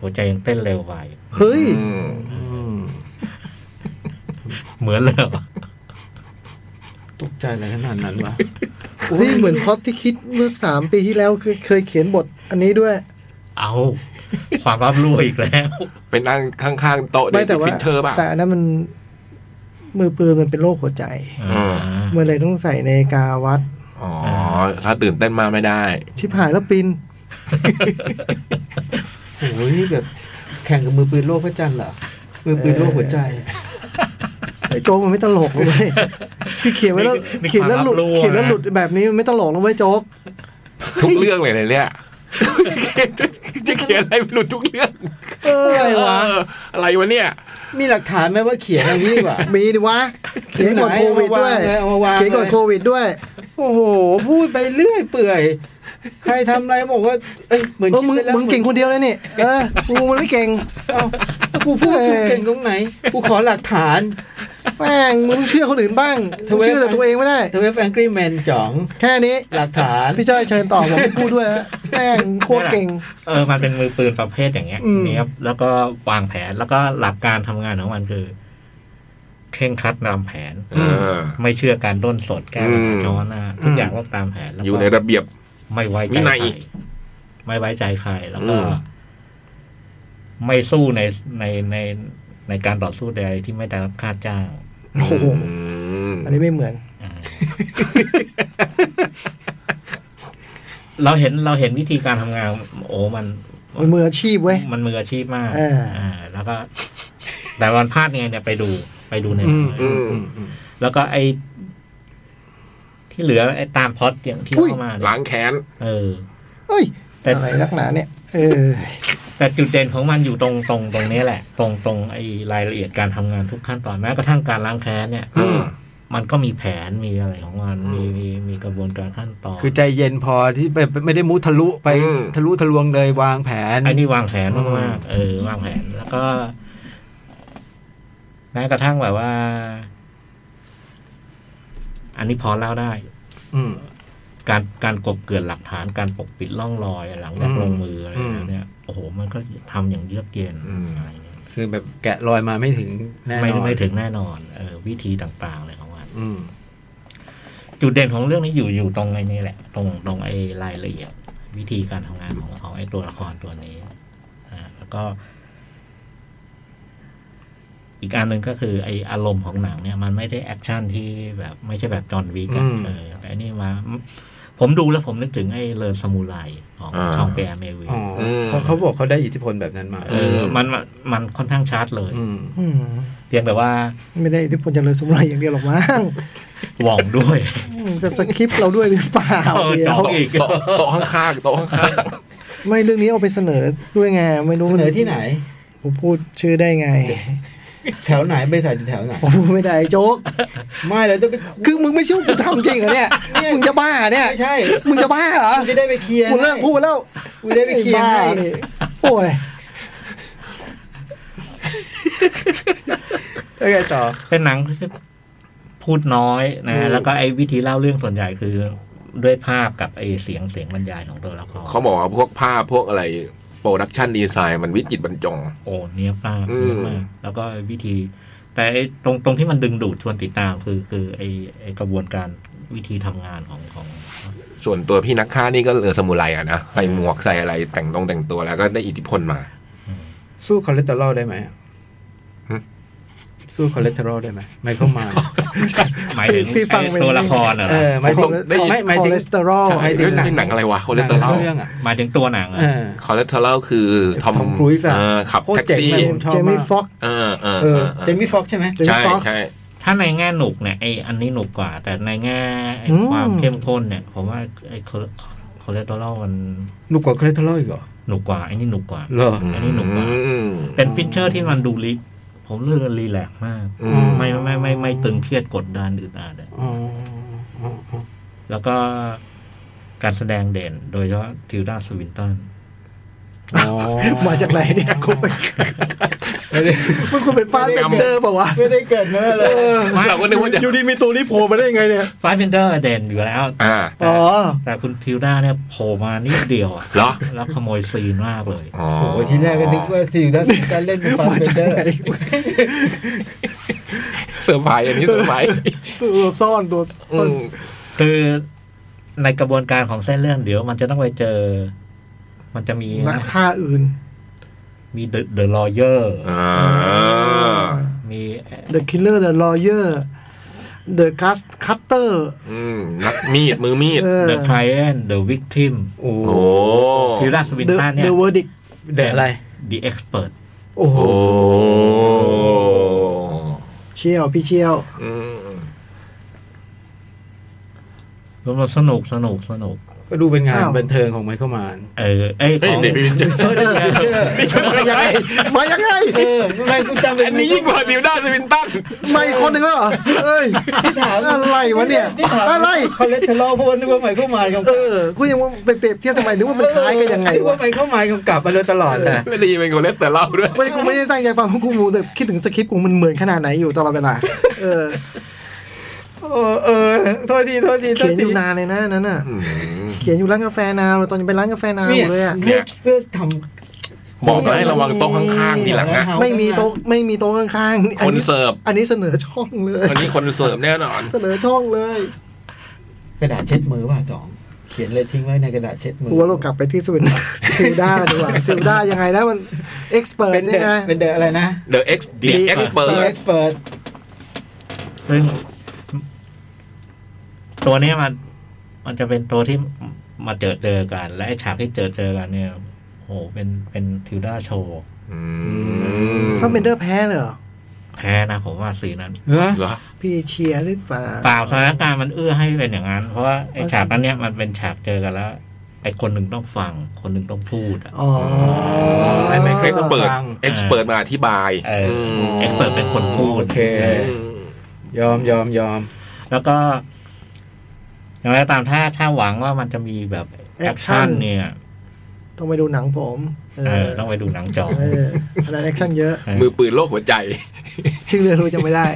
E: หัวใจยังเต้นเร็วไป
B: เฮ้ย
D: ม
C: ม
E: เหมือนเลยเหรอ
C: ตกใจอะไรขนาดนั้นวะ
B: เฮ้ย เหมือนพล็อดที่คิดเมื่อสามปีที่แล้วเคยเคยเขียนบทอันนี้ด้วย
E: เอา ความรับรู้อีกแล้ว
D: ไปนั่งข้างๆโต๊ะเด็
B: ไม่แต่
D: ก
B: ว่า
D: ฟิตเทอร์ป่ะ
B: แต่อันนั้นมัน มือปืนมันเป็นโรคหัวใจ
D: อ่า
B: มันเลยต้องใส่นาฬิกาวัด
D: อ๋อ ถ้าตื่นเต้นมาไม่ได้
B: ชิบหายแล้วปิน
C: โอ้ยแบบแข่งกับมือปืนโลกพระจันทร์เหรอ มือปืนโลกหัวใจ
B: ไอ้โจ๊กมันไม่ตลกหรอกเลยคือเขียนไว้แล้วเขียนแล้วหลุดเขียนแล้วหลุดแบบนี้มันไม่ตลกหรอกเว้ยโจ๊ก
D: ทุกเรื่องเลยเนี่ย จะเขียนอะไรไม่รู้ทุกเรื่อง
B: เอออะไรวะ
D: เอออะไรวะเนี่ย
C: มีหลักฐานไหมว่าเขียนอย่างนี้วะ
B: มีดิวะ เขียนก่อนโควิดด้วย
C: เอามาวางเลย
B: เขียนก่อนโควิดด้วย
C: โอ้โห พูดไปเรื่อยเปื่อย ใครทำอะไรบอกว่า เอ้ยเหมือน
B: เออมึง
C: คิดไปแล้ว
B: มึงเก่งคนเดียวเลยนี่ เออกูมันไม่เก่ง
C: เอ้าแล้วกูพูดว่ากูเก่งตรงไหน กูขอหลักฐาน
B: แม่งมึงเชื่อคนอื่นบ้าง
C: ทำไม
B: เชื่อแต่ตัวเองไม่ได้
C: ทวีฟแองกี้แมนจ่อง
B: แค่นี้
C: หลักฐาน
B: พี่จ้อยเชิญต่อผมไม่พูดด้วยฮะแม่งโคตรเก่ง
E: เออ มันเป็นมือปืนประเภทอย่างเงี้ย
B: อืม
E: นี่ครับแล้วก็วางแผนแล้วก็หลักการทำงานของมันคือเคร่งครัดตามแผน
D: เออ
E: ไม่เชื่อการด้นสดการ
D: อืม
E: จอหน้าทุกอย่างต้องตามแผนแล้ว
D: อยู่
E: ก็
D: ในระเบียบ
E: ไม่ไว้ใจ
D: วินัย
E: ใครไม่ไว้ใจใครแล้วก็
D: อืม
E: ไม่สู้ในในในในการต่อสู้ใดที่ไม่ได้รับค่าจ้าง
B: โอ้โห
D: ม
B: อันนี้ไม่เหมือน
E: เราเห็นเราเห็นวิธีการทำงาน โอ้มัน
B: มันมืออาชีพเว้ย
E: มันมืออาชีพมาก
B: เอออ่
E: แล้วก็ แต่วันพลาดไงเนี่ยไปดูไปดูใน
C: อืม
D: อืม
E: แล้วก็ไอ้ที่เหลือไอ้ตามพล็อดอย่างที่เข้ามาเนี่ย
D: ล้างแค้น
E: เออ
B: เอ้ย
E: แต่
B: อะไรนักหนาเนี่ย เออ
E: แต่จุดเด่นของมันอยู่ตรงตรงตรงนี้แหละ ตรงตรงไอ้รายละเอียดการทำงานทุกขั้นตอนแม้กระทั่งการล้างแค้นเนี่ย
D: อืม
E: มันก็มีแผนมีอะไรของมันมีมีมีกระบวนการขั้นตอน
C: คือใจเย็นพอที่แบบไม่ได้มุทะลุไป
D: อืม
C: ทะลุทะลวงเลยวางแผน
E: ไอ้นี่วางแผนม
C: อืม
E: ากๆเออ วางแผนแล้วก็ แม้กระทั่งแบบว่า อันนี้พอเล่าได้
C: อืม
E: การการกบเกลื่อนหลักฐานการปกปิดล่องรอยหลังจาก
C: อืม
E: ลงมืออะไร
C: อืม
E: แบบเนี้ยโอ้โห มันก็ทำอย่างเยือกเย็น
D: อืม
E: อะไรเงี้ย
C: คือแบบแกะรอยมาไม่ถึงแน่นอน
E: ไม่ไม่ถึงแน่นอนเออวิธีต่างๆอะไรของมัน
C: อืม
E: จุดเด่นของเรื่องนี้อยู่อยู่ตรงไอ้นี่แหละ ตรงตรงไอ้รายละเอียด วิธีการทำงานของของไอ้ตัวละครตัวนี้อ่าแล้วก็ อีกอันหนึ่งก็คือไออารมณ์ของหนังเนี่ย มันไม่ได้แอคชั่นที่แบบไม่ใช่แบบจอห์นวิกอะ
C: อืม
E: เออแต่อันนี้มา ผมดูแล้วผมนึกถึงไอ้เลินสมูไรของ
D: อ่า
E: ชองเปียร์เมวิน
C: อ๋ออ
D: ม
C: เพราะเขาบอกเขาได้อิทธิพลแบบนั้นมา
E: เออมันมันมันค่อนข้างชัดเลย
C: ม
B: อืม
E: เพียงแต่ว่า
B: ไม่ได้อิทธิพลจากเลยสมุไรอย่างเดียวหรอกมั้ง
E: หว่องด้วย
B: อืมจะสคริปต์เราด้วยหรือเปล่า
E: เออ
B: เดี๋ยว
E: จอ
D: โต๊ะ
E: อีก
D: โต๊ะโต๊ะข้างๆโต๊ะข้าง
B: ไม่เรื่องนี้เอาไปเสนอด้วยไงไม่รู้
C: เสนอที่ไหน
B: ผมพูดชื่อได้ไง
C: แถวไหนบริษัทอยู่แถวไหน
B: ผมพูดไม่ได้ไอ้โจ๊ก
C: ไม่แล้วจะไป
B: คือมึงไม่เชื่อว่ากูทำจริงเหรอเนี่ย มึงจะบ้าเนี่ย
C: ไม่ใช่
B: มึงจะบ้าเหรอ
C: กูจะได้ไปเคลียร์
B: กูเลิกพูดแล้ว
C: กูได้ไปเคลียร์ให้
B: ไอ้บ้านี่โอ้ย
C: แล้วไงต่อ
E: เป็นหนังที่พูดน้อยนะ แล้วก็ไอ้วิธีเล่าเรื่องส่วนใหญ่คือด้วยภาพกับไอ้เสียงเสียงบรรยายของตัวละคร
D: ๆเขาบอกว่าพวกภาพพวกอะไรโปรดักชันดีไซน์มันวิจิตรบรรจง
E: โอ้เนี้ยบมาก
D: อืม
E: เนี้ยบมากแล้วก็วิธี แต่ไอ้ตรงตรงที่มันดึงดูดชวนติดตามคือ คือไอ้ไอ้กระบวนการวิธีทำงานของของ
D: ส่วนตัวพี่นักฆ่านี่ก็เรือสมุไรอะนะใส่หมวกใส่อะไรแต่งตรงแต่งตัวแล้วก็ได้อิทธิพลมา
C: สู้คอเลสเตอรอลได้ไหมอะ
D: หึ
C: สู้คอเลสเตอรอลได้ไหมไม่เข้ามา
E: หมายถึง
B: พี่ฟัง
E: ไอ้
B: ไม่
E: ตัวละครเหรอ
C: เออหมายถึง
B: ได้ยิน
C: ไม่หมาย
B: คอ
C: ถึง
B: เลสเตอรอล
C: ใช่หมายถึ
D: เฮ้ย
C: ง
D: หนังหนังอะไรวะคอเลสเตอรอล
C: เรื่องอะ
E: หมายถึงตัวหนังเหรอ
C: เออ
D: คอเลสเตอรอลคือทอม
C: Tom Cruise อะ
D: เออขับ
C: โคตร
D: แท็ก
C: เจ๋ง
D: ซี่
C: เลย ผมชอบ
B: เจมี่
C: มาก
B: ฟ็อก
D: เออเออ
C: เอ
D: เอ
C: อ
D: อ
C: เจมี่ฟ็อกใช่ไหม
B: เจมี่
D: ใช่
B: ฟ็อก
D: ใช่
E: ถ้าในแง่หนุกเนี่ยไอ้อันนี้หนุกกว่า แต่ในแง่ไอ้
B: อืม
E: ความเข้มข้นเนี่ยผมว่าไอ้คอเลสเตอรอลมัน
C: หนุกกว่าคอเลสเตอรอลอีกเหรอ
E: หนุกกว่าไอ้นี่หนุกกว่า
C: เหรอ
E: อันนี้หนุกกว่า
D: อืม
E: เป็นฟิชเชอร์ที่มันดูลิผมเลือกรีแลกซ์มาก
D: อืม
E: ไม่ไม่ไม่ไม่ตึงเครียดกดดันอึดอัดอะ
C: อ๋ออ๋ออ๋อ
E: แล้วก็การแสดงเด่น โดยเฉพาะทิวดาสวินตัน
C: อ๋อ
B: มาจากไหนเนี่ยคุณไป
C: ไม่ได้
B: มึงคุณเป็นฟาดเบนเดอร์เปล่าวะ
C: ไม่ได้เกิดเนื้อเลย
D: เราก็นึกว่าจะ
B: อยู่ดีมีตัวนี้โผล่มาได้ยังไงเนี่ย
E: ไฟเบนเดอร์เด่นอยู่แล้ว
D: อ่า
B: อ๋อ
E: แต่คุณทิวดาเนี่ยโผล่มานิดเดียวอะ
D: เหรอ
E: แล้วขโมยซีนมากเลย
D: อ๋อ
C: โอ้โหทีแรกก็นึกว่าทีด้านการเล่นเป็นฟา
B: มา
C: สเบ
B: จาก
C: เดอร์
B: ไหน
D: เซอร์ไพรส์อันนี้เซอร์ไพรส์
B: ตัวซ่อนตัวซ่
D: อื
B: อน
D: ม
E: คือในกระบวนการของเส้นเรื่องเดี๋ยว มันจะต้องไปเจอ มันจะมี
B: นักฆ่าอื่น
E: มีเดอะลอเยอร์
D: อ่า
E: มี
B: The Killer The Lawyer The Cast Cutter
D: อืมนักมีด มือมีด
B: เออ
E: The Client The Victim
C: โอ้
D: โอ้
E: ทิวดาสวิน
B: The
E: ตันเนี่ย
B: The Verdict
C: เดะอะไร
E: The Expert
C: โอ้โห
D: โอ้
B: เชี่ยวพี่เชี่ยว
D: อืม
E: รวมๆสนุกสนุกสนุก
C: ก็ดูเป็นงาน
B: อ้าว
C: บันเทิงของไมเคิลมาน
E: เออไอ้ย
D: เฮ้ย
E: ของ
D: เดวิดเจอร์
C: เออ
B: มายังไงมายังไง
C: เออทำไมกูจำเป็ น
D: อันนี้ยิ่งกว่าดิวด้าสวินตัน
B: มาอีกคนหนึ่งแล้วเหรอเอ้ย
C: ที่ถาม
B: อะไรวะเนี่ย
C: ที่ถาม
B: อะไร
C: คอเลสเตอรอลเพราะว่านึกว่าไมเคิลมานกำ
B: เอ
C: กับ
B: อ กูยังว่าไปเปรียบเทียบทำไมนึกว่ามันคล้ายกันยังไง
C: นึก
B: วะ
C: ว่าไมเคิลมานกำกับมาโดยตลอดเลย
D: ไม่ได้ยินเป็นคนเล็กแต่เล่าด้วย
B: ไม่ได้กูไม่ได้ตั้งใจฟังเพราะกูมูแต่คิดถึงสคริปต์กูมันเหมือนขนาดไหนอยู่ตลอดเวลา เออ
C: เออเออโทษทีโทษทีโท
B: เขี
C: ษ
B: ยนอ
C: ที
B: ยู่นานเลยนะนั่นน่ะ
D: อืม
B: เขียนอยู่ร้านกาแฟนาวตอนยังไปร้านกาแฟนาว
C: เนี่
B: อย ยู่เลยอ่ะ
C: เพื่อเพื่อท
D: บอกให้ระวังโต๊ะข้างๆทีหลังนะ
C: ำ
B: ไม่มีโต๊ะไม่มีโต๊ะข้างๆอั
D: คนเสิร์ฟ
B: อันนี้เสนอช่องเลย
D: วันนี้คนเสิร์ฟแน่นอน
B: เสนอช่องเลย
C: กระดาษเช็ดมือป่ะจอง เขียนเลยทิ้งไว้ในกระดาษเช็ดมือ
B: กูว่าเรากลับไปที่สวิน ทิวด้าดีกว่าทิวด้ายังไงนะมันเอ็กซ์เพิ
C: เป็นเด
B: ใช่ไหม
C: เป็นเดอะไรนะ
D: The X The
B: The
D: Expert
C: เอ็กซ์เพิร์
E: ซึ่งตัวเนี้ยมัน มันจะเป็นตัวที่มาเจอเจอกัน และไอ้ฉากที่เจอเจอกันเนี่ยโหเป็นเป็นทิวดาโชว์
D: อืม
B: ถ้าเบนเดอร์แพ้เลยเหรอ
E: แพ้นะผมว่าสีนั้น
C: เหรอ
D: เหรอ
B: พี่เชียร์หรือเปล่า
E: เปล่าสถานการณ์มันเอื้อให้เป็นอย่างนั้น เพราะว่าไอ้ฉากนั้นเนี่ยมันเป็นฉากเจอกันแล้ว ไอ้คนหนึ่งต้องฟัง คนหนึ่งต้องพูดอะ
B: อ๋อ
C: ไอ้ไมเคิ
D: เอ็
C: ล
D: กซ์เปิด
C: ฟัง
D: เอ็กซ์เปิดมาอธิบาย
E: เอออื
D: ม
E: เอ็กซ์เปิดเป็นคนพูด
C: โอเค
D: อืม
C: ยอมยอมยอม
E: แล้วก็ อย่างไรก็ตามถ้าถ้าหวังว่ามันจะมีแบบแอคชั่นเนี่ย
B: ต้องไปดูหนังผม เอ
E: เออ
B: อ
E: ต้องไปดูหนังจอ
B: เอออันนั้นแอคชั่นเยอะ
D: มือปืนโลกหัวใจ
B: ชื่อเรื่องรู้จำไม่ได้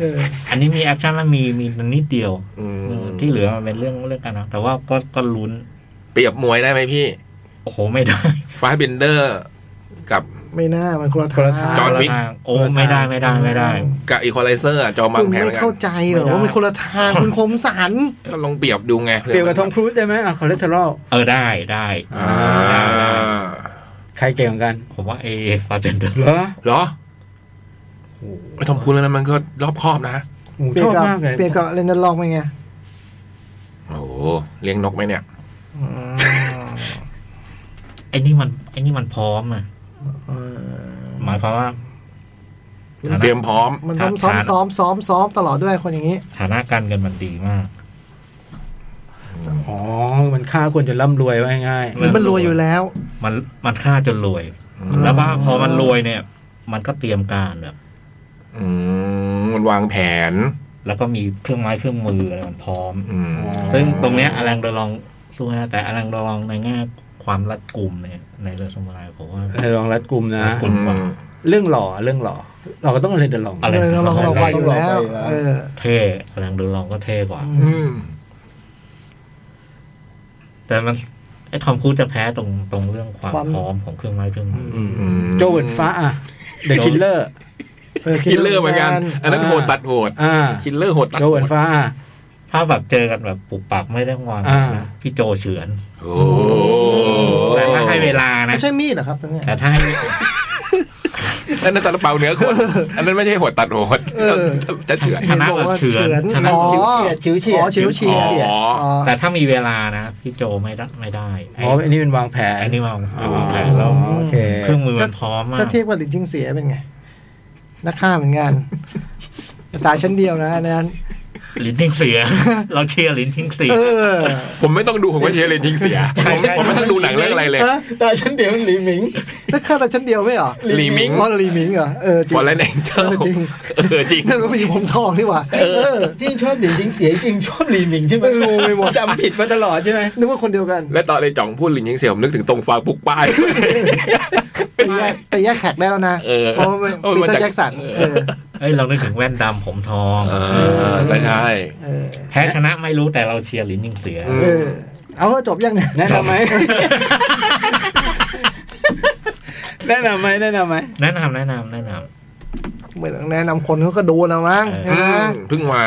B: เออ
E: อันนี้มีแอคชั่นแล้วมีมีนิดเดียว
D: อืม
E: ที่เหลือมันเป็นเรื่องเรื่องการเอาแต่ว่าก็ก็ลุ้น
D: เปรียบมวยได้ไหมพี่
E: โอ้โหไม่ได้
D: ฟ้าเบนเดอร์กับ
B: ไม่น่ามันคนละทาง
D: จอห์นวิก
E: ทางโอ้ไม่ได้ไม่ได้ไม่ได้
D: กับอีควอไลเซอร์จอมัง
B: คุณ
D: แพง
B: ไม่
D: กัน
B: เข้าใจเหรอ
E: ไม่ได้
B: ว่ามันคนละทางคุณคมสัน
D: ก็ลองเปรียบดูไงผื่
C: เปรียบกับทอมครูซได้ไหมอ่ะคอเลสเตอรอล
E: เออได้ได้
D: อ่า
C: ใครเก่งกว่ากัน
E: ผมว่าเอฟาเบนเดอร์
C: เหรอ
D: เหรอ ไอ้ทอมครูแล้วนะมันก็รอบคอบนะ
C: ผม
B: เปีย
C: ช
B: ก
C: อบ
B: กับ
C: มากเลย
B: เปียกกับเลนดอนลองเป็นไง
D: โอ้โหเลี้ยงนกไหมเนี่ย
B: อืม
E: ไอ้นี่มันไอ้นี่มันพร้อมอะ
B: เออ
E: หมายความว่า
D: เตรียมพร้อม
B: มันซ้อมซ้อมซ้อมซ้อมซ้อมตลอดด้วยคนอย่างนี้
E: ฐานะการเงินมันดีมาก
C: อ๋อ มันฆ่าคนจนร่ำรวยว่าง่าย
B: มันมันรวยอยู่แล้ว
E: มันมันฆ่าจนรวย
D: อืม
E: แล้วว่าพอมันรวยเนี่ย มันก็เตรียมการแบบ
D: อืมมันวางแผน
E: แล้วก็มีเครื่องไม้เครื่องมืออะไรมันพร้อม
D: อืม
E: ซึ่งตรงเนี้ยอลังเดอลองสู้นะแต่อลังเดอลองในแง่ความรัดกุมเนี่ยในเรื่องสมุไรผมว่า
C: ไอ้ลองรัดกลุ่มนะ
E: รัดกุ
D: อืม
C: เรื่องหล่อเรื่องหล่อเราก็ต้องเล่นเดอะลอง
E: อะไร
B: เลย
E: นะ
B: เราเราไวอยู่แล้ว
A: เราไวอยู่แล้ว
B: เออ
E: เท่อลังเดอลองก็เท่กว่า
D: อืม
E: แต่มันไอ้ทอมครูซจะแพ้ตรงตรงเรื่องความ
B: ความ
E: พร้อมของเครื่องไม้เครื่องมืออ
C: อืม
D: อืม
C: โจเวิร์นฟ้าอ่ะเดอะคิลเลอร์
D: คิลเลอร์เหมือนกัน อันนั้นโหดตัดโหด
C: อ่า
D: คิลเลอร์โหดตัด
C: โจ
D: โห
C: เวิร์
D: ด
C: นฟ้าอ่ะ
E: ถ้าแบบเจอกันแบบปุบปับไม่ได้งอน
C: อ่า
E: นะพี่โจเฉือน
D: โอ้โห
E: แต่ถ้าให้เวลานะ
B: ไม่ใช่มีดเหรอครับตรงเนี้ย
E: แต่ถ้าให้
D: อันนั้นซาลาเปาเนื้อคนอันนั้นไม่ใช่โหดตัดโหดจะเฉือน
E: ชนะแบบเฉือนชนะ
B: อ๋อ
E: แบบเฉือน
A: ชิวเฉียด
B: อ๋อชิวเฉียด
D: อ๋อ
B: อ๋อ
E: แต่ถ้ามีเวลานะพี่โจไม่ได้ไม่ได้ไอ้
C: อ๋ออันนี้เป็นวางแผน
E: ไอ้นี่มา
C: อ๋อ
E: วางแผนแล้ว
C: โอเค
E: เครื่องมือมันพร้อมมาก
B: ถ้าเทียบกับหลินจิงเสียเป็นไง นักฆ่าเหมือนกันแต่ตายชั้นเดียวนะอันนั้น
E: ลิ้นทิ้งเสีย เราเชียร์ลิ้นทิ้งเสีย
B: เออ
D: ผมไม่ต้องดูผมก็เชียร์เลนทิ้งเสียผมไม่ผมไม่ต้องดูหนังเรื่องอะไรเลย
B: ฮะ
A: ตาฉันเดี๋ยวหลีหมิง
B: นักฆ่าตายชั้นเดียวไม่เหรอ
D: หลีหมิง
B: อ๋อหลีหมิงเหรอเออจริ
D: ฟ
B: ง
D: อร์เรนเองเจอ
B: จริง
D: เออจริง
B: นั่นก็มีผมทองนี่หว่าเออ
A: จริงชอบหลีจริงเสียจริงชอบหลีหมิงใช่ไหม
B: งงไปหมด
A: จำผิดมาตลอดใช่ไหม
B: นึกว่าคนเดียวกัน
D: และตอนในจ่องพูดหลินยิงเสียผมนึกถึงตรงฟางปุกป้าย
B: แต่แยกแต่แยกแขกได้แล้วนะ
D: เออ
B: เพราะว่า
D: เออ
B: ปี
D: มัน
B: เต
D: จะ
B: อร์แจ็คสันเออ
E: เอ้ยเรานึกถึงแว่นดำผมทอง
D: เออใช่ใช่
B: เออ
E: แพ้ชนะไม่รู้แต่เราเชียร์ลิ้นทิ้งเสีย
B: เออ เอาเถอะจบยังเนี่ย
C: แนะนำไหม แนะนำไหมแนะนำไหม
E: แนะนำแนะนำแนะนำ
B: เหมือนแนะนำคนเขาก็ดูแล้วมั้ง
E: เออ
B: ใช่ไหม
D: เพิ่งมา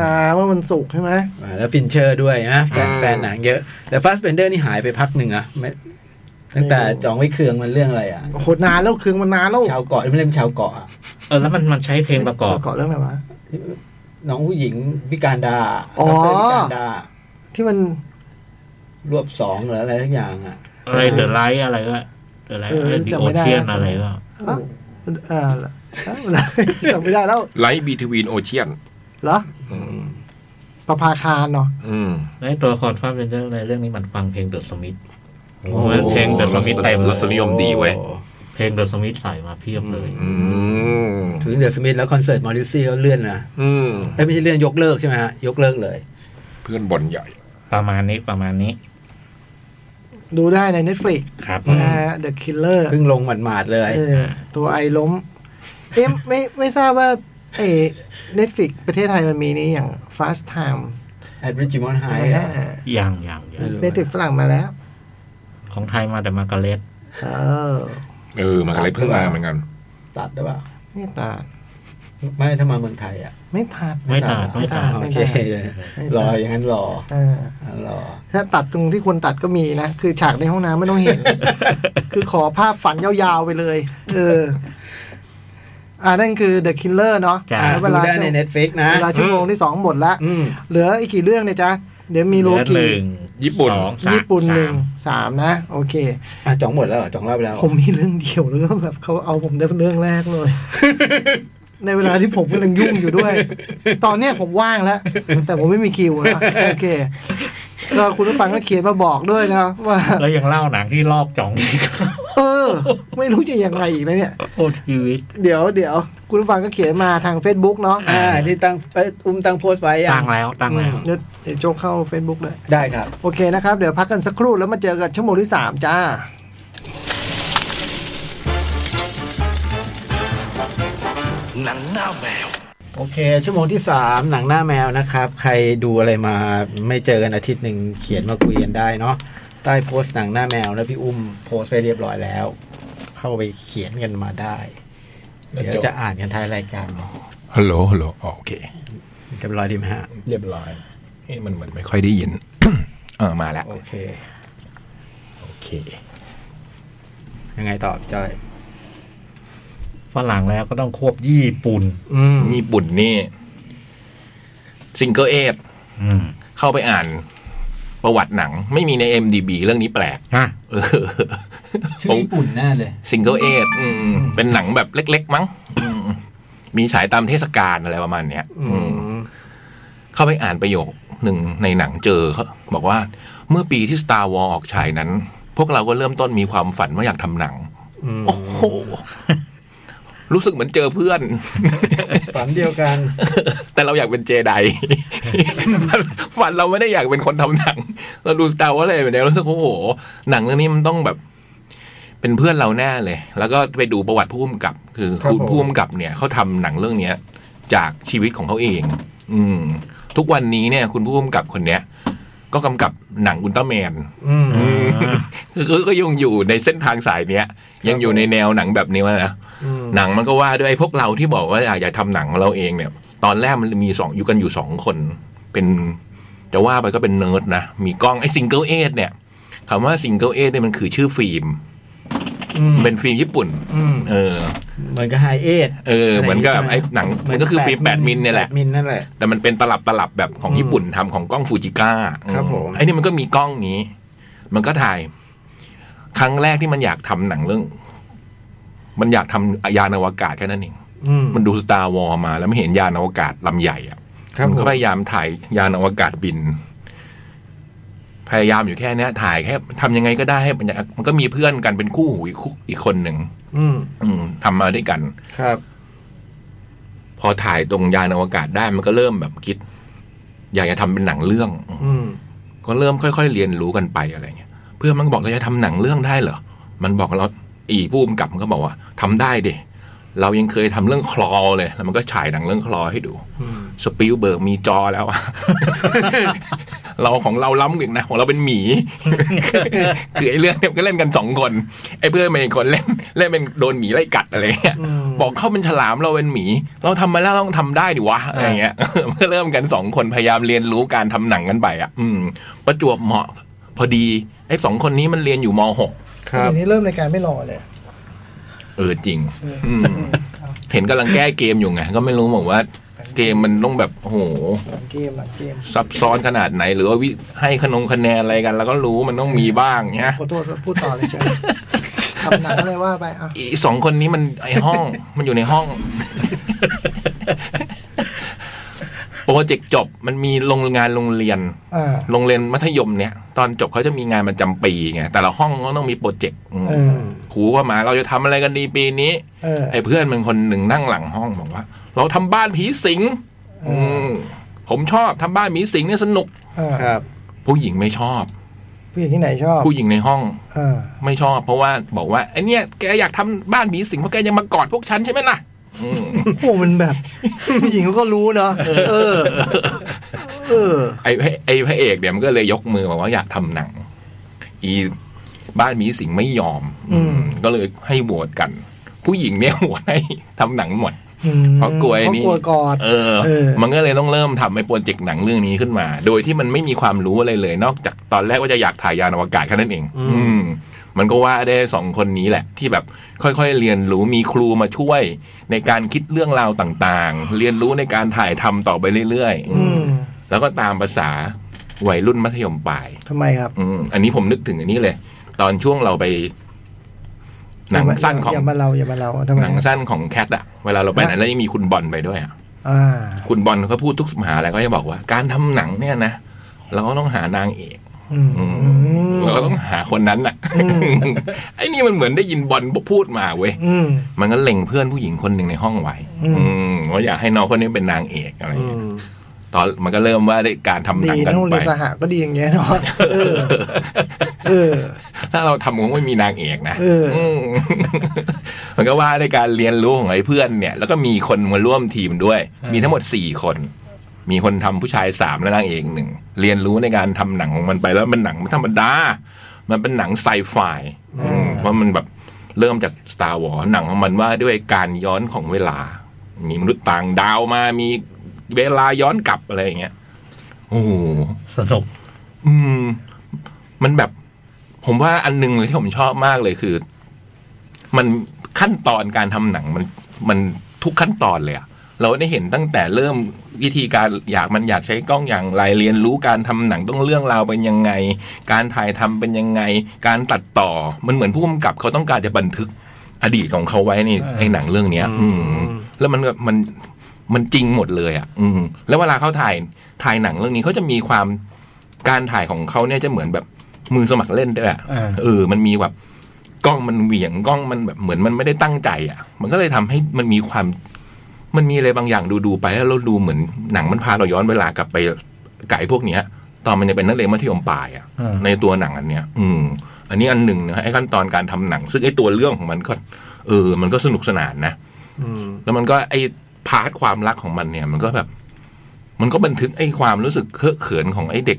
B: มาเมื่อวันศุกร์ใช่ไหม
C: อ่าแล้วพินเชอร์ด้วยนะแฟน
D: อืม
C: แฟนหนังเยอะ แต่ฟาสเบนเดอร์นี่หายไปพักหนึ่งนะไม่ตั้งแต่จองไว้เครืองมันเรื่องอะไรอ่ะ
B: โหนานแล้วคืนมันนานแล้ว
C: ชาวเกาะไม่เล่นชาวเกาะอะ
E: เออแล้วมันมันใช้เพลงประกอบ
B: เกาะเรื่องอะไรวะ
C: น้องผู้หญิงพิการดา
B: อ๋อ
C: ดรพิการดา
B: ที่มัน
C: รวบสองหรืออะไรทั้งอย่างอ่ะ
E: อะไรเดอะไลท์อะไรก็เดอะไลท์
B: เออ
E: ดิ
B: จำ
E: โอ
B: ไม่ได้
E: เชียนอะไรก็
B: อะเอ่อจำไม่ได้แล้ว
D: ไลท์บีทวีนโอเชียน
B: เหรอประภาคารเนาะ
D: อืม
E: ในตัวละคอนฟาร์มเรนเดอร์ในเรื่องนี้มันฟังเพลงเดอะสมิธ โอ้โหเพลง The Smith เต็ม
D: รสนิยมดีเว้ย
E: เพลงเดอะสมิธใส่มาเพียบเลย
D: อืม
C: ถึงเดอะสมิธแล้วคอนเสิร์ตมอริซี่ก็เลื่อนนะ
D: อืม
C: เอ้ยไม่ใช่เลื่อนยกเลิกใช่ไหมฮะ ยกเลิกเลย
D: เพื่อนบอลใหญ่
E: ประมาณนี้ประมาณนี้
B: ดูได้ใน Netflix
E: ครับ
B: นะฮะ The Killer
C: เพิ่งลงหมาดๆเลย
B: เออตัวไอล้ม เอ๊ะไม่ไม่ทราบว่าเอเน็ตฟิกประเทศไทยมันมีนี้อย่าง Fast Time
C: แอดริจิมอนไฮ
E: อย่างอย่างอย่าง
B: เน็ตฟิกฝรั่งมาแล้ว
E: ของไทยมาแต่มาการ์เล็ต
B: เออ
D: เออมันอะไรเพิ่งมาเหมือนกัน
C: ตัดได้ป่ะ
B: ไม่ตาด
C: ไม่ถ้ามาเมืองไทยอ่ะ
B: ไม่ตาด
E: ไม่ตัดไม่ตัด
C: โอเคเลยรออย่างนั้นรอ
B: เออ
C: อ่ะรอ
B: ถ้าตัดตรงที่ควรตัดก็มีนะ คือฉากในห้องน้ำไม่ต้อง เห็น คือขอภาพฝันยาวๆไปเลย เออ อ่านั่นคือ The Killer เนาะ
E: จ้า
B: อ่ะเว
C: ดู
B: ลา
C: ได้ใน Netflix นะ
B: เวลาชั่วโมงที่สองหมดละ
C: อืม
B: เหลืออีกกี่เรื่องเนี่ยจ๊ะ เดี๋ยวมีโล
E: เห
B: กิ
E: ลือหนึ่ง
D: ญี่ปุ่น
E: สองสาม
B: ญี่ปุ่นหนึ่ง
E: สาม
B: สามนะ โอเค
C: อ่ะจ่องหมดแล้วเหรอจ่องเล่าไปแล้วเหรอ
B: ผมมีเรื่องเดียวแล้วก็แบบเขาเอาผมได้เรื่องแรกเลย ในเวลาที่ผมกำลังยุ่งอยู่ด้วย ตอนเนี้ยผมว่างแล้ว แต่ผมไม่มีคิวนะโอเคก็คุณผู้ฟังก็เขียนมาบอกด้วยนะว่า
E: แล้วยังเล่าหนังที่รอบจ่องอีก
B: เออ ไม่รู้จะยังไงอีกแล้วเนี่ย
E: โอ้ชีวิต
B: เดี๋ยวเดี๋ยวคุณผู้ฟังก็เขียนมาทาง Facebook เนาะ
C: อ่าที่ตั้งเอ้ยอุ้มตั้งโพสต์ไว้อ่ะ
E: ตั้งแล้วตั้งแล้ว
B: เดยวเดี๋ยวโจกเข้า Facebook เลย
C: ได้ครับ
B: โอเคนะครับ เดี๋ยวพักกันสักครู่แล้วมาเจอกันชั่วโมงที่ 3 จ้า
C: โอเค ชั่วโมงที่ 3 หนังหน้าแมวนะครับ ใครดูอะไรมาไม่เจอกันอาทิตย์หนึ่งเขียนมาคุยกันได้เนาะใต้โพสต์หนังหน้าแมวแล้วพี่อุ้มโพสต์ไปเรียบร้อยแล้ว เข้าไปเขียนกันมาได้ เดี๋ยวจะอ่านกันท้ายรายการ
D: ฮัลโหลฮัลโหลอ๋อโอเค
C: เรียบร้อยดีไหมฮะ
D: เรียบร้อยเอ๊ะมันเหมือนไม่ค่อยได้ยิน เออมาแล้ว
C: โอเค โอเค ยังไงต่อพี่จ้อย
E: ฝรั่งแล้วก็ต้องควบญี่ปุ่น
B: อืม
D: ญี่ปุ่นนี่ซิงเกิลเอท
E: อืม
D: เข้าไปอ่าน ประวัติหนัง ไม่มีใน MDB เรื่องนี้แปลก
E: ฮะ
D: เออ
A: ชื่อญี่ปุ่นแน่เลย
D: ซิงเกิลเอทเป็นหนังแบบเล็ก ๆ มั้งอืมมีฉายตามเทศกาลอะไรประมาณเนี้ย
B: อื
D: อืม
B: ม
D: เข้าไปอ่านประโยคหนึ่งในหนังเจอเขาบอกว่าเมื่อปีที่ Star War ออกฉายนั้น พวกเราก็เริ่มต้นมีความฝันว่าอยากทำหนัง โอ้โห รู้สึกเหมือนเจอเพื่อน
C: ฝันเดียวกัน
D: แต่เราอยากเป็นเจได ฝันฝันเราไม่ได้อยากเป็นคนทำหนัง เราดู Star Wars อะไรแบบนี้รู้สึกโอ้โห หนังเรื่องนี้มันต้องแบบ เป็นเพื่อนเราแน่เลย แล้วก็ไปดูประวัติผู้กำกับ คือคุณผู้กำกับเนี่ยเขาทำหนังเรื่องเนี้ย จากชีวิตของเขาเอง อืม ทุกวันนี้เนี่ย คุณผู้กำกับคนเนี้ย ก็กำกับหนังอุลตร้าแมน
B: อืม
D: คือก็ยังอยู่ในเส้นทางสายเนี้ย ยังอยู่ในแนวหนังแบบนี้วะนะ
B: อืม
D: หนังมันก็ว่าด้วยไอ้พวกเราที่บอกว่าอยากทำหนังของเราเองเนี่ย ตอนแรกมันมีสองอยู่กันอยู่สองคน เป็นจะว่าไปก็เป็นเนิร์ดนะ มีกล้องไอ้ซิงเกิลเอทเนี่ยคำว่าซิงเกิลเอทเนี่ยมันคือชื่อฟิล์ม
B: อืม
D: เป็นฟิล์มญี่ปุ่น
B: อืม
D: เออ
C: เหมือนกับไฮเอท
D: เออ เหมือนกับไอ้หนังมันก็คือฟิล์มแปดมิลเนี่ยแหละ
C: มิลนั่นแหละ
D: แต่มันเป็นตลับตลับแบบของญี่ปุ่นทำของกล้องฟูจิก้า
C: ครับ
D: อื
C: ผม
D: ไอ้นี่มันก็มีกล้องนี้ มันก็ถ่าย ครั้งแรกที่มันอยากทำหนังเรื่อง มันอยากทำยานอวกาศแค่นั้นเอง
C: อืม
D: มันดูสตาร์วอมา แล้วไม่เห็นยานอวกาศลำใหญ่อะ
C: ครับ
D: มัน
C: ผ
D: ก็
C: ม
D: พยายามถ่ายยานอวกาศบิน พยายามอยู่แค่เนี้ย ถ่ายแค่ทำยังไงก็ได้ให้มันอยากมันก็มีเพื่อนกันเป็นคู่หูอีกคู่อีกคนหนึ่ง
C: อืม
D: อืมทำมาด้วยกัน
C: ครับ
D: พอถ่ายตรงยานอวกาศได้มันก็เริ่มแบบคิด อยากจะทำเป็นหนังเรื่อง
C: อืม
D: ก็เริ่มค่อยๆ เรียนรู้กันไปอะไรเงี้ย เพื่อนมันก็บอกเราจะทำหนังเรื่องได้เหรอ มันบอกเราอีผู้กำกับมันก็บอกว่าทำได้ดิเรายังเคยทำเรื่องคลอเลย แล้วมันก็ฉายหนังเรื่องคลอให้ดูสปิลเบิร์กมีจอแล้วอะ เราของเราล้ำอีกนะของเราเป็น หมี คือไอ้เรื่องเนี่ยมันก็เล่นกันสองคน ไอ้เพื่อนมันอีกคนเล่นเล่นเป็นโดนหมีไล่กัดอะไรเงี้ยบอกเขาเป็นฉลามเราเป็นหมี เราทำมาแล้วเราต้องทำได้ดิวะอะไรเงี้ย มันก็เริ่มกันสองคนพยายามเรียนรู้การทำหนังกันไปอ่ะ อืม ประจวบเหมาะ พอดีไอ้สองคนนี้มันเรียนอยู่มหก
C: ครับ
B: เดี๋ยวนี้เริ่มรายการไม่รอเลย
D: เออจริง อืม เห็นกำลังแก้เกมอยู่ไง ก็ไม่รู้บอกว่า เกมมันต้องแบบโอ้โห
B: หลังเกมหลังเกม
D: ซับซ้อนขนาดไหน หรือว่าวิให้ขนงคะแนนอะไรกัน แล้วก็รู้มันต้องมีบ้างเนี้ย
B: ขอโทษพูดต่อเลย เชยทำหนังอะไรว่าไปอ่ะ
D: ไอีสองคนนี้มันไอห้อง มันอยู่ในห้อง โปรเจกต์จบมันมีโรงงานโรงเรียน
B: อ่า
D: โรงเรียนมัธยมเนี่ย ตอนจบเขาจะมีงานประจำปีไงแต่ละห้องก็ต้องมีโปรเจกต์อืม
B: เออ
D: ครูก็มาเราจะทำอะไรกันดีปีนี้
B: เออ
D: ไอ้เพื่อนมันคนหนึ่งนั่งหลังห้องบอกว่า เราทำบ้านผีสิง อืมผมชอบทำบ้านผีสิงเนี่ยสนุก
B: อ่า
C: ครับ
D: ผู้หญิงไม่ชอบ
B: ผู้หญิงที่ไหนชอบ
D: ผู้หญิงในห้อง
B: อ่า
D: ไม่ชอบ เพราะว่าบอกว่าไอ้เนี่ยแกอยากทำบ้านผีสิงเพราะแกยังมากอดพวกฉันใช่ไหมล่ะอืม
B: โอ้มันแบบ ผู้หญิงเขาก็รู้เนาะเออ เออ
D: ไอ้พระไอ้พระเอกเนี่ยมันก็เลยยกมือบอกว่าอยากทำหนัง อีบ้านผีสิงไม่ยอม อืม ก็เลยให้โหวตกัน ผู้หญิงเนี่ยโหวตให้ทำหนังหมด
B: อืม
D: เพราะกลัวไอ้นี่
B: เพราะกลัวกอด
D: เออ
B: เออ
D: มันก็เลยต้องเริ่มทำไอ้โปรเจกต์หนังเรื่องนี้ขึ้นมา โดยที่มันไม่มีความรู้อะไรเลย นอกจากตอนแรกว่าจะอยากถ่ายยานอวกาศแค่นั้นเอง อืม มันก็ว่าได้สองคนนี้แหละ ที่แบบค่อยๆเรียนรู้มีครูมาช่วย ในการคิดเรื่องราวต่างๆ เรียนรู้ในการถ่ายทำต่อไปเรื่อยๆอื
B: อื
D: ม
B: ม
D: แล้วก็ตามภาษาวัยรุ่นมัธยมปลาย
B: ทำไมครับ
D: อืม อันนี้ผมนึกถึงอันนี้เลย ตอนช่วงเราไป หนังสั้นของ
B: อย่ามาเราอย่ามาเราทำไม
D: หนังสั้นของแคทอะเวลาเราไปไหนแล้วยังมีคุณบอลไปด้วยอะ
B: อ่า
D: คุณบอลเขาพูดทุกมหาแล้วก็จะบอกว่าการทำหนังเนี่ยนะเราก็ต้องหานางเอก
B: อืมอืม
D: เราก็ต้องหาคนนั้นน่ะ ไอ้นี่มันเหมือนได้ยินบอลพูดมาเว้ย
B: อืม
D: มันก็เล็งเพื่อนผู้หญิงคนหนึ่งในห้องไว้
B: อืม
D: อืมว่าอยากให้น้องคนนี้เป็นนางเอกอะไรอ
C: อื
D: ย่างเงี้ย
C: ม
D: ตอนมันก็เริ่มว่าได้การทำห
B: ดี
D: นังกั
B: นะ
D: น
B: โรง
D: ไป
B: เรียนสหก็ดีอย่างเงี้ยเนาะ เออ เออ
D: ถ้าเราทำคงไม่มีนางเอกนะ
B: เอออื
D: ม มันก็ว่าในการเรียนรู้ของไอ้เพื่อนเนี่ย แล้วก็มีคนมาร่วมทีมด้วย มีทั้งหมดสี่คน มีคนทำผู้ชายสามและนางเอกหนึ่งเรียนรู้ในการทำหนังของมันไปแล้วมันหนังไม่ธรรมดา มันเป็นหนังไซไฟอืมเพราะมันแบบเริ่มจาก Star Wars หนังของมันว่าด้วยการย้อนของเวลา มีมนุษย์ต่างดาวมามีเวลาย้อนกลับอะไรอย่างเงี้ยโอ้โห
E: สนุก
D: อืม มันแบบ ผมว่าอันหนึงเลยที่ผมชอบมากเลยคือ มันขั้นตอนการทำหนังมัน มันทุกขั้นตอนเลยอะเราได้เห็นตั้งแต่เริ่มวิธีการอยากมันอยากใช้กล้องอย่างไรเรียนรู้การทำหนังต้องเรื่องราวเป็นยังไง การถ่ายทำเป็นยังไง การตัดต่อมันเหมือนผู้กำกับเขาต้องการจะบันทึกอดีตของเขาไว้ใน
E: เออ
D: ในหนังเรื่องเนี้ย อืม แล้วมันก็มันมันจริงหมดเลยอ่ะ อืม แล้วเวลาเขาถ่ายถ่ายหนังเรื่องนี้เขาจะมีความการถ่ายของเขาเนี่ยจะเหมือนแบบมือสมัครเล่นด้วยอะ
E: อ่า
D: เออ มันมีแบบกล้องมันเหวี่ยงกล้องมันแบบเหมือนมันไม่ได้ตั้งใจอ่ะ มันก็เลยทำให้มันมีความ มันมีอะไรบางอย่างดูดูๆไปแล้วเราดูเหมือนหนังมันพาเราย้อนเวลากลับไปไก่พวกเนี้ย ตอนมันยังเป็นนักเรียนมัธยมปลายอ่ะ
E: อ่า
D: ในตัวหนังอันเนี้ย อืม อันนี้อันหนึ่งนะไอ้ขั้นตอนการทำหนัง ซึ่งไอ้ตัวเรื่องของมันก็เออ มันก็สนุกสนานนะ
C: อืม
D: แล้วมันก็ไอ้พาร์ทความรักของมันเนี่ย มันก็แบบ มันก็บันทึกไอ้ความรู้สึกเคอะเขินของไอ้เด็ก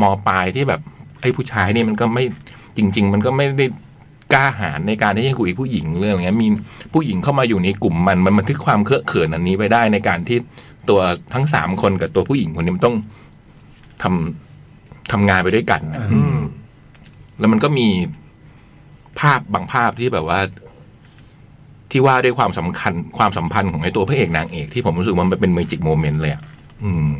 D: มปลายที่แบบ ไอ้ผู้ชายนี่มันก็ไม่จริง ๆ มันก็ไม่ได้กล้าหาญในการที่จะคุยผู้หญิงเรื่องอะไรเงี้ยมีผู้หญิงเข้ามาอยู่ในกลุ่มมันมันบันทึกความเคอะเขินอันนี้ไว้ได้ในการที่ตัวทั้งสามคนกับตัวผู้หญิงคนนี้มันต้องทำทำงานไปด้วยกันนะอืม แล้วมันก็มีภาพบางภาพที่แบบว่า ที่ว่าด้วยความสำคัญความสัมพันธ์ของไอ้ตัวพระเอกนางเอกที่ผมรู้สึกว่ามันเป็นเมจิกโมเมนต์เลยอ่ะอืม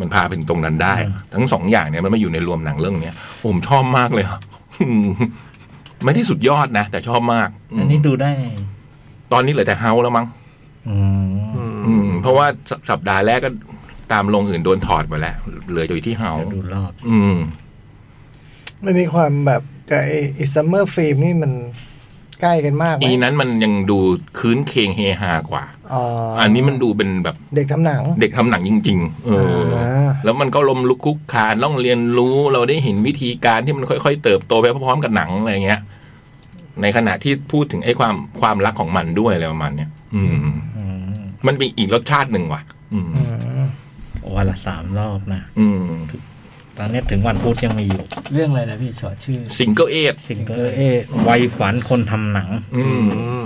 D: มันพาไปถึงตรงนั้นได้
E: อืม
D: ทั้งสองอย่างเนี่ยมันมาอยู่ในรวมหนังเรื่องเนี้ยผมชอบมากเลยอะ อืมไม่ได้สุดยอดนะ แต่ชอบมากม
E: อันนี้ดูได้
D: ตอนนี้เหลือแต่เฮาแล้วมั้ง
E: อืม
D: อืม เพราะว่าสสัปดาห์แรกก็ตามลงอื่นโดนถอดไปแล้วเหลืออยู่ที่เฮา
E: จะดูรอบ
D: อืม
B: มันมีความแบบกับไอ้ซัมเมอร์ฟิล์มนี่มันใกล้กันมากไหม
D: อีนั้นมันยังดูคืนเคงเฮฮากว่า
B: อ๋อ
D: อันนี้มันดูเป็นแบบ
B: เด็กทำหนัง
D: เด็กทำหนังจริง ๆ เออ
B: อ่า
D: แล้วมันก็ลมลุกคลุกคลานต้องเรียนรู้ เราได้เห็นวิธีการที่มันค่อย ๆ เติบโตไปพร้อมๆกับหนังอะไรเงี้ย ในขณะที่พูดถึงไอ้ความความรักของมันด้วยอะไรประมาณเนี้ย อืม
E: อืม
D: มันเป็นอีกรสชาติหนึ่งว่ะ อืม
E: วันละสามรอบนะ
D: อืม
E: ตอนนี้ถึงวันพุธยังมีอยู่
A: เรื่องอะไรนะพี่ชอตชื่อ
D: สิงเกิลเอท
E: สิงเกิลเอวัยฝันคนทำหนัง
D: อืม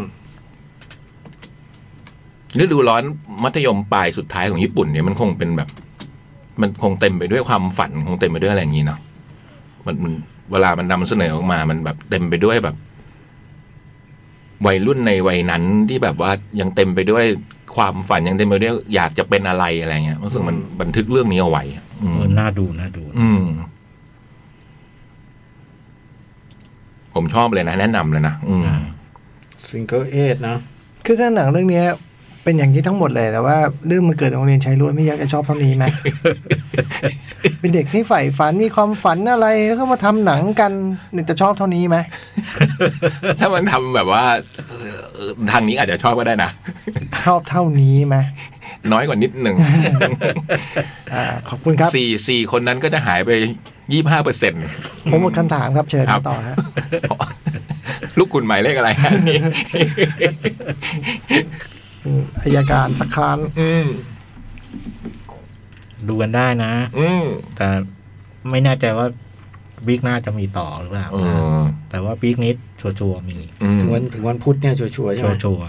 D: ฤดูร้อนมัธยมปลายสุดท้ายของญี่ปุ่นเนี่ยมันคงเป็นแบบ มันคงเต็มไปด้วยความฝันคงเต็มไปด้วยอะไรอย่างนี้เนาะมันมันเวลามันนำเสนอออกมา มันแบบเต็มไปด้วยแบบ วัยรุ่นในวัยนั้นที่แบบว่ายังเต็มไปด้วยความฝันยังเต็มไปด้วยอยากจะเป็นอะไรอะไรเงี้ยรู้สึกมันบันทึกเรื่องนี้เอาไว้อะอืม
E: เออน่าดูน่าดู
D: อืม ผมชอบเลยนะแนะนำเลยนะอืม
C: ซิงเกิลเอทเนาะ
B: คือถ้าหนังเรื่องเนี้ยเป็นอย่างนี้ทั้งหมดเลยแต่ว่าเรื่องมันเกิดในโรงเรียนชายล้วนไม่อยากจะชอบเท่า นี้ไหม เป็นเด็กที่ใฝ่ฝันมีความฝันอะไรแล้วก็มาทำหนังกันเนี่ยจะชอบเท่านี้ไหม
D: ถ้ามันทำแบบว่าเอ่อทางนี้อาจจะชอบก็ได้นะ
B: ชอบเท่านี้ไหม
D: น้อยกว่านิดหนึ่ง
B: อ่าขอบคุณครับ
D: สี่สี่คนนั้นก็จะหายไปยี่ห้าเปอร์เซ็นต์
B: ผมหมดคำถามครับเชิญ
D: ครับ
B: ต่อฮะ
D: ลูกคุณหมายเลขอะไรฮะนี่
B: อืมอายการสักคาน
D: อืม
E: ดูกันได้นะ
D: อืม
E: แต่ไม่แน่ใจว่าวีคหน้าจะมีต่อหรือเปล่า
D: เอ
E: นะ
D: อ
E: แต่ว่าวีคนี้ชัวร์ๆมี
D: อืม
C: ถึงวันถึงวันพุธเนี่ยชัวร์ๆใช่
E: ชั
C: ไห
E: ว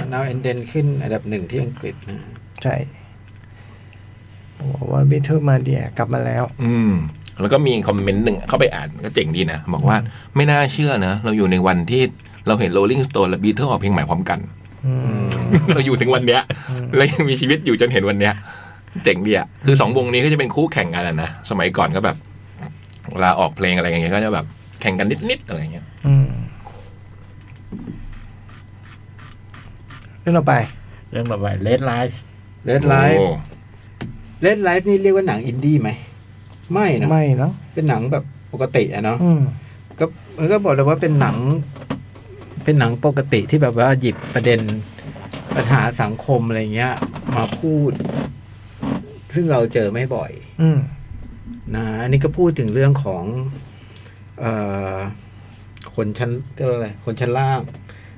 C: ม
E: ร์
C: นาวเอนเดนขึ้นอันดับหนึ่งที่อังกฤษนะ
B: ใช่บอกว่าบิทเทิลมาเดียกลับมาแล้ว
D: อืม แล้วก็มีคอมเมนต์หนึ่งเข้าไปอ่านก็เจ๋งดีนะ บอกว่าไม่น่าเชื่อนะ เราอยู่ในวันที่เราเห็น Rolling Stone และ Beatles ออกเพลงใหม่พร้อมกัน
B: อืม
D: เราอยู่ถึงวันเนี้ยแล้วยังมีชีวิตอยู่จนเห็นวันเนี้ย เจ๋งดีอ่ะคือสองวงนี้ก็จะเป็นคู่แข่งกันอะนะสมัยก่อนก็แบบเวลาออกเพลงอะไรอย่างเงี้ยก็จะแบบแข่งกันนิดๆอะไรเงี้ย
B: อืมเรื่องต่อไป
E: ๆเรื่องแบบเลดไลฟ์
C: เล d ไลฟ์
D: โอ้
C: เล d ไลฟ์นี่เรียกว่าหนังอินดี้ไหม ไม่นะ
B: ไม่เนาะ
C: เป็นหนังแบบปกติอะเนาะ
B: อืม
C: ก็มันก็บอกเลยว่าเป็นหนัง เป็นหนังปกติที่แบบว่าหยิบประเด็นปัญหาสังคมอะไรเงี้ย มาพูด ซึ่งเราเจอไม่บ่อย
B: อืม
C: นะอันนี้ก็พูดถึงเรื่องของ เอ่อ คนชั้นเรียกว่าอะไรคนชั้นล่าง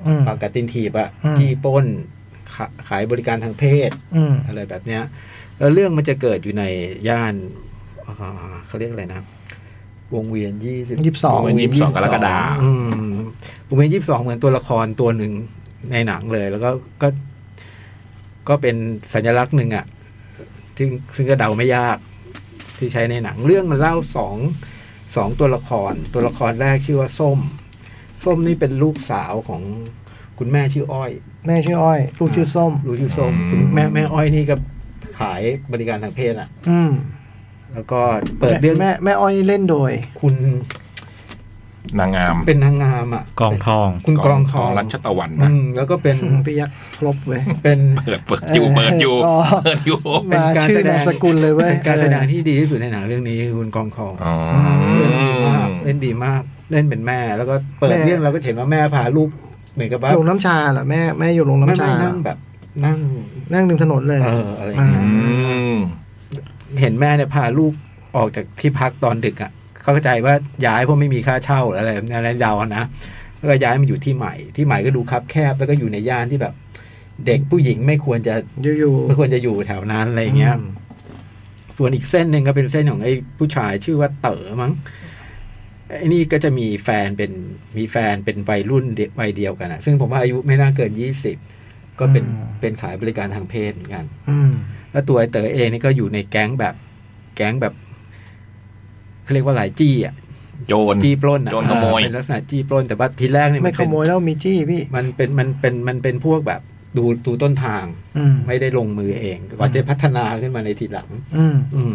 B: อืม
C: ปากกาตินถีบอะ
B: อืม
C: ที่ปล้นขาขายบริการทางเพศ
B: อืม
C: อะไรแบบเนี้ยแล้วเรื่องมันจะเกิดอยู่ในย่านอ่าเขาเรียกอะไรนะ วงเวียนยี่สิบ
D: วง
B: 22
D: เวียนยี่สิบสองกรกฎาคม
C: อืมผมเป็นยี่สิบสองเหมือนตัวละครตัวหนึ่งในหนังเลย แล้วก็ก็ ก็เป็นสัญลักษณ์หนึ่งอะ่ะซึ่งซึ่งก็เดาไม่ยากที่ใช้ในหนัง เรื่องมันเล่าสองสองตัวละคร ตัวละครแรกชื่อว่าส้ม ส้มนี่เป็นลูกสาวของคุณแม่ชื่ออ้อย
B: แม่ชื่ออ้อย ลูกชื่อส้ม
C: รู้ชื่อส้ม
D: อืม
C: แม่แม่อ้อยนี่ก็ขายบริการทางเพศอ่ะ
B: อืม
C: แล้วก็เปิดเรื่อง
B: แม่แม่อ้อยเล่นโดย
C: คุณ
D: นางงาม
C: เป็นนางงามอ่ะ
E: กองทอง
C: คุณกรองทอง
D: รัชตะวันนะ
C: อืมแล้วก็เป็น
B: อืมพี่ยักษ์ครบเว้ย
C: เป็น
D: เปิดเปิดอยู่เปิดอยู่
B: อ๋อ
D: เปิดอยู่
C: เป็น
B: มา
C: การ
B: ชื่อ
C: แสดง
B: นามสกุลเลยเว้ย
C: เป็นการแสดงที่ดีที่สุดในหนังเรื่องนี้คือคุณกรองทอง
D: อ๋อ
C: เล่นดีมากเล่นเป็นแม่ แล้วก็เปิดเรื่องเราก็เห็นว่าแม่พาลูกเหมือนกับว่า
B: ลงน้ำชาเหรอแม่แม่อยู่ลงน้ำ
C: ไม่
B: ชา
C: ไม่นั่งแบบ นั่ง
B: นั่งริมถนนเลย
C: เอออะไรอย่างเงี้ย
D: อืม
C: เห็นแม่เนี่ยพาลูกออกจากที่พักตอนดึกอ่ะเขาเข้าใจว่าย้ายเพราะไม่มีค่าเช่าหรืออะไรแบบนั้นเดาอะนะแล้วก็ย้ายมาอยู่ที่ใหม่ ที่ใหม่ก็ดูคับแคบแล้วก็อยู่ในย่านที่แบบ เด็กผู้หญิงไม่ควรจะ
B: อยู่อยู่
C: ไม่ควรจะอยู่แถวนั้นอะไรอย่างเงี้ย ส่วนอีกเส้นหนึ่งก็เป็นเส้นของไอ้ผู้ชายชื่อว่าเต๋อมั้งไอ้นี่ก็จะมีแฟนเป็นมีแฟนเป็นวัยรุ่นเดียวัยเดียวกันอะซึ่งผมว่าอายุไม่น่าเกินยี่สิบก็เป็นเป็นขายบริการทางเพศเหมือนกัน
B: อืม
C: แล้วตัวไอ้เต๋อเองนี่ก็อยู่ในแก๊งแบบแก๊งแบบเขาเรียกว่าหลายจี้อ่ะ
D: โจร
C: จี้ปล้นอ่ะ
D: โจรขโมย
C: เออเป็นลักษณะจี้ปล้น แต่ว่าทีแรกเนี่ย
B: ไม่
C: น
B: ข
C: เป็น
B: โมยแล้วมีจี้พี่
C: มันเป็นมันเป็นมันเป็นพวกแบบดูดูต้นทาง
B: อืม
C: ไม่ได้ลงมือเองก่อนจะพัฒนาขึ้นมาในทีหลัง
B: อืม
C: อืม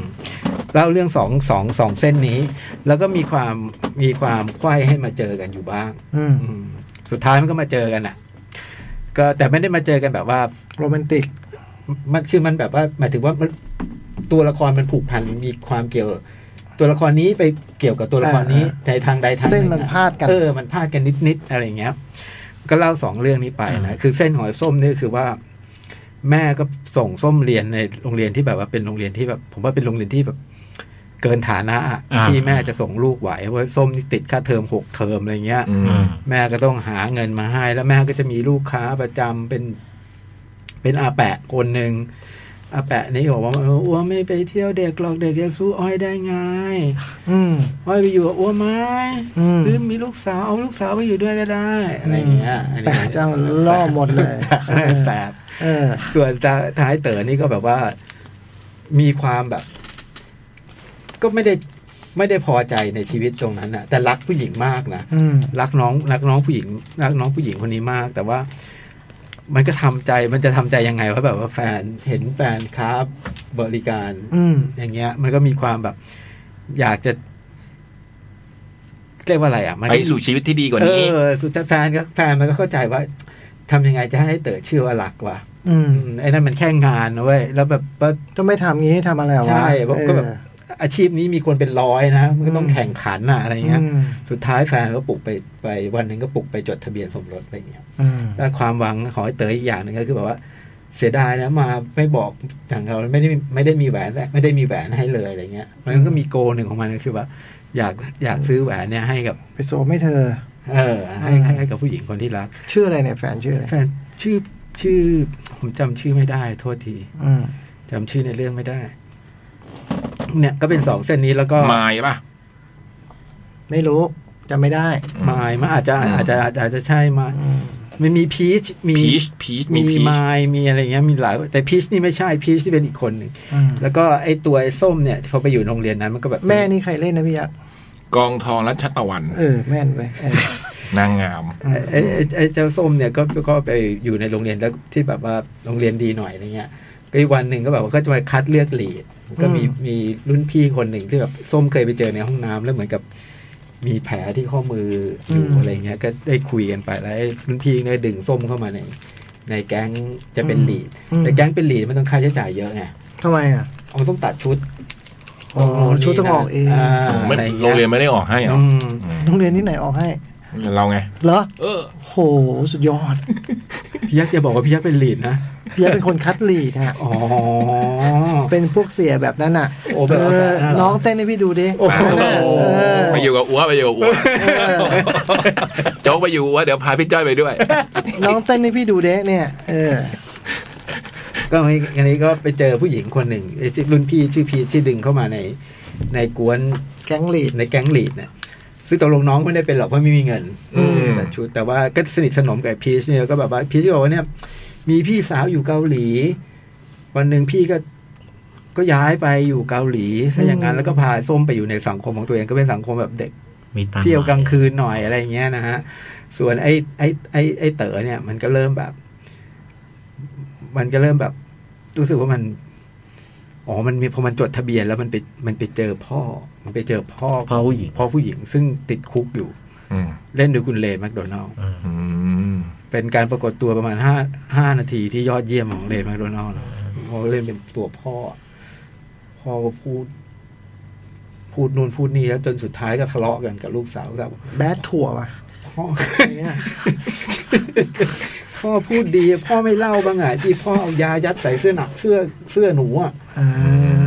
C: เล่าเรื่องสองสองสองเส้นนี้ แล้วก็มีความมีความไขว้ให้มาเจอกันอยู่บ้าง
B: อืม
C: อืมสุดท้ายมันก็มาเจอกันอ่ะ ก็แต่ไม่ได้มาเจอกันแบบว่า
B: โรแมนติก
C: มันคือมันแบบว่าหมายถึงว่ามันตัวละครมันผูกพันมีความเกี่ยว ตัวละครนี้ไปเกี่ยวกับตัวละครนี้
B: อ่า
C: ในทางใดทางหง
B: เส้นมันพาดกัน
C: เออมันพาดกันนิดๆอะไรอย่างเงี้ย ก็เล่าสองเรื่องนี้ไปนะคือเส้นหอยส้มนี่คือว่า แม่ก็ส่งส้มเรียนในโรงเรียนที่แบบว่าเป็นโรงเรียนที่แบบ ผมว่าเป็นโรงเรียนที่แบบ เกินฐานะอะ
E: อ่า
C: ที่แม่จะส่งลูกไหวเพราะว่าส้มนี่ติดค่าเทอมหกเทอมอะไรเงี้ย
D: อื
E: อื
D: ม
E: ม
C: แม่ก็ต้องหาเงินมาให้ แล้วแม่ก็จะมีลูกค้าประจำเป็น เป็นอาแปะคนหนึ่งอาแปะนี่ก็บอกว่าอ้วนไม่ไปเที่ยวเด็กหรอกเด็กจะสู้อ้อยได้ไง
B: อืม
C: อ้อยไปอยู่กับอ้วนไหม
B: อืม
C: หรือมีลูกสาวเอาลูกสาวไปอยู่ด้วยก็ได้อะไรอย่าง เงี้ยอัน
B: แปะ
C: นี้
B: เจ้าล่อหมดเลย
C: แสบ
B: เออ
C: ส่วนตาท้ายเต๋อนี่ก็แบบว่ามีความแบบ ก็ไม่ได้ไม่ได้พอใจในชีวิตตรงนั้นนะแต่รักผู้หญิงมากนะ
B: อืม
C: รักน้องรักน้องผู้หญิง รักน้องผู้หญิงคนนี้มาก แต่ว่ามันก็ทำใจมันจะทำใจยังไงว่าแบบว่าแฟนเห็นแฟนค้าบริการ
B: อืม
C: อย่างเงี้ย มันก็มีความแบบ อยากจะ เรียกว่าอะไรอ่ะ มัน
D: ไปสู่ชีวิตที่ดีกว่า
C: เอ
D: นี้
C: อสุดท้ายแฟนก็แฟนมันก็เข้าใจว่าทำยังไงจะให้เต๋อเชื่อว่ารักว่ะ
B: อืม
C: อืมไอ้นั่นมันแค่งานนะเว้ยแล้วแบบว่า
B: จะไม่ทำงี้ให้ทำอะไรวะ
C: ใช่ผมก็แบบ
B: เออ
C: อาชีพนี้มีคนเป็นร้อยนะมันก็ต้อง
B: อืม
C: แข่งขันอะอะไรเงี้ย
B: อืม
C: สุดท้ายแฟนก็ปลุกไปไปวันหนึ่งก็ปลุกไปจดทะเบียนสมรสอะไรเงี้ย
B: อืม
C: และความหวังของไอ้เต๋ออีกอย่างหนึ่งก็คือแบบว่า เสียดายนะมาไม่บอกอย่างเราไม่ได้ไม่ได้มีแหวนไม่ได้มีแหวนให้เลยอะไรเงี้ยมันก็มีโกลหนึ่งของมันก็คือว่า อยากอยากซื้อแหวนเนี่ยให้กับ
B: ไปโซมให้เธอ
C: เออให้
B: อืม
C: ให้ให้กับผู้หญิงคนที่รัก
B: ชื่ออะไรเนี่ยแฟนชื่ออะไร
C: แฟนชื่อชื่อ ผมจำชื่อไม่ได้โทษที
B: อืม
C: จำชื่อในเรื่องไม่ได้ เนี่ยก็เป็นสองเส้นนี้แล้วก็
D: มายป่ะ
B: ไม่รู้จำไม่ได้
C: มายมาอาจจะ
D: อืม
C: อาจจะอาจจะอาจจะใช่มา
B: อืม
C: มันมีพีชมี
D: พีชพีชมี
C: มี
D: พีช
C: มายมีอะไรเงี้ยมีหลายแต่พีชนี่ไม่ใช่พีชที่เป็นอีกคนหนึ่ง
B: อืม
C: แล้วก็ไอ้ตัวไอ้ส้มเนี่ยพอไปอยู่โรงเรียนนั้นมันก็แบบ
B: แม่นี่ใครเล่นนะพี่ยักษ์
D: กองทองรัชตะวัน
B: เออแม่นเว้ยเออน
D: างงาม
C: ไอ้ไอ้ไอ้ไอ้เจ้าส้มเนี่ยก็ก็ไปอยู่ในโรงเรียนแล้วที่แบบว่าโรงเรียนดีหน่อยอะไรเงี้ยก็อีกวันหนึ่งก็แบบว่าก็จะมาคัดเลือกลีด ก็มีมีรุ่นพี่คนหนึ่งที่แบบส้มเคยไปเจอในห้องน้ำแล้วเหมือนกับ มีแผลที่ข้อมืออยู่อะไรเงี้ย ก็ได้คุยกันไปแล้วไอ้รุ่นพี่เนี่ยดึงส้มเข้ามาใน ในแก๊งจะเป็นลีดแต่แก๊งเป็นลีดมันต้องค่าใช้จ่ายเยอะไง
B: ทำไมอ่ะ
C: เอาต้องตัดชุด
B: อ๋อชุดต้องออกเอง
C: า
D: ไม่
C: อะไงี้
D: โรงเรียนไม่ได้ออกให้หรอ
C: อืม
B: โรงเรียนที่ไหนออกให้
D: อืมเราไง
B: เหรอ
D: เออ
B: โหสุดยอด
C: พี่ยักษ์อย่าบอกว่าพี่ยักษ์เป็นลีดนะ
B: พี่ยักษ์เป็นคนคัดลีดฮะ
C: อ๋อ
B: เป็นพวกเสียแบบนั้นอ่ะ
C: โอ้แบบ
B: เอ
C: เอา
B: อ
C: แบบนั้นเหรอ
B: น้องเต้นให้พี่ดูดิ
C: โอ้โห
B: เออ
D: ไปอยู่กับอัวไปอยู่กับอัวโจ๊กไปอยู่อัวเดี๋ยวพาพี่จ้อยไปด้วย
B: น้องเต้นให้พี่ดูเด้เนี่ย เออ
C: ก็มีอันนี้ก็ไปเจอผู้หญิงคนหนึ่งไอ้ที่รุ่นพี่ชื่อพีชที่ดึงเข้ามาใน ในกวน
B: แก๊งลีด
C: ในแก๊งลีดเนี่ยซึ่งตกลงน้องไม่ได้เป็นหรอกเพราะไม่มีเงิน
D: อืม
C: แต่ชุดแต่ว่าก็สนิทสนมกับไอ้พีชเนี่ยก็แบบว่าพีชก็บอกว่าเนี่ย มีพี่สาวอยู่เกาหลี วันหนึ่งพี่ก็ก็ย้ายไปอยู่เกาหลีถ้าอย่างนั้
B: อื
C: น
B: ม
C: แล้วก็พาส้มไปอยู่ในสังคมของตัวเองก็เป็นสังคมแบบเด็ก
E: มีตังค์
C: เที่ยวกลางคืนหน่อยอะไรเงี้ยนะฮะ ส่วนไอ้ไอ้ไอ้ไอ้เต๋อเนี่ย มันก็เริ่มแบบ มันก็เริ่มแบบ รู้สึกว่ามัน อ๋อ มันมีพอมันจดทะเบียนแล้วมันไปมันไปเจอพ่อ มันไปเจอพ่อ
E: เพราะผู้หญิง
C: พ่อผู้หญิง ซึ่งติดคุกอยู่
D: อืม
C: เล่นโดยคุณเลนแมคโดนัลด์
E: อืม
D: อืม
C: เป็นการปรากฏตัวประมาณห้าห้านาทีที่ยอดเยี่ยมของเลนแมคโดนัลด์นะเพราะเล่นเป็นตัวพ่อ พ่อก็พูด พูดนู่นพูดนี่แล้วจนสุดท้ายก็ทะเลาะกันกับลูกสาวแบบ
B: แบดถั่วว่ะ
C: พ่อ
B: อย่างเงี้ย
C: พ่อพูดดี พ่อไม่เล่าบ้างอ่ะที่พ่อเอายายัดใส่เสื้อหนักเสื้อเสื้อหนูอ่ะ
B: อ่า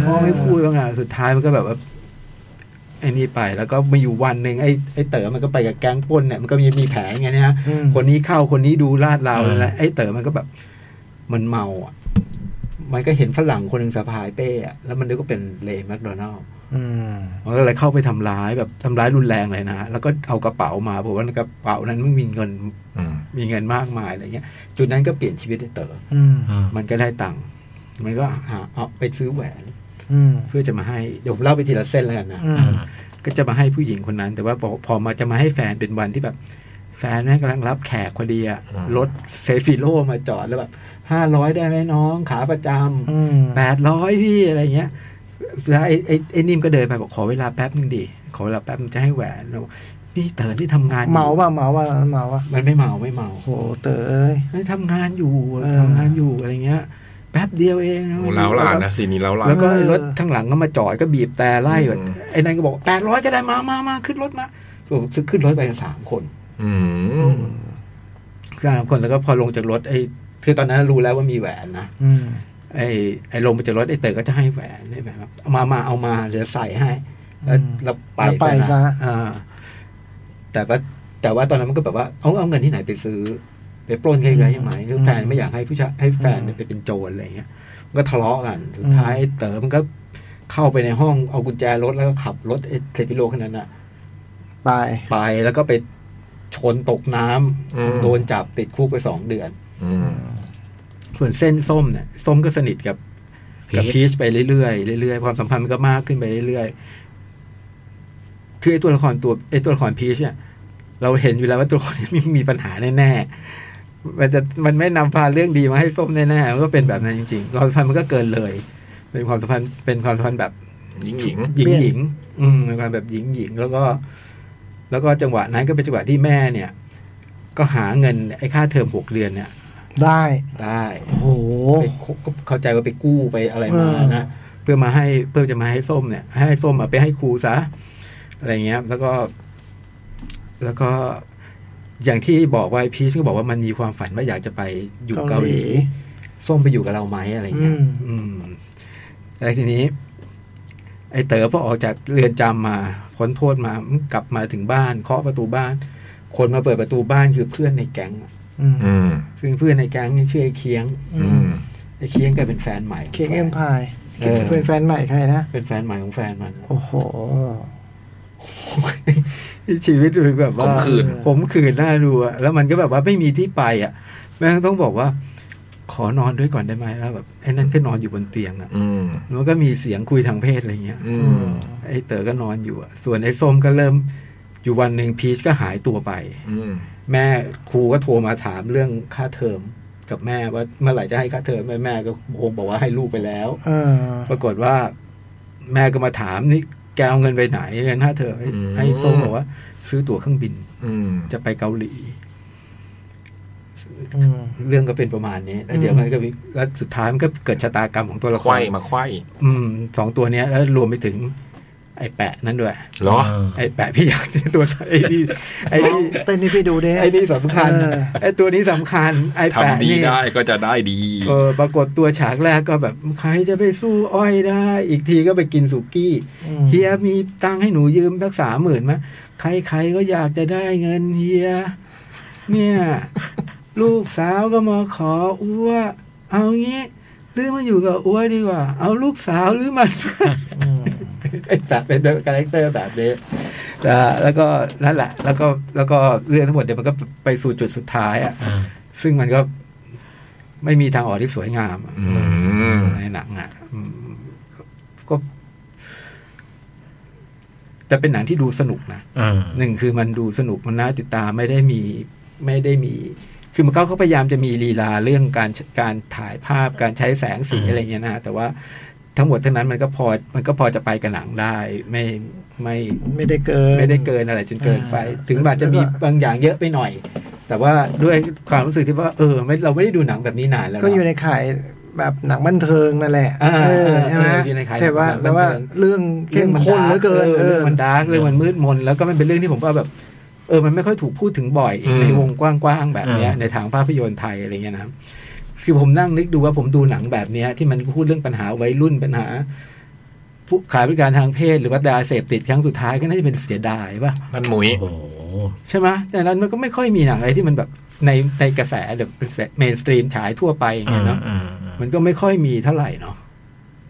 C: พ่อไม่พูดบ้างอ่ะสุดท้ายมันก็แบบว่าไอ้นี่ไปแล้วก็มาอยู่วันหนึ่งไอ้ไอ้เต๋อมันก็ไปกับแก๊งปล้นเนี่ยมันก็มีมีแผลไงเนี่ยฮะ
B: อืม
C: คนนี้เข้าคนนี้ดูลาดเราแล้วไอ้เต๋อมันก็แบบ มันเมาอ่ะมันก็เห็นฝรั่งคนหนึ่งสะพายเป้อะแล้วมันนึกว่าเป็นเลย์แมคโดนัลด์
B: อืม
C: มันก็เลยเข้าไปทำร้ายแบบทำร้ายรุนแรงเลยนะฮะแล้วก็เอากระเป๋ามาบอกว่ากระเป๋านั้นมันมีเงิน
D: อืม
C: มีเงินมากมายอะไรเงี้ย จุดนั้นก็เปลี่ยนชีวิตไอ้เต๋อ
B: อืม
E: อืม
C: มันก็ได้ตังค์มันก็หาเอาไปซื้อแหวน
B: อืม
C: เพื่อจะมาให้ เดี๋ยวผมเล่าไปทีละเส้นแล้วกันนะ
B: อื
E: อ่าม
C: ก็จะมาให้ผู้หญิงคนนั้น แต่ว่าพอพอมาจะมาให้แฟนเป็นวันที่แบบ แฟนแม่งกำลังรับแขกพอดีอะรถเซฟิโลมาจอดแล้วแบบห้าร้อยได้ไหมน้องขาประจ
B: อืม
C: ำแปดร้อยพี่อะไรเงี้ยสุดท้ายไอ้ไอ้ไอ้นิ่มก็เดินไปบอกขอเวลาแป๊บนึงดิ ขอเวลาแป๊บนึงจะให้แหวนเราบอกนี่เต๋อที่ทำงานอยู่
B: เมาป่ะเมาป่ะเมาป่ะ
C: มันไม่เมาไม่เมา
B: โหเต๋อเอ้ย
C: ไม่ทำงานอยู่
B: เออ
C: ทำงานอยู่อะไรเงี้ย แป๊บเดียวเองนะ
D: โอ้แล้วหลานนะสีนี้แล้วหลาน
C: แล้วก็
B: เออ
C: ไอ้รถข้างหลังก็มาจอดก็บีบแต่ไล่แบบ
D: อืม
C: ไอ้นั่นก็บอกแปดร้อยก็ได้มามามาขึ้นรถมาส่วนขึ้นรถไปกันสามคน
D: อืม
C: สามคนแล้วก็พอลงจากรถไอ้คือตอนนั้นรู้แล้วว่ามีแหวนนะ
B: อืม
C: ไอ้ไอ้ลงมาจากรถไอ้เต๋อก็จะให้แหวนใช่ไหมครับเอามามาเอามาเดี๋ยวใส่ให้แล้วเราไป
B: แล้วไป
C: น
B: ซะ
C: อ่าแต่ว่าแต่ว่าตอนนั้นมันก็แบบว่าเอาเอาเงินที่ไหนไปซื้อ ไปปล้นใครๆยังไงคือแฟนไม่อยากให้ผู้ชายให้แฟนเนี่ยไปเป็นโจรอะไรอย่างเงี้ยมันก็ทะเลาะกันสุดท้ายไอ้เต๋อมันก็เข้าไปในห้องเอากุญแจรถแล้วก็ขับรถไอ้เซปิโลคันนั้นอะ
B: ไป
C: ไปแล้วก็ไปชนตกน้ำโดนจับติดคุกไปสองเดือน
D: อืม
C: ส่วนเส้นส้มเนี่ยส้มก็สนิทกับกับพีชไปเรื่อยๆเรื่อยๆความสัมพันธ์มันก็มากขึ้นไปเรื่อยๆคือไอ้ตัวละครตัวไอ้ตัวละครพีชเนี่ย เราเห็นอยู่แล้วว่าตัวละครนี้มีมีปัญหาแน่ๆมันจะมันไม่นำพาเรื่องดีมาให้ส้มแน่ๆมันก็เป็นแบบนั้นจริงๆความสัมพันธ์มันก็เกินเลย เป็นความสัมพันธ์เป็นความสัมพันธ์แบบ
D: หญิงหญิง
C: ห
B: เป
C: ญิง
B: ลี่ยน
C: หญิงอืมมีความแบบหญิงหญิงแล้วก็ แล้วก็จังหวะนั้นก็เป็นจังหวะที่แม่เนี่ย ก็หาเงินไอ้ค่าเทอมหกเดือนเนี่ย
B: ได้
C: ได้
B: โอ้โห
C: ไปคุก็เข้าใจว่าไปกู้ไปอะไรมา
B: เออ
C: นะเพื่อมาให้เพื่อจะมาให้ส้มเนี่ย ให้ส้มเอาไปให้ครูซะอะไรเงี้ย แล้วก็ แล้วก็อย่างที่บอกไว้พีชก็บอกว่ามันมีความฝันว่าอยากจะไปอยู่เกาหลีส้มไปอยู่กับเราไหมอะไรเงี้ย
B: อืม
C: อืมแล้วทีนี้ ไอ้เต๋อพอออกจากเรือนจำมาพ้นโทษมามันกลับมาถึงบ้านเคาะประตูบ้าน คนมาเปิดประตูบ้านคือเพื่อนในแก๊งอะ
B: อืม
D: อืม
C: ซึ่งเพื่อนในแก๊งนี่ชื่อไอ้เคียง
D: อืม
C: ไอ้เคียงกลายเป็นแฟนใหม่ขง
B: เค้ก
C: แฟ
B: เอ็
C: น
B: มพาย
C: เออ
B: เป็นแฟนใหม่ใครนะ
C: เป็นแฟนใหม่ของแฟนมัน
B: โอ้โห
C: ชีวิตดูแบบ
D: ข่
C: ว่าม
D: ขืน
C: ผมขืนน่าดูอะแล้วมันก็แบบว่าไม่มีที่ไปอ่ะ แม่งต้องบอกว่า ขอนอนด้วยก่อนได้ไหมแล้วแบบไอ้นั่นก็นอนอยู่บนเตียงอ่ะ
D: อืม
C: แล้วก็มีเสียงคุยทางเพศอะไรเงี้ย
D: อืม
C: ไอ้เต๋อก็นอนอยู่อะส่วนไอ้ส้มก็เริ่มอยู่วันหนึ่งพีชก็หายตัวไป
D: อืม
C: แม่ครูก็โทรมาถามเรื่องค่าเทอมกับแม่ว่าเมื่อไหร่จะให้ค่าเทอมแม่แม่ก็คงบอกว่าให้ลูกไปแล้ว
B: เออ
C: ปรากฏว่า แม่ก็มาถามนี่แกเอาเงินไปไหนเงินห้าเธอไอ้ไอ้ส้มบอกว่า ซื้อตั๋วเครื่องบิน
D: อืม
C: จะไปเกาหลี
B: อืม
C: เรื่องก็เป็นประมาณนี้แล้วเดี๋ยวมันก็มีแล้วสุดท้ายมันก็เกิดชะตากรรมของตัวละค
D: ไขว้
C: ร
D: มาไขว้
C: อืมสองตัวเนี้ย แล้วรวมไปถึง ไอ้แปะนั่นด้วย
D: เหรอ
E: เออ
C: ไอ้แปะพี่ยักษ์ที่ตัวไอ้นี่ไอ้นี่
B: เต้นนี่พี่ดูดิ
C: ไอ้นี่สำคัญ
B: เออ
C: ไอ้ตัวนี้สำคัญ ไอ้แปะ
D: ทำดี
C: นี่
D: ได้ก็จะได้ดี
C: เออปรากฏตัวฉากแรกก็แบบใครจะไปสู้อ้อยได้ อีกทีก็ไปกินสุกี้
B: อืม
C: เฮียมีตังค์ให้หนูยืมสักสามหมื่นไหมใครๆก็อยากจะได้เงินเฮีย เนี่ย ลูกสาวก็มาขออ้วเอางี้หรือมาอยู่กับอ้วดีกว่า เอาลูกสาวหรือมัน
B: อืม
C: ไอ้แบบเป็นคาแรคเตอร์แบบนี้นะแล้วก็นั่นแหละ แล้วก็แล้วก็เรื่องทั้งหมดเดี๋ยวมันก็ไปสู่จุดสุดท้ายอ่ะ
E: อ่า
C: ซึ่งมันก็ไม่มีทางออกที่สวยงามอะ
D: อืม
C: ในหนังอ่ะอืมก็ แต่เป็นหนังที่ดูสนุกนะ
E: อ่า
C: หนึ่งคือมันดูสนุกมันน่าติดตามไม่ได้มีไม่ได้มี คือมันก็เขาพยายามจะมีลีลาเรื่องการการถ่ายภาพการใช้แสงสี
E: อืม
C: อะไรเงี้ยนะ แต่ว่าทั้งหมดทั้งนั้นมันก็พอมันก็พอจะไปกับหนังได้ไม่ไม่
B: ไม่ได้เกิน
C: ไม่ได้เกินอะไรจนเกินไป
B: อ่า
C: ถึงอาจจะมี
B: แล้วก็
C: บางอย่างเยอะไปหน่อย แต่ว่าด้วยความรู้สึกที่ว่าเออไม่เราไม่ได้ดูหนังแบบนี้นานแล้ว
B: ก็อยู่
C: เนาะ
B: ในข่ายแบบหนังบันเทิงนั่นแหละ
C: อ่า
B: เออใช่ไหม
C: เอออยู่ในข่าย
B: แต่ว่า
C: หนังบันเทิง
B: แต่ว่าเรื่องเข้มข้นเหลือเกินเออ
C: รื่องมันดาร์กเรื่องมันมืดมน แล้วก็มันเป็นเรื่องที่ผมว่าแบบ เออมันไม่ค่อยถูกพูดถึงบ่อย
D: อืม
C: ในวงกว้างๆแบบเนี้ย
E: อ่า
C: ในทางภาพยนตร์ไทยอะไรเงี้ยนะครับคือผมนั่งนึกดูว่าผมดูหนังแบบเนี้ย ที่มันพูดเรื่องปัญหาวัยรุ่นปัญหา ผู้ขายบริการทางเพศ หรือว่าดาเสพติดครั้งสุดท้ายก็น่าจะเป็นเสียดายป่ะ
D: ท่านหมุย
E: โอ้โห
C: ใช่ไหมแต่นั้นมันก็ไม่ค่อยมีหนังอะไรที่มันแบบในในกระแสแบบเมนสตรีมฉายทั่วไปอย่างเงี้ยเนาะมันก็ไม่ค่อยมีเท่าไหร่เนาะ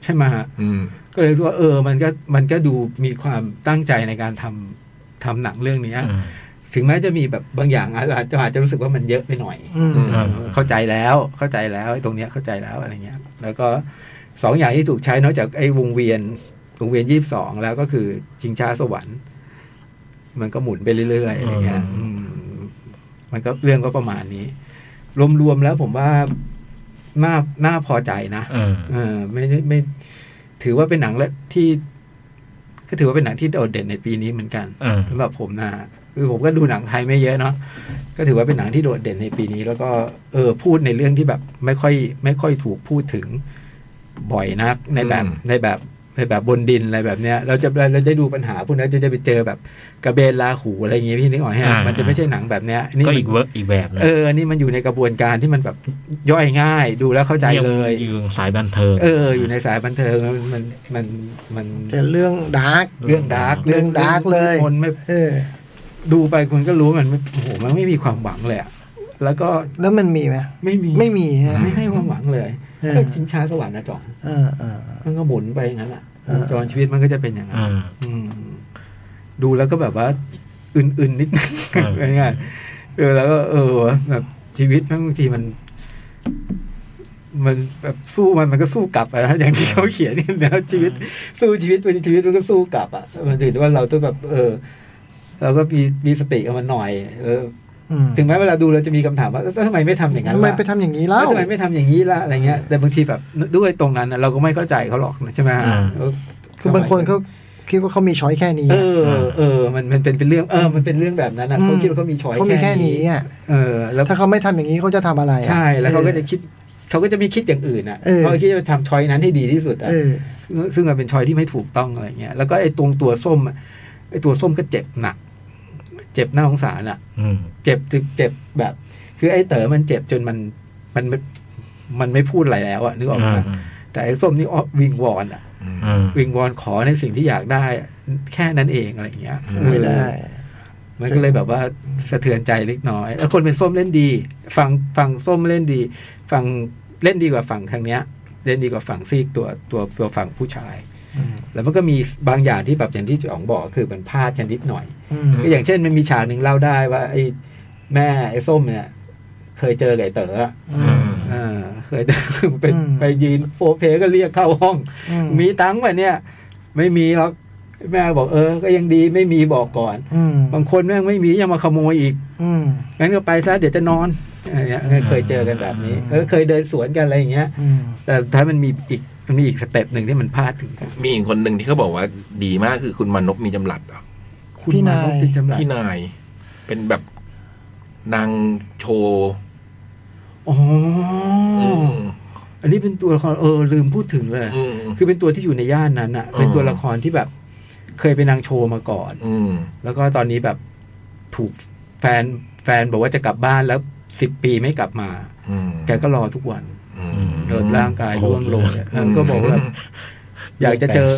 C: ใช่ไหมฮะ
D: อืม
C: ก็เลยรู้สึกว่าเออ มันก็มันก็ดูมีความตั้งใจในการทำทำหนังเรื่องเนี้ยถึงแม้จะมีแบบบางอย่างอาจอาจจะอาจจะรู้สึกว่ามันเยอะไปหน่อย
B: อืม
C: เออเข้าใจแล้วเข้าใจแล้วไอ้ตรงเนี้ยเข้าใจแล้วอะไรเงี้ย แล้วก็สองอย่างที่ถูกใช้นอกจากไอ้วงเวียนวงเวียนยี่สิบสองแล้วก็คือชิงช้าสวรรค์ มันก็หมุนไปเรื่อยๆอะไรเงี้ยอืมมันก็เรื่องก็ประมาณนี้ รวมๆแล้วผมว่าน่าน่าพอใจนะ เออไม่ได้ไม่ถือว่าเป็นหนังและที่ ก็ถือว่าเป็นหนังที่โดดเด่นในปีนี้เหมือนกันสำหรับผมนะคือผมก็ดูหนังไทยไม่เยอะเนาะก็ถือว่าเป็นหนังที่โดดเด่นในปีนี้ แล้วก็เออพูดในเรื่องที่แบบ ไม่ค่อย ไม่ค่อยถูกพูดถึงบ่อยนักในแบบ
D: อืม
C: ในแบบในแบบบนดินอะไรแบบเนี้ย เราจะเราได้ดูปัญหาพวกนั้นจะจะไปเจอแบบกระเบนลาหูอะไรอย่างเงี้ยพี่นึกออกไหมฮะ
E: อ่ามั
C: มันจะไม่ใช่หนังแบบเนี้ยนี่
E: ก็
C: มัน
E: อีกเวิร์กอีกแบบนะ
C: เออนี่มันอยู่ในกระบวนการที่มันแบบย่อยง่าย ดูแล้วเข้าใจเลย
E: ยืนสายบันเทิง
C: เอออยู่ในสายบันเทิงแล้วมันมันมันมัน
B: แต่เรื่องดาร์ก
C: เรื่องดาร์ก
B: เรื่อง dark เลย
C: คนไม่
B: เออ
C: ดูไปคุณก็รู้มันไม่โอ้โหมันไม่มีความหวังเลยอะแล้วก็
B: แล้วมันมีไหม
C: ไม่มี
B: ไม่มีฮะ
C: ไม่ให้ความหวังเลย
B: เออ
C: ก็ชิงช้าสวรรค์นะจอน
B: เออเออ
C: มันก็หมุนไปอย่างนั้นแหละ
B: เออ
C: วงจรชีวิตมันก็จะเป็นอย่างนั้น
E: อ่า
C: อืมดูแล้วก็แบบว่า อื่นๆนิดนึง
E: เออ
C: ง่ายๆเออแล้วก็เออแบบชีวิตมันบางทีมัน มันแบบสู้มันมันก็สู้กลับอะนะอย่างที่เขาเขียนเนี่ยนะชีวิต สู้ชีวิตวันนี้ชีวิตมันก็สู้กลับอ่ะมันถือว่าเราต้องแบบ เออ เราก็มีมีสติกับมันหน่อย เออ
B: อืม
C: ถึงแม้เวลาดูเราจะมีคำถามว่าแล้วทำไมไม่ทำอย่างนั้น
B: ทำไม
C: ล่ะ
B: ไปทำอย่างนี้
C: แล้
B: เล่าว
C: ทำไมไม่ทำอย่างนี้ล่ะอะไรเงี้ยแต่บางทีแบบด้วยตรงนั้นน่ะเราก็ไม่เข้าใจเขาหรอกนะใช่ไหมฮะ
E: อ่า
C: เออ
B: คือบางคนเขาคิดว่าเขามีช้อยแค่นี้
C: เออ เออ มันมันเป็นเป็นเรื่องเออ มันเป็นเรื่องแบบนั้นนะเขาคิดว่าเขามีช้อย
B: เขามีแค่นี้อ่ะ
C: เออ แล้ว
B: ถ้าเขาไม่ทำอย่างนี้เขาจะทำอะไรอะ
C: ใช่แล้วเขาก็จะคิดเขาก็จะไม่คิดอย่างอื่นอ่ะ
B: เออ
C: เขาก็คิดจะทำช้อยนั้นให้ดีที่สุดอ่ะ
B: เออ
C: ซึ่งมันเป็นชอยที่ไม่ถูกต้องอะไรเงี้ย แล้วก็ไอ้ตรงตัวส้มอะไอ้ตัวส้มก็เจ็บหนัก เจ็บหน้าสงสารอ่ะ เจ็บถึงเจ็บแบบ คือไอ้เต๋อมันเจ็บจนมันมันมันมันไม่พูดอะไรแล้วอ่ะนึกออกไหมแต่ไอ้ส้มนี่อ้อวิงวอนอ่ะ วิงวอนขอในสิ่งที่อยากได้อะแค่นั้นเองอะไรเงี้ย
B: ไม่ได้
C: มันก็เลยแบบว่าสะเทือนใจเล็กน้อย แล้วคนเป็นส้มเล่นดี ฟังฟังส้มเล่นดี ฟังเล่นดีกว่าฝั่งทางเนี้ย เล่นดีกว่าฝั่งซีกตัวตัวตัวฝั่งผู้ชาย แล้วมันก็มีบางอย่างที่แบบอย่างที่จ๋องบอกคือมันพลาดกันนิดหน่อย
B: อืม
C: ก็อย่างเช่นมันมีฉากหนึ่งเล่าได้ว่าไอ้แม่ไอ้ส้มเนี่ย เคยเจอไก่เต๋ออะเออเคยเจอ ไป
B: อืม
C: ไปยืนโฟเพก็เรียกเข้าห้อง
B: อื
C: มีตังค์ป่ะเนี่ย ไม่มีหรอกแม่บอกเออ ก็ยังดีไม่มีบอกก่อน
B: อืม
C: บางคนแม่งไม่มียังมาขโมยอีก
B: อืม
C: งั้นก็ไปซะเดี๋ยวจะนอนอะไรเงี้ยเคยเจอกันแบบนี้เออเคยเดินสวนกันอะไรอย่างเงี้ย
B: อืม
C: แต่สุดท้ายมันมีอีกมันมีอีกสเต็ปหนึ่งที่มันพลาดถึงกัน
D: มีอีกคนหนึ่งที่เขาบอกว่าดีมากคือคุณมานพมีจำหลัดเหรอ
C: คุณ
B: พี่นาย
C: มพเป็นจำหลัด
D: พี่นาย เป็นแบบนางโชว์
C: อ๋ออ
D: อืม
C: อันนี้เป็นตัวละครเออลืมพูดถึงเลย
D: อืม
C: คือเป็นตัวที่อยู่ในย่านนั้นอ่ะ เป็นตัว
D: อ๋อ
C: ละครที่แบบ เคยเป็นนางโชว์มาก่อน
D: อืม
C: แล้วก็ตอนนี้แบบถูกแฟนแฟนบอกว่าจะกลับบ้านแล้วสิบปีไม่กลับมา
D: อืม
C: แกก็รอทุกวัน
D: อืม
C: เกิดร่างกายร่วงโรยอะแล้วก็บอกว่า แบบอยากจะเจอ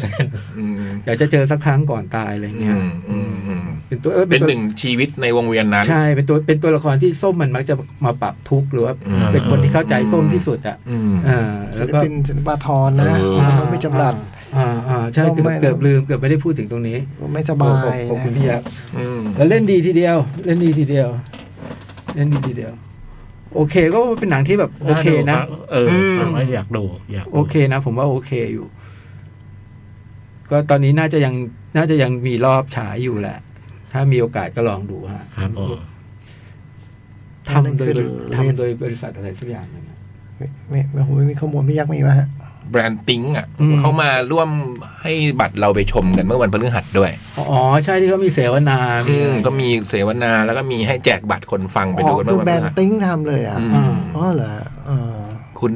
D: อืม
C: อยากจะเจอสักครั้งก่อนตายอะไร
D: อื
C: เงี้ย
D: มอืมอืม
C: เป็นตัวออ
D: เป็น
C: ตัว
D: หนึ่งชีวิตในวงเวียนนั้น
C: ใช่ เป็นตัวเป็นตัวละครที่ส้มมันมักจะมาปรับทุกข์หรือว่า
D: อืม
C: เป็นคนที่เข้าใจส้มที่สุดอ่ะ
D: อืม
C: อ่า
B: ศิ
C: แล้ว
B: ล
C: ก็
B: ปินศิลปาทรนะ
D: เออ
B: เขาไม่จำรัด
C: อ่าอ่าใช่
B: ก็
C: เกือบ
B: ไม่
C: เกือบลืมเกือบไม่ได้พูดถึงตรงนี้
B: ไม่สบา
C: ขอบ
B: ย
C: ขอบคุณ
B: นะ
C: พี่ยักษ์
D: อืม
C: แล้วเล่นดีทีเดียว เล่นดีทีเดียว เล่นดีทีเดียว โอเคก็เป็นหนังที่แบบ โอเคนะ
E: เอออยากดูอยาก
C: โอเคนะ ผมว่าโอเคอยู่ ก็ตอนนี้น่าจะยัง น่าจะยังมีรอบฉายอยู่แหละ ถ้ามีโอกาสก็ลองดูฮะ
E: ครับผม
C: ทำโดย
B: อันนั้นคือ
C: ทำโดยบริษัทอะไรสักอย่างหนึงอะ
B: ไม่ไม่ไม่ผมไม่มีข้อมูลพี่ยักษ์มีป่ะฮะ
D: แบรนด์ติ้งอ่ะ
C: อืม
D: เขามาร่วมให้บัตรเราไปชมกันเมื่อวันพฤหัสด้วย
C: อ๋อใช่ที่เขามีเสวนา
D: อืม
C: อะไร
D: ก็มีเสวนาแล้วก็มีให้แจกบัตรคนฟังไป
B: อ๋
D: ดู
B: อ
D: กัน
B: คื
D: เมื่
B: อ
D: อวัน
B: แบ
D: พฤ
B: รน
D: หัส
B: ด์ติ้งทำเลยอ่ะ
D: อืม
B: อ๋อเหรอเออ
D: คุณ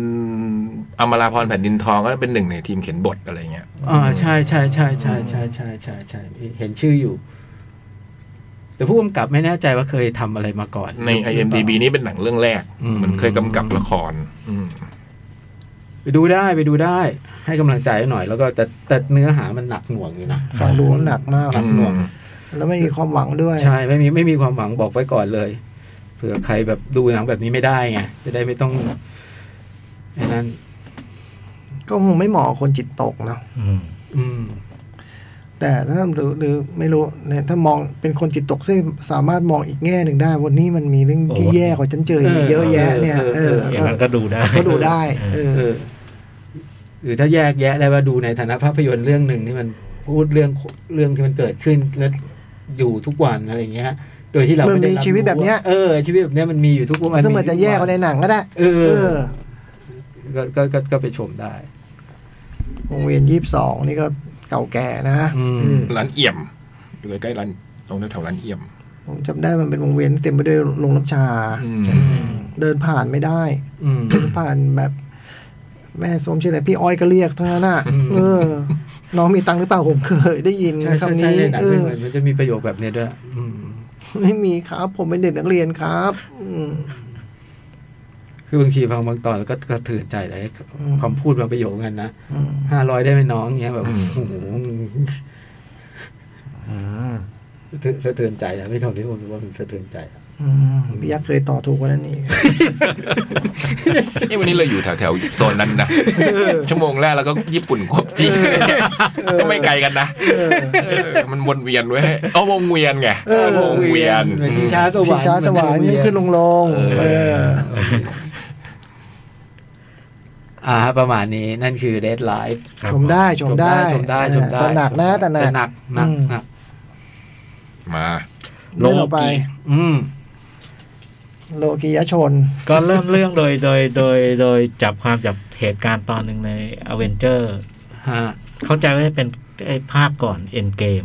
D: อมราพรแผ่นดินทองก็เป็นหนึ่งในทีมเขียนบทอะไรเงี้ย
C: อ่าใช่ใช่ใช่ใช่ใช่ใช่ใช่ใช่เห็นชื่ออยู่ แต่ผู้กำกับไม่แน่ใจว่าเคยทำอะไรมาก่อน
D: ใน IMDB นี่เป็นหนังเรื่องแรก
C: อื
D: มันเคยกำกับละคร อืม
C: ไปดูได้ไปดูได้ ให้กำลังใจหน่อย แล้วก็แต่แต่เนื้อหามันหนักหน่วงอยู่นะ
B: ฟังดูแล้วหนักมาก
C: หนักหน่วง
B: แล้วไม่มีความหวังด้วย
C: ใช่ไม่มีไม่มีความหวังบอกไว้ก่อนเลยเผื่อใครแบบดูหนังแบบนี้ไม่ได้ไงจะได้ไม่ต้องไอ้นั่น
B: ก็คงไม่เหมาะกับคนจิตตกเนาะ
E: อืม
C: อืม
B: แต่ถ้าหรือหรือไม่รู้เนี่ยถ้ามองเป็นคนจิตตกซึ่งสามารถมองอีกแง่หนึ่งได้ วันนี้มันมีเรื่องที่แย่กว่าฉันเจออีกเยอะแยะเนี่ยเออ
E: อย่างนั้น
B: ก็
E: ก็ดูได้
B: ก็ดูได้ เออ
C: เออหรือถ้าแยกแยะได้ว่าดูในฐานะภาพยนตร์เรื่องหนึ่งที่มันพูดเรื่องเรื่องที่มันเกิดขึ้นและอยู่ทุกวันอะไรอย่างเงี้ย โดยที่เรา
B: มันมี
C: ไได้รับ
B: ชีวิตแบบเนี้ย
C: เออชีวิตแบบเนี้ยมันมีอยู่ทุกวัน
B: ซึ่งมันจะแย่กว่าในหนังก็ได้
C: เอ
B: เอ
C: อ
B: อ
C: ก็ก็ก็ก็ไปชมได้
B: วงเวียนยี่สิบสองนี่ก็เก่าแก่นะ
C: อืม
B: เออ
D: ร้านเอี่ยมอยู่ใกล้ๆร้านตรงแถวๆร้านเอี่ยม
B: ผมจำได้มันเป็นวงเวียนที่เต็มไปด้วยโรงน้ำชา
D: อืม
B: เดินผ่านไม่ได้
C: อืม
B: เดินผ่านแบบ แม่สมชื่ออะไรพี่อ้อยก็เรียกทั้งนั้นน่ะ
C: อืม
B: เออ น้องมีตังค์หรือเปล่าผมเคยได้ยิน
C: ใช่ใช่
B: คำ
C: ใช่
B: นี้
C: ในหนัง
B: เอ
C: เรื่อง
B: อ
C: อื่นมันจะมีประโยคแบบเนี้ยด้วย อืม
B: ไม่มีครับ ผมเป็นเด็กนักเรียนครับอืม
C: คือบางทีบางบางตอนก็กระเทือนใจเลย
B: อืม
C: คำพูดบางประโยคกันนะ
B: อืม
C: ห้าร้อยได้ไหมน้องเงี้ยแบบโอ้โหสะเทือนใจนะไม่คำที่ผมรู้ว่ามันสะเทือนใจ
B: อืมพี่ยักษ์เคยต่อถูกกว่านั้นนี่
D: เอ้วันนี้เราอยู่แถวๆโซนนั้นนะชั่วโมงแรกแล้วก็ญี่ปุ่นควบจีนก็ไม่ไกลกันนะเออมันวนเวียนไว้ให้เอาวงเวียนไงวงเวียน
C: ชิงช้าสว
B: ชิง
C: รรค์
B: ช้าสวรรค์นี่ขึ้นลงลง
D: เออ
B: เออ
C: อ่า ประมาณนี้นั่นคือเดทไลฟ์
E: ครับ
B: ชมได้ชมได้
C: ชมได้ชมได้
B: แต่หนักนะแต่หนัก
C: หนักห
B: อืม
C: นักหนัก
D: มา
B: เรื่องต่อไป
C: อืม
B: โลกิยชน
E: ก็เริ่มเรื่องโดยโดยโดยโดยจับความจากเหตุการณ์ตอนหนึ่งในอเวนเจอร์
C: ฮะ
E: เข้าใจว่าเป็นไอ้ภาคก่อนเอ็นเกม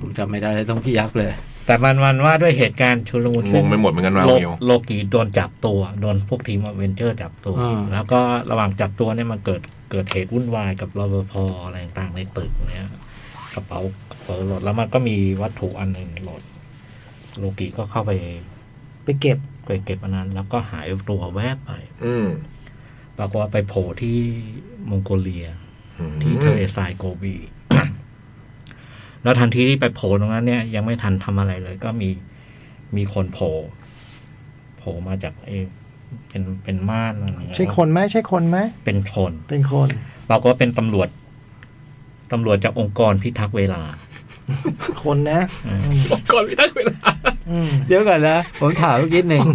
C: ผมจำไม่ได้เลยต้องพี่ยักษ์เลย
E: แต่มันมันว่าด้วยเหตุการณ์ชุลมุน
D: งงไปหมดเหมือนกันว่า
E: โล
D: มิว
E: โลกีโดนจับตัว โดนพวกทีมอเวนเจอร์จับตัว
C: อ่า
E: แล้วก็ระหว่างจับตัวเนี่ยมันเกิดเกิดเหตุวุ่นวายกับรปภอะไรต่างๆในตึกเนี่ยกระเป๋ากระเป๋าหลดแล้วมันก็มีวัตถุอันหนึ่งหลด โลกีก็เข้าไป
B: ไปเก็บ
E: ไปเก็บอันนั้น แล้วก็หายตัวแวบไป
D: อืม
E: ปรากฏว่าไปโผล่ที่มองโกเลีย ที่ทะเลทรายโกบี แล้วทันทีที่ไปโผล่ตรงนั้นเนี่ย ยังไม่ทันทำอะไรเลย ก็มีมีคนโผล่โผล่มาจากเอเป็นเป็นม่านอะไรเงี้ย
B: ใช่คนไหมใช่คนไหม
E: เป็นคน
B: เป็นคน
E: เราก็เป็นตำรวจตำรวจจากองค์กรพิทักษ์เวลา
B: คนนะ
D: ก่อนพิทักษ์เวลา
B: อืม
C: เดี๋ยวก่อนนะ ผมถามเมื่อกี้หนึ่ง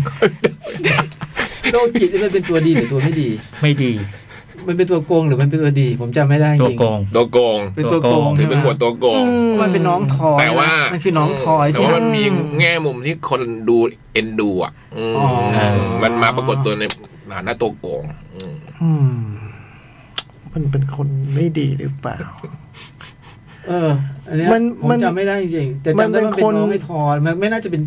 C: โลกิจมันเป็นตัวดีหรือตัวไม่ดี
E: ไม่ดี
C: มันเป็นตัวโกงหรือมันเป็นตัวดี ผมจำไม่ได้จ
E: ตัว
C: ริง
E: โกง
D: ตัวโกง
C: เป็นตัวโกง
D: ถือเป็นหัวตัวโกง
C: มันเป็นน้องทอย
D: แต่ว่ามัน
C: คือน้องทอย
D: แต่
C: ที่
D: ว่ามันมีแง่มุมที่คนดูเอ็นดูอ่ะอืม
C: อ๋อ
D: มันมาปรากฏตัวในฐานะตัวโกงอืม
B: อืมมันเป็นคนไม่ดีหรือเปล่า
C: เอออันเนี้ย
B: มัน
C: ผม
B: มัน
C: จำไม่ได้จริงๆแต่
B: มัน
C: จำ
B: เป็น
C: ได้ว่าเป็น
B: คน
C: น้องไอ้ทอยมันไม่น่าจะเป็น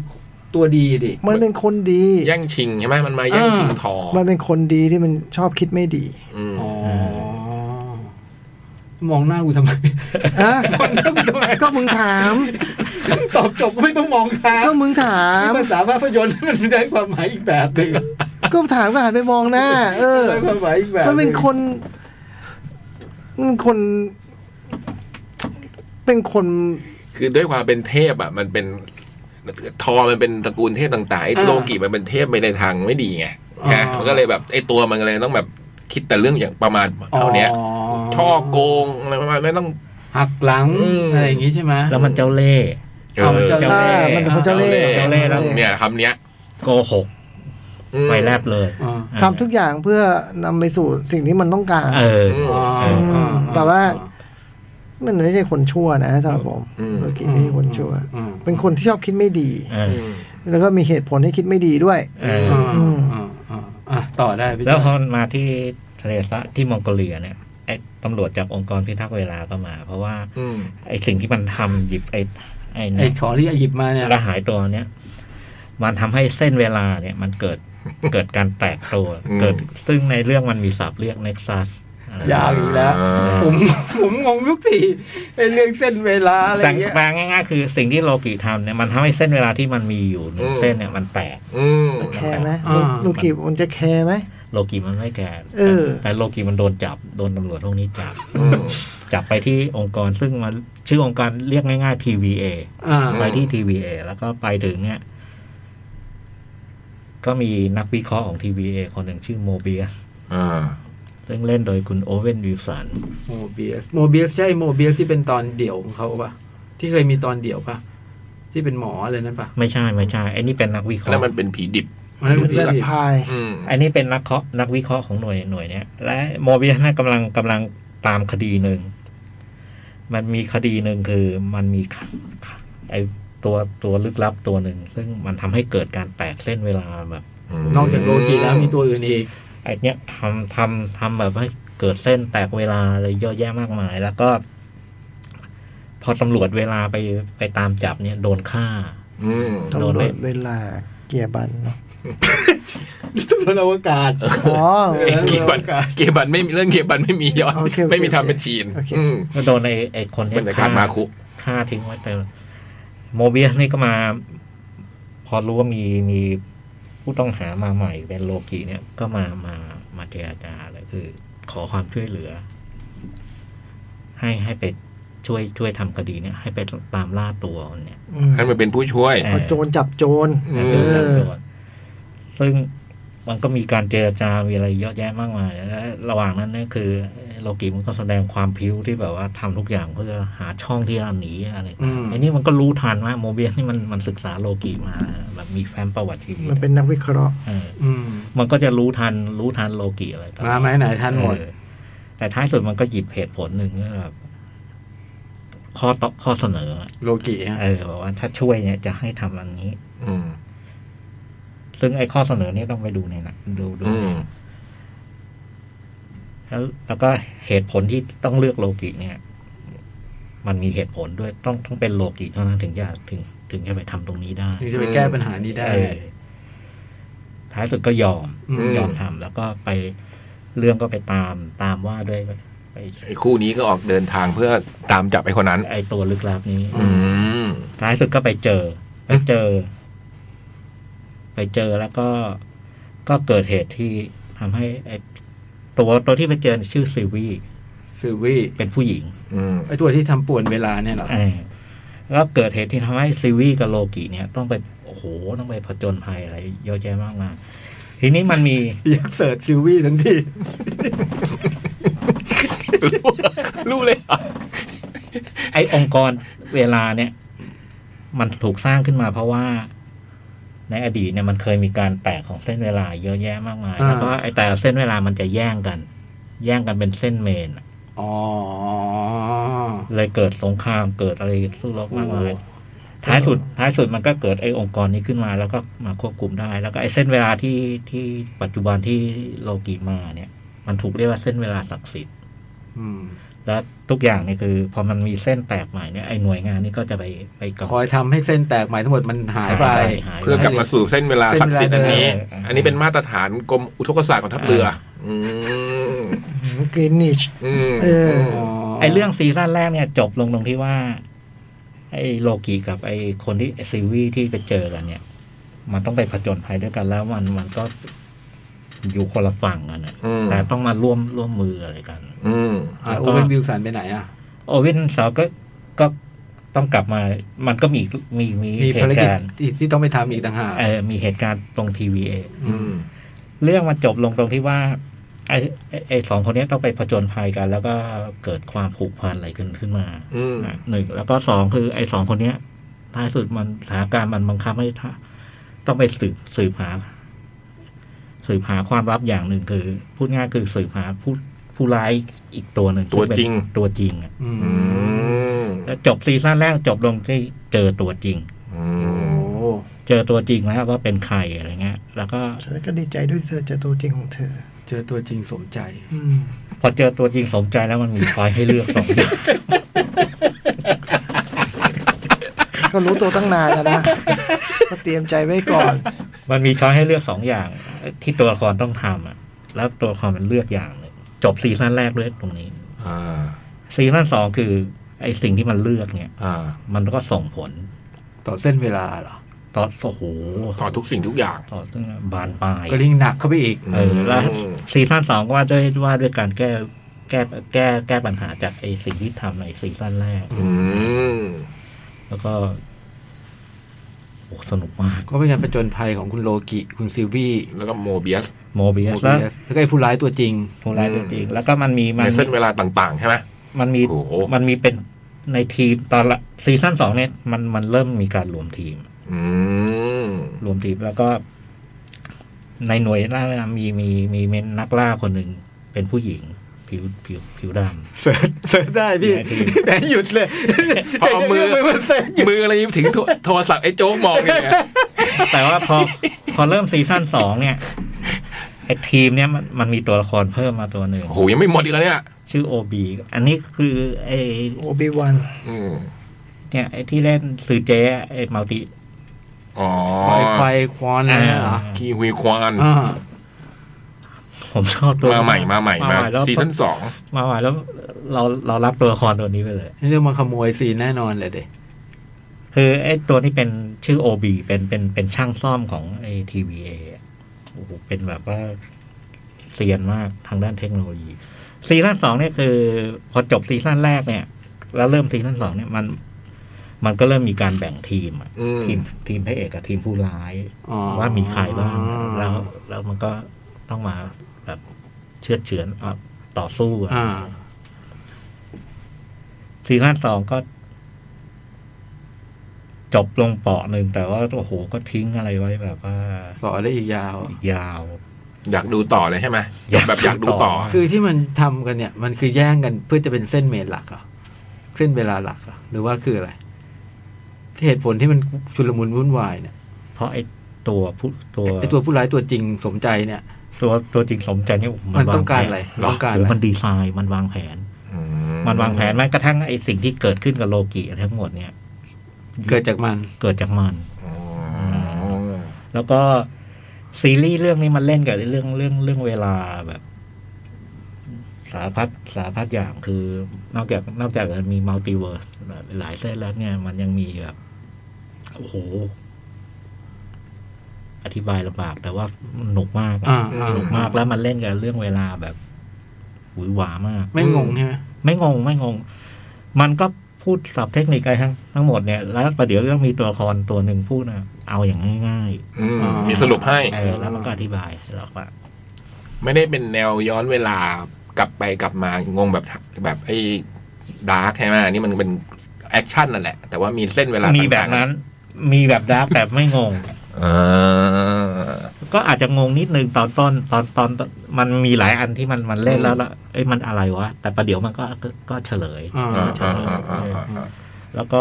C: ตัวดีดิ
B: มันเป็นคนดี
D: แย่งชิงใช่ไหมมันมาแย่งชิงทอง
B: มันเป็นคนดีที่มันชอบคิดไม่ดี
D: อืม
C: อ๋อ มองหน้ากูทำไม
B: อะก็มึงถาม
C: ตอบจบก็ไม่ต้องมองค้าง
B: ก็มึงถาม
C: ภาษาภาพยนตร์มันได้ความหมายอีกแบบหนึ่ง
B: ก็ถามก็หันไปมองหน้า เออ
C: ได้ความหมายอีกแบบห
B: มันเป็นคนมันเป็นคน เป็นคน
D: คือด้วยความเป็นเทพอ่ะ มันเป็นทอมันเป็นตระกูลเทพต่างๆไอ้โลกิมันเป็นเทพไปในทางไม่ดีไงนะมันก็เลยแบบไอ้ตัวมันเลยต้องแบบคิดแต่เรื่องอย่างประมาณเท่าเนี้ย
C: อ๋อ
D: ช่อโกงอะไรประมาณไม่ต้อง
C: หักหลัง
D: อืม
C: อะไรอย่างงี้ใช่ไหม
E: แล้วมันเจ้าเล่
C: เอามันจะ
B: อ่า
E: เจ้าเล่ห์
B: มันเป็นคนเจ้าเล่ห์
E: เจ้าเล่ห์แล้ว
D: เนี่ยคำเนี้ย
E: โกหก
D: อืม
E: ไปแลบเลย
C: อ๋อ
B: ทำทุกอย่างเพื่อนำไปสู่สิ่งที่มันต้องการ
E: เออ
D: ม
C: อ๋อ
E: เออ
C: อ๋อ
B: แต่ว่า มันไม่ใช่คนชั่วนะสำหรับผม
D: อืม
B: โลกิไม่ใช่คนชั่ว
C: อืม
B: เป็นคนที่ชอบคิดไม่ดี
E: เออ
D: อืม
B: แล้วก็มีเหตุผลให้คิดไม่ดีด้วย
E: เออ
C: อ่า
B: อืม
C: อ่าอ่าอ่ะต่อได้พี่
E: แล้วพ
C: จ
E: อ
C: อย
E: มาที่ทะเลซะที่มองโกเลียเนี่ยไอ้ตำรวจจากองค์กรพิทักษ์เวลาก็มา เพราะว่า
D: อืม
E: ไอ้สิ่งที่มันทำหยิบไอ้ไอ้
C: ไอ้
E: เนี่ย
C: ของที่หยิบมาเนี่ย
E: และหายตัวเนี้ยมันทำให้เส้นเวลาเนี่ย มันเกิด เกิดการแตกตัว
D: อืม
E: เกิดซึ่งในเรื่องมันมีศัพท์เรียกเน็กซัสอะไร
C: ยาวอีกแล้ว ผม ผมงงทุกทีไอ้เรื่องเส้นเวลาอะไร
E: แต่
C: เงี้ย
E: แปลง่ายๆ คือสิ่งที่โลกิทำเนี่ยมันทำให้เส้นเวลาที่มันมีอยู่หนึ่งเส้นเนี่ยมันแตก
D: อืม
B: แคร์ไหมโลโลกิมันจะแคร์ไหม
E: โลกีมันไม่แก่
B: เออ
E: แต่โลกีมันโดนจับ โดนตำรวจพวกนี้จับ
D: อืม
E: จับไปที่องค์กรซึ่งมันชื่อองค์กรเรียกง่ายๆ TVA
C: อ่า
E: ไปที่ TVA แล้วก็ไปถึงเนี่ย ก็มีนักวิเคราะห์ของ TVA คนหนึ่งชื่อโมเบียส
D: อ่า
E: ซึ่งเล่นโดยคุณโอเวนวิลสัน
C: โมเบียสโมเบียสใช่โมเบียสที่เป็นตอนเดี่ยวของเขาปะที่เคยมีตอนเดี่ยวปะที่เป็นหมออะไรนั่นปะ
E: ไม่ใช่ไม่ใช่ไอ้นี่เป็นนักวิเค
D: อัน
E: ราะ
D: นั้น
E: ห์
D: มันเป็นผีดิบ
C: มันนั้น
B: มั
C: เป็น น
B: เป็น
C: ที่
B: พาย
D: อืม
E: ไอ้นี่เป็นนักเคราะห์นักวิเคราะห์ของหน่วยหน่วยเนี้ยและโมเบียสน่ะกำลังกำลังตามคดีหนึ่งมันมีคดีหนึ่งคือมันมีขขไอตัวตัวลึกลับตัวหนึ่งซึ่งมันทำให้เกิดการแตกเส้นเวลาแบบ
C: นอกจากโลกีแล้วมีตัวอื่นอีก
E: ไอ้เนี้ยทำทำทำแบบให้เกิดเส้นแตกเวลาอะไรเยอะแยะมากมาย แล้วก็ พอตำรวจเวลาไปไปตามจับเนี่ย โดนฆ่า
D: อืม
B: ตำร
E: โด
B: ว
E: นไหม
B: จเวลาเกียร์บันเนอะ
C: ตำรวจอวกาศ
B: อ๋อ
D: เอ้ยเกียร์บันเกียร์บันไม่มีเรื่องเกียร์บันไม่มีย้อน
B: โอเคโอเค
D: ไม่มีทำเป็นจีน
B: โอเค
D: อืม
E: ก็โดนไอ้ไอ้คนเนี้
D: เป็
E: ย
D: นรายกา
E: ฆ่าร
D: มาคุ
E: ฆ่าทิ้งไว้แต่โมเบียสนี่ก็มา พอรู้ว่ามีมีผู้ต้องหามาใหม่ เป็นโลกิเนี่ย ก็มามามาเจรจาเลยคือ ขอความช่วยเหลือ ให้ให้ไปช่วยช่วยทำคดีเนี่ย ให้ไปตามล่าตัวคนเนี่ย
B: อืม
D: ท่านมาเป็นผู้ช่วย
B: เอาโจรจับโจร
D: อืม
E: เจอกันก่อนซึ่งมันก็มีการเจรจา มีอะไรเยอะแยะมากมาย และระหว่างนั้นเนี่ยคือโลกิมันก็แสดงความพริ้วที่แบบว่าทำทุกอย่างเพื่อหาช่องที่จะหนีอะไร
C: อืม
E: ไอ้นี่มันก็รู้ทันว่าโมเบียสนี่มันมันศึกษาโลกิมา แบบมีแฟ้มประวัติชีวิต
B: มันเป็นนักวิเคราะห์
E: เออ
C: อืม
E: มันก็จะรู้ทัน รู้ทันโลกิอะไรต่างๆ
C: มาไหมไหนทันหมด
E: เออแต่ท้ายสุดมันก็หยิบเหตุผลหนึ่งว่าแบบข้อต่อข้อเสนอ
C: โลกีฮะ
E: เออบอกว่าถ้าช่วยเนี่ยจะให้ทำอันนี้
D: อืม
E: ซึ่งไอ้ข้อเสนอนี้ต้องไปดูในหนังดูดู
D: อื
E: ใน
D: ม
E: หนังแล้วแล้วก็เหตุผลที่ต้องเลือกโลกิเนี่ย มันมีเหตุผลด้วยต้องต้องเป็นโลกิเท่านั้นถึงจะถึง ถึงจะไปทำตรงนี้ได้
C: ถึงจะไปแก้ปัญหานี้ได้
E: เออท้ายสุดก็ยอม
C: อืม
E: ยอมทำแล้วก็ไปเรื่องก็ไปตามตามว่าด้วยไป
D: ไอ้คู่นี้ก็ออกเดินทางเพื่อตามจับไอ้คนนั้น
E: ไอตัวลึกลับนี้
D: อืม
E: ท้ายสุดก็ไปเจอ ไปเจอ ไปเจอแล้วก็ก็เกิดเหตุที่ทำให้ไอ้ตัวตัวที่ไปเจอชื่อซิลวี
C: ซูวี่
E: เป็นผู้หญิง
D: อืม
C: ไอตัวที่ทำป่วนเวลาเนี่ยเหรอ
E: เออแล้วเกิดเหตุที่ทำให้ซิลวีกับโลกิเนี่ย ต้องไปโอ้โหต้องไปผจญภัยอะไรเยอะแยะมากมายทีนี้มันมี
C: อยากเสิร์ชซูวี่ทันที
D: รู้รู้เลยเหรอ
E: ไอ้องค์กรเวลาเนี่ย มันถูกสร้างขึ้นมาเพราะว่า ในอดีตเนี่ยมันเคยมีการแตกของเส้นเวลาเยอะแยะมากมายแล้วก็ไอ้แต่ละเส้นเวลามันจะแย่งกัน แย่งกันเป็นเส้นเมนอะ
C: อ๋อ
E: เลยเกิดสงครามเกิดอะไรสู้รบมากมาย
C: โอ้
E: ท้ายสุด ท้ายสุดมันก็เกิดไอ้องค์กรนี้ขึ้นมาแล้วก็มาควบคุมได้ แล้วก็ไอ้เส้นเวลาที่ที่ปัจจุบันที่โลกีมาเนี่ย มันถูกเรียกว่าเส้นเวลาศักดิ์สิทธิ์
C: อืม
E: และทุกอย่างเนี่ยคือ พอมันมีเส้นแตกใหม่เนี่ยไอ้หน่วยงานนี่ก็จะไปไปกำ
C: คอยทำให้เส้นแตกใหม่ทั้งหมดมันหายไป
E: หายไป
D: เพื่อกลับมาสู่เส้นเวลาศักดิ์สิทธิ์อันนี้
E: เส้นเวลาเดิม
D: อันนี้เป็นมาตรฐานกรมอุทกศาสตร์ของทัพเรือ อืม
B: กรีนิช
D: อืม
B: เออ
E: ไอเรื่องซีซั่นแรกเนี่ยจบลงตรงที่ว่า ไอโลกีกับไอคนที่ซีวีที่ไปเจอกันเนี่ย มันต้องไปผจญภัยด้วยกันแล้วมันมันก็อยู่คนละฝั่งกันนะ
D: อืม
E: แต่ต้องมาร่วมร่วมมืออะไรกัน
D: อืม
C: โอเวนวิลสันไปไหนอ่ะ
E: โอเว่นสาวก็ก็ต้องกลับมา มันก็มีมีมี
C: มี
E: เห
C: ภาร
E: ตุ
C: กิจ
E: การณ์
C: ที่ที่ต้องไปทำอีกต่างหาก
E: เออมีเหตุการณ์ตรงทีวีเอ
D: อืม
E: เรื่องมันจบลงตรงที่ว่า ไอไอ้ไอสองคนเนี้ยต้องไปผจญภัยกัน แล้วก็เกิดความผูกพันอะไรขึ้นขึ้นมา
D: อืม
E: นะหนึ่งแล้วก็สองคือไอ้สองคนเนี้ยท้ายสุดมันสถานการณ์มันบังคับให้ท่าต้องไปสืบสืบหา สืบหาความลับอย่างหนึ่งคือ พูดง่ายคือสืบหาผู้ ผู้ร้ายอีกตัวหนึ่ง
D: ตัวจริง
E: ซึ่เป็นตัวจริงอะ
C: อืม
D: อืม
E: แล้วจบซีซั่นแรกจบลงที่เจอตัวจริง
D: อื
C: โอ้
D: ม
E: เจอตัวจริงแล้วว่าเป็นใครอะไรเงี้ย แล้วก็
B: ฉันก็ดีใจด้วยเธอเจอตัวจริงของเธอ
C: เจอตัวจริงสมใจ
B: อืม
E: พอเจอตัวจริงสมใจแล้วมันมีช้อยให้เลือกสองอย่าง
B: ก็รู้ตัวตั้งนานแล้วนะ ก็เตรียมใจไว้ก่อน
E: มันมีช้อยให้เลือกสองอย่าง ที่ตัวละครต้องทำอ่ะ แล้วตัวละครมันเลือกอย่างหนึ่งจบซีซั่นแรกด้วยตรงนี้
D: อ่า
E: ซีซั่นสองคือไอ้สิ่งที่มันเลือกเนี่ย
D: อ่า
E: มันก็ส่งผล
C: ต่อเส้นเวลาเหรอ
E: ต่อโอ้โห
D: ถอดทุกสิ่งทุกอย่าง
E: ต่อตั้งแต่บานปลาย
C: ก็ยิ่งหนักเข้าไปอีก
E: เออแล้ว
D: อืม
E: ซีซั่นสองก็ว่าด้วยว่าด้วยการแก้แก้แก้แก้ปัญหาจากไอ้สิ่งที่ทำในซีซั่นแรก
D: อืม
E: แล้วก็โอ้สนุกมาก
C: ก็เป็นการประจนภัยของคุณโลกิ คุณซิลวี่
D: แล้วก็โมเบียส
E: โมบิ
C: โม
E: อัส
C: บิ
E: แล้ว
C: เอสแล้วก็ไอ้ผู้ร้ายตัวจริง
E: ผู้ร้ายตัวจริง แล้วก็มันมีมั
D: ใน
E: น
D: เส้นเวลาต่างๆ ใช่ไหม
E: มันมี
D: โอ้โห
E: มันมีเป็นในทีมตอนละซีซั่นสองเนี่ยมันมันเริ่มมีการรวมทีม
D: อืม
E: รวมทีมแล้วก็ ในหน่วยล่ามีมีมีเมนนักล่าคนหนึ่งเป็นผู้หญิง ผิวผิวผิวดำ
C: เสิร์ชเสิร์ชได้พี่
E: ได้พี่
C: แต่หยุดเลย
D: พอเอามือ
C: ไปมันเสิร์ชหยุด
D: มืออะไรถึงโทรโทรศัพท์ไอ้โจ๊กมองเนี่ย
E: แต่ว่าพอ พอเริ่มซีซั่นสองเนี่ยไอ้ทีมเนี่ยมันมันมีตัวละครเพิ่มมาตัวหนึ่ง
D: โอ้โหยังไม่หมดอีกแล้วเนี่ย
E: ชื่อโอบีอันนี้คือไอ้
B: โอบิวัน
D: อืม
E: เนี่ยไอ้ที่เล่นสื่อเจ๊ไอ้มัลติ
D: อ๋อ
C: ควายควายควอนอะไรเนี่ยเหรอ
D: คีฮุยควาน
C: อ่า
E: ผมชอบตัว
D: มาใหม่มาใหม่มา
E: แล้ว
D: ซีซั่นสอง
E: มาใหม่แล้วเราเรารับตัวละครตัวนี้ไปเลย
C: นี่เรื่องมันขโมยซีนแน่นอนเลยเด็
E: คือไอ้ตัวนี้เป็นชื่อโอบีเป็นเป็นเป็นช่างซ่อมของไอ้ทีวีเอโอ้โหเป็นแบบว่าเซียนมากทางด้านเทคโนโลยี ซีซั่นสองเนี่ยคือ พอจบซีซั่นแรกเนี่ย แล้วเริ่มซีซั่นสองเนี่ยมัน มันก็เริ่มมีการแบ่งทีมอะ
D: อืม
E: ทีมทีมพระเอกกับทีมผู้ร้าย
C: อ๋อ
E: ว่ามีใครบ้างแล้วแล้วมันก็ต้องมาแบบเชือดเฉือนเอาต่อสู้กัน
C: อ่า
E: ซีซั่นสองก็ จบลงเปาะหนึ่งแต่ว่าโอ้โหก็ทิ้งอะไรไว้แบบว่า
C: ต่อได้อีกยาว
E: อีกยาว
D: อยากดูต่อเลยใช่ไหม
E: อยาก
D: แบบอยากดูต่อ
E: ดูต่
C: คือที่มันทำกันเนี่ย มันคือแย่งกันเพื่อจะเป็นเส้นเมนหลักเหรอ่ะเส้นเวลาหลักเหรอ่ะหรือว่าคืออะไรที่เหตุผลที่มันชุลมุนวุ่นวายเนี่ย
E: เพราะไอ้ตัวผู้ตัว
C: ไอตัวผู้ร้ายตัวจริงสมใจเนี่ย
E: ตัวตัวจริงสมใจเนี่ยโโห
C: มันต้องการ
E: วแผน
C: อะไร
E: ห
C: ต้องการ
E: หรือ
C: อะไร
E: มันดีไซน์มันวางแผน
D: อื
E: มันวางแผนแม้กระทั่งไอ้สิ่งที่เกิดขึ้นกับโลกิทั้งหมดเนี่ย
C: เกิดจากมัน
E: เกิดจากมัน
D: อ๋อ
E: แล้วก็ซีรีส์เรื่องนี้มันเล่นกับเรื่องเรื่องเรื่องเวลาแบบ สารพัดสารพัดอย่างคือนอกจากนอกจากจะมีมัลติเวิร์สหลายเส้นแล้วเนี่ย มันยังมีแบบโอ้โห อธิบายลำบาก แต่ว่าหนุกมากอะ
C: อ่าอ่า
E: หนุกมากแล้วมันเล่นกับเรื่องเวลาแบบหวือหวามาก
C: ไม่งงใช่ไหม
E: ไม่งงไม่งง มันก็พูดสับเทคนิคอะไรทั้งทั้งหมดเนี่ยแล้วประเดี๋ยวก็มีตัวละครตัวหนึ่งพูดนะเอาอย่างง่าย ๆ
D: อืมมีสรุปให้
E: เออแล้วมันก็อธิบายให้เราฟัง
D: ไม่ได้เป็นแนวย้อนเวลากลับไปกลับมางงแบบแบบไอ้ดาร์กใช่ไหมอันนี่มันเป็นแอคชั่นนั่นแหละ แต่ว่ามีเส้นเวลา
E: มี
D: มี
E: แบบนั้น มีแบบดาร์กแบบไม่งง
D: อ่า
E: ก็อาจจะงงนิดนึงตอนต้นตอนตอนตอนมันมีหลายอันที่มันมันเล่น
D: อืม
E: แล้วแล้วเอ้ยมันอะไรวะ แต่ประเดี๋ยวมันก็ก็ก็เฉลย
C: อ่า
D: อ่าอ่าอ่าอ่าอ่า
E: แล้วก็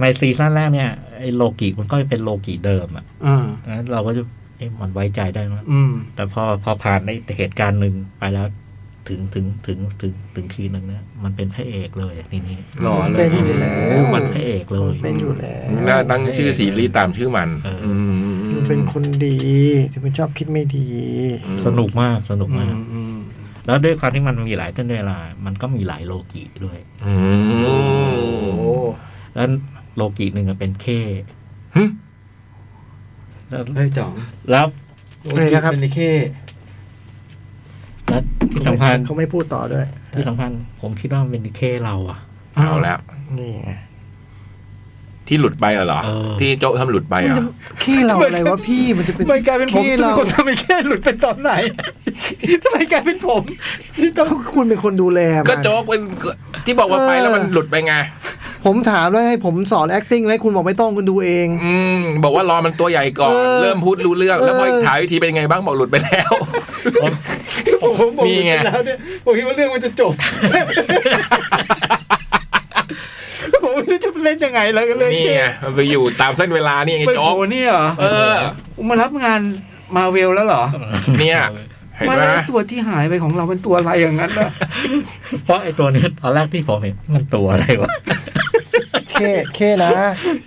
E: ในซีซั่นแรกเนี่ยไอ้โลกิมันก็เป็นโลกิเดิมอ่ะ
C: อ่า
E: งั้นเราก็จะเอ้ยมันไว้ใจได้ไหม
C: อืม
E: แต่พอพอผ่านในเหตุการณ์หนึ่งไปแล้วถึงถึงถึงถึงถึงทีหนึ่งเนี่ยมันเป็นพระเอกเลยทีนี้
C: หล่อเล
B: เป็
C: ย
B: นอยู่แล้ว
E: มันพระเอกเลย
B: เป็นอยู่แล้ว
D: น่าตั้งชื่อซีรีส์ตามชื่อมัน
E: เอออื
D: ม
B: เป็นคนดีแต่มันชอบคิดไม่ดี
E: สนุกมากสนุก
C: อื
E: มาก
C: มอืม
E: แล้วด้วยความที่มันมีหลายเส้นเวลา มันก็มีหลายโลกิด้วย
D: อืม
B: โอ้
E: แล้วโลกิหนึ่งอะเป็นเค
D: หึ
E: แล้ว
C: เฮ้ยจ๋อง
E: แล้ว
B: เลยนะครับ
C: เป็นไอ้เข้
E: แล้วที่สำคัญ
B: เขาไม่พูดต่อด้วย
E: ที่สำคัญผมคิดว่ามันเป็นเคเราอะ
D: เอาแล้ว
B: นี่ไง
D: ที่หลุดไปเหรอ
E: เออ
D: ที่โจ๊กทำหลุดไปเหรอ่ะ
B: ขี้เราอะไรวะพี่ มันจะเป็น
C: ทำไมกลายเป็นผม
B: ขี้
C: เป็น
B: เรา
C: คนทำไอ้เข้หลุดเป็นตอน ไหนทำไมกลายเป็นผม
B: ก็คุณเป็นคนดูแลมัน
D: ก็โจ๊กเป็นที่บอกว่าไปแล้วมันหลุดไปไง
B: ผมถามแล้วให้ผมสอน acting ไหมคุณบอกไม่ต้องคุณดูเอง
D: อืม บอกว่ารอมันตัวใหญ่ก่อน
B: เออ
D: เริ่มพูดรู้เรื่อง แล้วพอ
B: เออ
D: ถามวิธีเป็นไงบ้างบอกหลุดไปแล้ว
E: ผม
F: ผมผมผม
D: นี่ไง
F: เห็แล้วเนี่ยผมคิดว่าเรื่องมันจะจบ
C: ผมไม่รู้จะเล่นยังไงแล้วก็เลย
D: นี่ไงมันไปอยู่ตามเส้นเวลานี่ไง
C: เป็น
D: โจ๊
C: โอ้
D: ก
C: เนี่ยเหรอ
D: เออ
C: มารับงานมาเวลแล้วเหรอ
D: เนี่ยเห็น
C: มา
D: ไหม
C: แล้วตัวที่หายไปของเราเป็นตัวอะไรอย่างนั้นล่ะ
E: เพราะไอ้ตัวเนี้ยตอนแรกที่ผมเห็นมันตัวอะไรวะ
B: เคเคนะ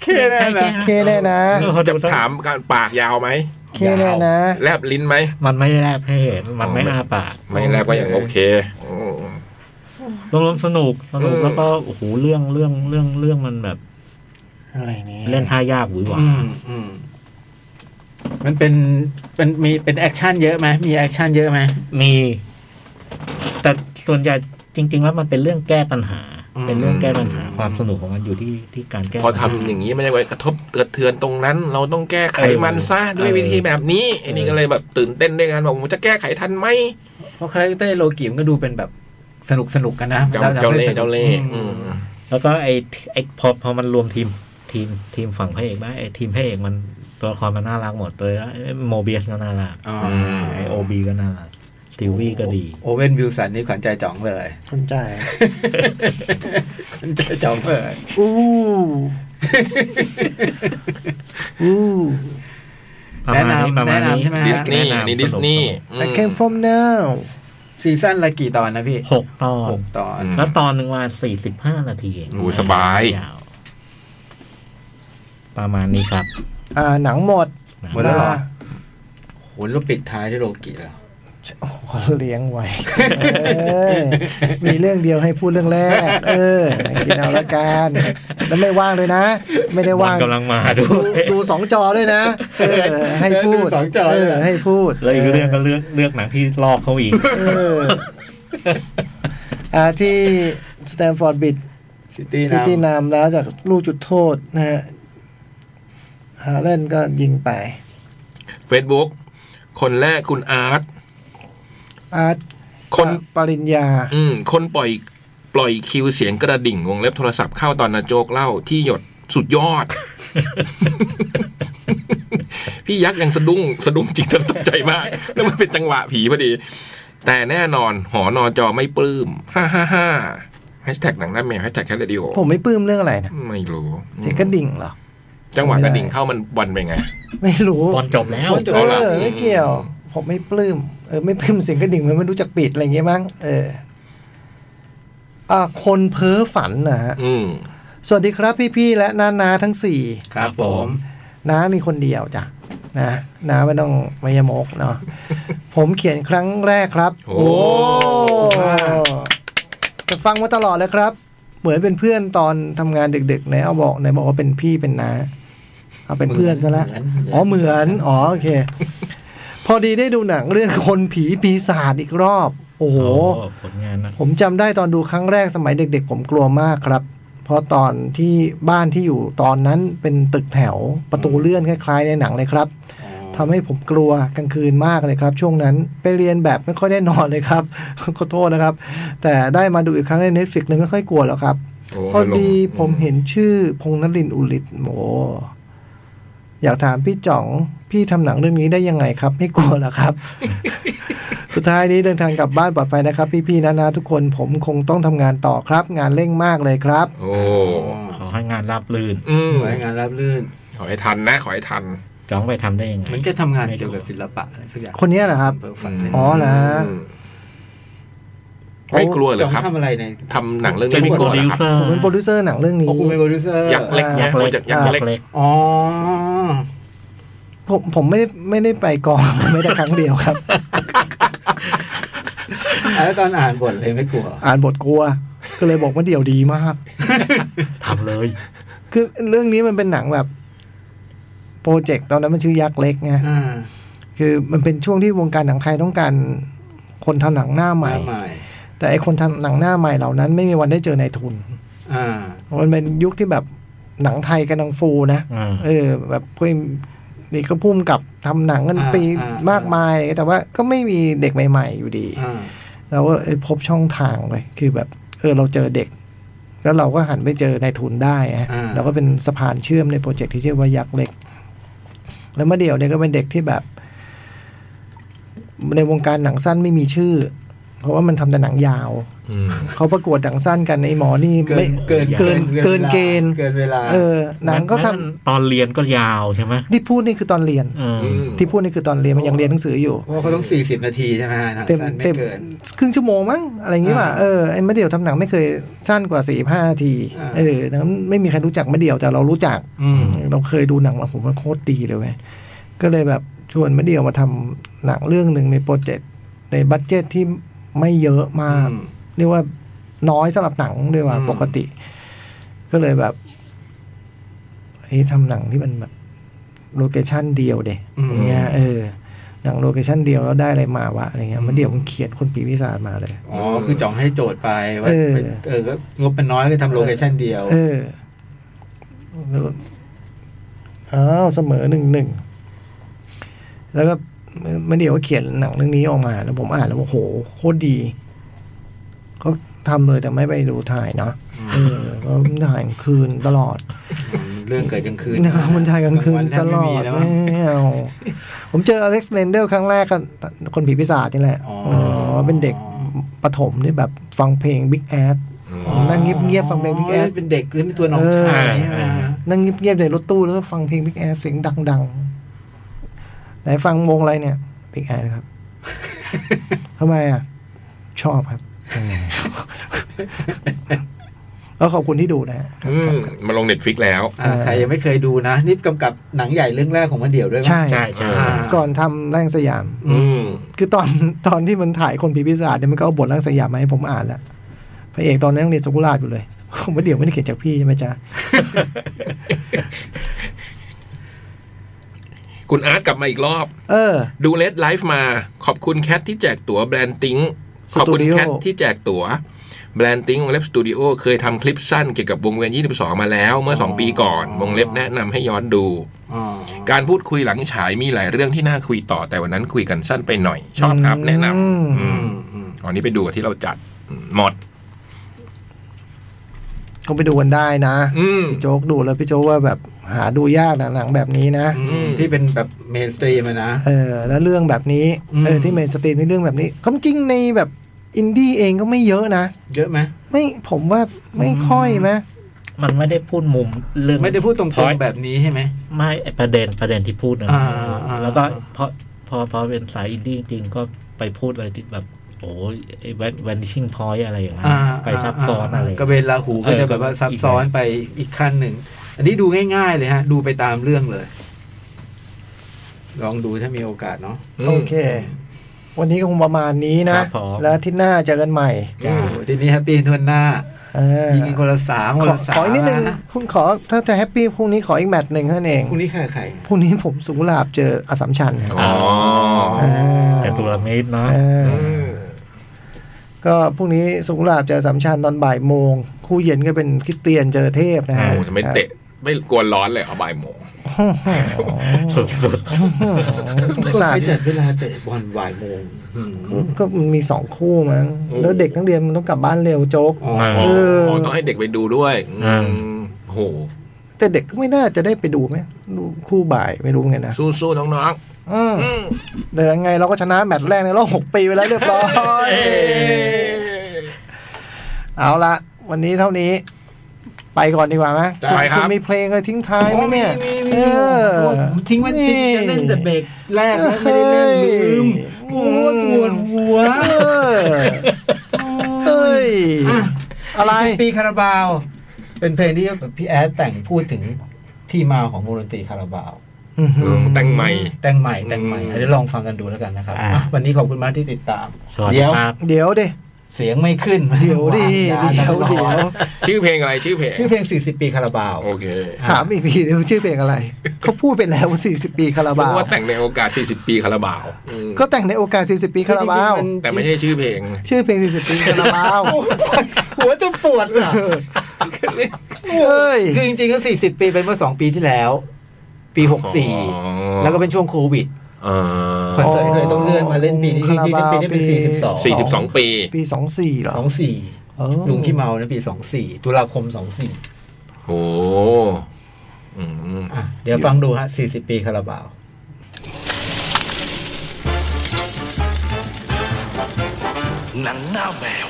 C: แค่นั้นนะ
B: เคแน่นะ
D: จะถามการปากยาวไหม
B: เคแน่นะ
D: แลบลิ้นไหม
E: มันไม่แลบให้เห็น มันไม่อาปาก
D: ไม่แลบก็ยังโอเคอืม
E: รวมๆสนุกสนุก
D: เออ
E: แล้วก็โอ้โหเรื่องเรื่องเรื่องเรื่องมันแบบ
B: อะไรเนี่ย
E: เล่นท่ายากหวือหวา
C: อืมอืมมันเป็นเป็นมีเป็นแอคชั่นเยอะไหมมีแอคชั่นเยอะไหม
E: มี แต่ส่วนใหญ่จริง ๆ แล้วมันเป็นเรื่องแก้ปัญหา
C: อืม
E: เป็นเรื่องแก้ปัญหาความสนุกของมันอยู่ที่ที่การแก้
D: พอ
E: ปัญ
D: ทำ
E: หา
D: อย่างนี้มันจะไปกระทบกระเทือนตรงนั้น เราต้องแก้ไขมันซะด้วยวิธีแบบนี้ไอ้นี่ก็เลยแบบตื่นเต้นด้วยกันบอกผมจะแก้ไขทันไหม
C: เพราะคาแรคเตอร์โลกิมนก็ดูเป็นแบบสนุกสนุกกันนะ
D: เจ้าเจ้าเล่ห์เจ้าเล่ห์อืม
E: แล้วก็ไอ้ไอ้พอพอมันรวมทีมทีมทีมฝั่งพระเอกได้ไอ้ทีมพระเอกมันตัวละครมันน่ารักหมดเลยแล้วโมเบียสก็น่ารัก
C: อ๋อ
E: ไอโอบีก็น่ารักสติวี่ก็ดี
C: โอเว่นวิลสันนี่ขวัญใจจ่องเลย
B: สนใจ
C: ขวัญใจจ่องเลย
B: อู้อู้
E: ประ
C: แนะ
E: มาณนี้ประ
C: นำ
E: มา
C: แนะ
E: ณนี้
C: นำใช่ไห
D: ดิสนีย์
C: มฮะ
D: อันนี้ดิสนีย์
B: แต่ came from now
C: ซีซั่นละกี่ตอนนะพี่
E: หกตอน
C: หกตอน
E: แล้วตอนหนึ่งวันสี่สิบห้านาทีเอง
D: โอ้ยสบาย
E: วประมาณนี้ครับ
B: อ่าหนังหมด
C: หมดแล้วเหรอ
B: มา
C: โหแล้วปิดท้ายด้วยโลกิแล้ว
B: โอ้โหเลี้ยงไว้เอ้ยมีเรื่องเดียวให้พูดเรื่องแรก เออกินเอาละกันแล้วไม่ว่างเลยนะ ไม่ได้ว่าง
E: บอลกำลังมาด้
B: ดู
E: วย
B: ดูสองจอด้วยนะเออให้พูด
F: ดูสองจอ
B: เอ
F: ด้วย
B: อ
F: นะ
B: ให้พูด
E: แล้วอีกเรื่องก็เลือกเลือกหนังที่ลอกเขาอีก
B: เอออ่าที่สแตนฟอร์ดบิด
C: ซิตี้
B: ซิ
C: นะ
B: ตี้นำแล้วจากลูกจุดโทษนะฮะฮาเลนก็ยิงไป
D: เฟซบุ๊กคนแรกคุณอาร์ต
B: อาร์ต
D: คน
B: ปริญญา
D: อืม คนปล่อยปล่อยคิวเสียงกระดิ่งวงเล็บโทรศัพท์เข้าตอนนาโจกเล่าที่หยดสุดยอด พี่ยักษ์ยังสะดุ้งสะดุ้งจริงตกใจมาก แล้วมันเป็นจังหวะผีพอดี แต่แน่นอนหอนอจอไม่ปลื้มฮ่าฮ่าฮ่าแฮชแท็กหนังหน้าแมวแฮชแท็กแคทเรดิโอ
B: ผมไม่ปลื้มเรื่องอะไรนะ
D: ไม่รู้
B: เสียงกระดิ่งเหรอ
D: จังหวะ
B: ไม่
D: ก
B: ได้
D: ระดิ่งเข้ามันบอลไปไง
B: ไม่รู้
E: ตอนจบแล้ว
B: เอ
D: เอาล่ะ
B: อไม่เกี่ยว ผมไม่ปลื้มเออไม่ปลื้มเสียงกระดิ่งเหมือนไม่รู้จักปิดอะไรอย่างเงี้ยมั้งเอออ่าคนเพ้อฝันนะฮะ
D: อืม
B: สวัสดีครับพี่ๆและนานาทั้งสี่
C: ครับผม
B: น้ามีคนเดียวจ้ะนะน้าไม่ต้องมายมกเนาะ ผมเขียนครั้งแรกครับ
D: โอ้
B: จะฟังมาตลอดเลยครับ เหมือนเป็นเพื่อนตอนทำงานดึกๆไหนเอาบอกไหนบอกว่าเป็นพี่เป็นน้าเอาเป็นเพื่อนซะละ
C: เหมือน
B: อ๋อเหมือนอ๋อโอเค พอดีได้ดูหนังเรื่องคนผีปีศาจอีกรอบ โอ้โห
E: โอ้ผลงานนะ
B: ผมจำได้ตอนดูครั้งแรกสมัยเด็กๆ ผมกลัวมากครับ เพราะตอนที่บ้านที่อยู่ตอนนั้นเป็นตึกแถวประตูเลื่อนคล้ายๆ ในหนังเลยครับทำให้ผมกลัวกลางคืนมากเลยครับ ช่วงนั้นไปเรียนแบบไม่ค่อยได้นอนเลยครับ ขอโทษนะครับ แต่ได้มาดูอีกครั้งใน Netflix เลยไม่ค่อยกลัวแล้วครับ
D: โอ้
B: พอ
D: ลง
B: ดีผมเห็นชื่อพงษ์นรินทร์อุลิตโหอยากถามพี่จ่อง พี่ทำหนังเรื่องนี้ได้ยังไงครับ ไม่กลัวเหรอครับ สุดท้ายนี้เดินทางกลับบ้านปลอดภัยนะครับ พี่ๆนานาทุกคนผมคงต้องทำงานต่อครับ งานเร่งมากเลยครับ
D: โอ้
E: ขอให้งานราบรื่น
D: อืม
C: สวยงานรับรื่น
D: ขอให้ทันนะ ขอให้ทัน
E: จ้องไปทำได้ยังไง
C: มันก็ทำงาน เกี่ยวกับศิลปะอะไรสักอย่าง
B: คนเนี้ยเหรอครับ
C: เพิ่มฝันเล่น
B: อ๋อเหรอฮะ
D: มไม่กลัวเหรอครับ
C: จงทำอะไรใน
D: ทำหนังเรื่อง
E: จะ
D: นี้
E: มี
D: ไม่
E: โป
D: กลั
E: ร
D: วเหร
E: ดิ
D: อ
E: ว
D: ครับ
E: เซอร์
B: ผมเป็นโปรดิวเซอร์หนังเรื่อง
C: โอ้
B: นี้
C: คุณเป็นโปรดิวเซอร์
D: ยักษ์เล็ก
E: ยั
D: เนี่ย
E: กษ์
D: โปร
E: เล็ก
D: เจกต์ยักษ์เล็ก
E: เล็ก
C: อ๋อ
B: ผมผมไม่ได้ไม่ได้ไปกอง ไม่แต่ครั้งเดียวครับ
C: แล้วตอนอ่านบทเลยไม่กลัว
B: อ่านบทกลัว ก็เลยบอกว่าเดี่ยวดีมาก
E: ทำเลย
B: คือเรื่องนี้มันเป็นหนังแบบโปรเจกต์ตอนนั้นมันชื่อยักษ์เล็กไง
C: อ่า
B: คือมันเป็นช่วงที่วงการหนังไทยต้องการคนทำหนังหน้าใหม่
C: ใหม่
B: แต่ไอคนทำหนังหน้าใหม่เหล่านั้นไม่มีวันได้เจอนายทุน
C: อ่า
B: มันเป็นยุคที่แบบหนังไทยกำลังฟูนะ
E: อ่า
B: เออ แบบพวกนี่ก็พุ่มกับทำหนังกัน
C: อ่า
B: ปี
C: อ่าม
B: มากมายอะไรอย่างเงี้ยแต่ว่าก็ไม่มีเด็กใหม่ ๆ อยู่ดี
C: อ่า
B: เราก็เอ้ยพบช่องทางเลยคือแบบ เออเราเจอเด็ก แล้วเราก็หันไปเจอนายทุนได้อะ
C: อ่า
B: เราก็เป็นสะพานเชื่อมในโปรเจกต์ที่ชื่อว่ายักษ์เล็ก แล้วมาเดี่ยวเนี่ยก็เป็นเด็กที่แบบ ในวงการหนังสั้นไม่มีชื่อ เพราะว่ามันทำแต่หนังยาว
C: อืม
B: เขาประกวดหนังสั้นกันไอ้หมอนี่ไม่
F: เกิน
B: เกินเกินเกณฑ์
F: เกินเวลา
B: เออหนังก็ทำ
E: แล้วตอนเรียนก็ยาวใช่ไหม
B: ที่พูดนี่คือตอนเรียน
E: เออ
D: อืม
B: ที่พูดนี่คือตอนเรียนมันยังเรียนหนังสืออยู่
C: เพราะว่าเขาต้องสี่สิบนาทีใช่ไหมฮะหนัง
B: เต็ม
C: สั้นไม่
B: เต็ม
C: เกิน
B: ครึ่งชั่วโมงมั้งอะไรอย่างงี้ป่ะ
C: อ่า
B: เออไอ้มะเดี่ยวทำหนังไม่เคยสั้นกว่าสี่ห้านาที
C: อ่า
B: เออนะไม่มีใครรู้จักมะเดี่ยวแต่เรารู้จัก
C: อืม
B: เราเคยดูหนังมาผมว่าโคตรดีเลยเว้ยก็เลยแบบชวนมะเดี่ยวมาทำหนังเรื่องหนึ่งในโปรเจกต์ในบัตเจตที่ไม่เยอะมาก
C: อืม
B: เรียกว่าน้อยสำหรับหนังด้วยว่า
C: อืม
B: ปกติ ก็เลยแบบเอ้ยทำหนังที่มันแบบโลเคชั่นเดียวเดะอย่างเงี้ยเออหนังโลเคชั่นเดียวแล้วได้อะไรมาวะอะไรเงี้ยมะเดี่ยวมันเขียนคนปีวิสารมาเลย
C: อ๋อคือจ่องให้โจทย์ไปว่า
B: เออ
C: ไปเออก็งบมันน้อยก็ทำโลเคชั่นเดียว
B: เออแล้วก็อ้าวเสมอหนึ่งหนึ่ง แล้วก็มันเดี๋ยวก็เขียนหนังเรื่องนี้ออกมา แล้วผมอ่านแล้วโอ้โหโคตรดี ก็ทำเลยแต่ไม่ไปดูถ่ายเนาะเออก็ถ่ายกลางคืนตลอด
C: เรื่องเกิดกลางคืน
B: นะมันถ่ายกลางคืน
C: วัแท
B: ต
C: บ
B: ล
C: ไม่
B: อ
C: มี
B: ด
C: แล้ว
B: ไม
C: มั้ง
B: ่เอาผมเจออเล็กซ์เลนเดอร์ครั้งแรกก็คนผีพิศาจนี่แหละ
C: อ๋อ
B: อ
C: อ๋
B: ๋อเป็นเด็กประถมที่แบบฟังเพลงบิ๊กแอด นั่งเงียบๆฟังเพลง Big Ass
C: เป็นเด็กหรือเป็นตัวน้องชายใช่ไหมฮะ
B: นั่งเงียบๆในรถตู้แล้วก็ฟังเพลงบิ๊กแอเสียงดังๆ ไหนฟังวงอะไรเนี่ยบิ๊กแอครับ ทำไมอ่ะ ชอบครับ แล้วขอบคุณที่ดูนะฮะครับ
D: อื
B: ครั
D: ม
B: บ
D: มาลงเน็ตฟิกแล้ว
C: อ่าใครยังไม่เคยดูนะ นี่กำกับหนังใหญ่เรื่องแรกของมันเดี่ยวด้วยมั้ย
B: ใช่
E: ใช่ใช่
C: อ่า
B: ก่อนทำแร่งสยาม
D: อืม
B: คือตอน ตอนที่มันถ่ายคนผีพิศดารเนี่ยมันก็เอาบทร่างสยามมาให้ผมอ่านแล้วพระเอกตอนนั้นยังเรียนสกุลาชอยู่ เลย ผมว่าเดี๋ยวไม่ได้เขียนจากพี่ใช่ไหมจ๊ะ
D: คุณอาร์ตกลับมาอีกรอบ
B: เออ
D: ดูเลดไลฟ์มาขอบคุณแคทที่แจกตั๋วแบรนด์ติ้งขอบคุณ
B: Studio
D: แคทที่แจกตั๋วแบรนด์ติ้งวงเล็บสตูดิโอเคยทำคลิปสั้นเกี่ยวกับวงเวียน 22 มาแล้ว เมื่อ 2 ปีก่อน วงเล็บแนะนำให้ย้อนดู
C: อ๋อ
D: การพูดคุยหลังฉายมีหลายเรื่องที่น่าคุยต่อแต่วันนั้นคุยกันสั้นไปหน่อย ชอบครับ แนะน
B: อืม
D: ำอื
C: อื
D: ม
C: มอืม
D: อันนี้ไปดูกับที่เราจัดอืมหมด
B: เขาไปดูกันได้นะ
D: อืม
B: พี่โจ๊กดูแล้วพี่โจ๊กว่าแบบหาดูยากนะหนังแบบนี้นะ
C: อืมที่เป็นแบบเมนสตรีมนะ
B: เออแล้วเรื่องแบบนี้
C: อืม
B: เออที่เมนสตรีมมีเรื่องแบบนี้ความจริงในแบบอินดี้เองก็ไม่เยอะนะ
C: เยอะไหม
B: ไม่ผมว่าไม่ค่อยไหม
E: มันไม่ได้พูดมุมเรื่อง
C: ไม่ได้พูดตรง
E: อย
C: ๆแบบนี้ใช่ไหม
E: ไม่ไอ้ประเด็นประเด็นที่พูดนะ
C: อ่าอ่า
E: แล้วก็พอพอพอเป็นสายอินดี้จริงๆก็ไปพูดอะไรที่แบบ โอ้ยไอ้แวนดิชิ่งพอยอะไรอย่างเงี้ย
C: อ่า
E: ไปซับซ้อนอะไร
C: กระเบนลาหูก็จะแบบว่าซับซ้อนไปอีกขั้นหนึ่ง อันนี้ดูง่ายๆเลยฮะ ดูไปตามเรื่องเลย ลองดูถ้ามีโอกาสเนาะ
B: โอเค วันนี้ก็คงประมาณนี้นะ
E: ครับผม
B: แล้วอาที่หน้าเจอกันใหม่
E: จ้า
C: โอ้โหทีนี้แฮปปี้ทวนหน้า
B: เออ
C: ยิงกันคนละสาม
B: ข
C: คน
B: อ
C: ละสาม
B: ขออีกนิดนึงคุณขอถ้าจะแฮปปี้พรุ่งนี้ขออีกแมตช์หนึ่งเท่านั้นเอง
C: พรุ่งนี้ใครใคร
B: พรุ่งนี้ผมสุกุหลาบเจออสสัมชัญครับ
D: อ๋อ
B: เออ
E: แต่ตัวเมตรเนาะ
B: เออ
D: อืม
B: ก็พรุ่งนี้สุกุหลาบเจออสสัมชัญตอนบ่ายโมงคู่เย็นก็เป็นคริสเตียนเจอเทพนะ
D: โอ้
B: ฮะ
D: โหจะไม่เตะ ไม่กลัวร้อนเลยเอาบ่ายโมง
E: สุด
B: ส
E: ๆ
B: ง
C: ก็
B: สาร
C: ไปจัดเวลาเตะบอลบ่ายโมงอืม
B: ก็มันมีสองคู่มั้งแล้วเด็กนักเรียนมันต้องกลับบ้านเร็วโจ๊ก
C: อ๋อ
E: เอ
B: ออ๋
D: อต้องให้เด็กไปดูด้วย
E: อืม
D: มโอ้โห
B: แต่เด็กก็ไม่น่าจะได้ไปดูไหมดูคู่บ่ายไม่รู้ไงนะ
D: สู้ๆน้อง
B: อืม
D: ๆอืม
B: แต่ยังไงเราก็ชนะแมตช์แรกในรอบหกปีไปแล้วเรียบร้อยเอาละวันนี้เท่านี้ ไปก่อนดีกว่าไหม
D: ไปครับ
B: ณมีเพลงอะไรทิ้งท้ายไหมเนี่ย
C: มีมี
B: เออ
C: มีโอ้โหผมทิ้งไว้ที่จะเล่นแต่เบรกแรกแล้วไม่ได้เล่นลืมปวดปวดหัว
B: เออเฮ้ยอะไร
C: ปีคาราบาว เป็นเพลงที่พี่แอดแต่งพูดถึงที่มาของวงดนตรีคาราบาว
D: เออแต่งใหม่
C: แต่งใหม่แต่งใหม่
D: อืม
C: อันนี้ลองฟังกันดูแล้วกันนะครับ
E: อ่า
C: อ่ะวันนี้ขอบคุณมากที่ติดตาม
E: สวัสดี
C: เดี๋ยว
E: ครับ
B: เดี๋ยวดิ
C: เสียงไม่ขึ้น
B: เดี๋ยวดิ
C: วางา
B: เดี๋ยวเดี๋ยว
D: ชื่อเพลงอะไรชื่อเพลง
C: ชื่อเพลง 40 ปีคาราบาว
D: โอเค
B: ถามอีกทีเดียวชื่อเพลงอะไร เขาพูดไปแล้วว่า40 ปีคารา
D: เพ
B: บาว
D: ราะว่าแต่งในโอกาส 40 ปีคาราบาวอืม
B: ก็แต่งในโอกาส 40 ปีคาราบาว
D: แต่ไม่ใช่ชื่อเพลง
B: ชื่อเพลง 40 ปีคาราบาว
C: หัวจะปวดอ่ะ
B: เอ้ย
C: คือจริงๆก็ 40 ปีเป็นเมื่อ 2 ปีที่แล้ว ปี
D: อ๋อ
C: 64 แล้วก็เป็นช่วงโควิด
D: เอ
C: คอนเสิร์
B: อ๋อ
C: ตเลยต้องเลื่อนมาเล่นปีนี้
B: คารา
C: ที่
B: บาว
C: ปีนี้เป็น
B: ปี
C: ปี42
D: อ42 ปี
B: ปี 24เหรอ
C: 24
B: เออ
C: ลุงขี้เมานะปี 24 ตุลาคม 24
D: โอ้อืม
C: อ่ะเดี๋ยวฟังดูฮะ40 ปีคาราบาว
G: หนังหน้าแมว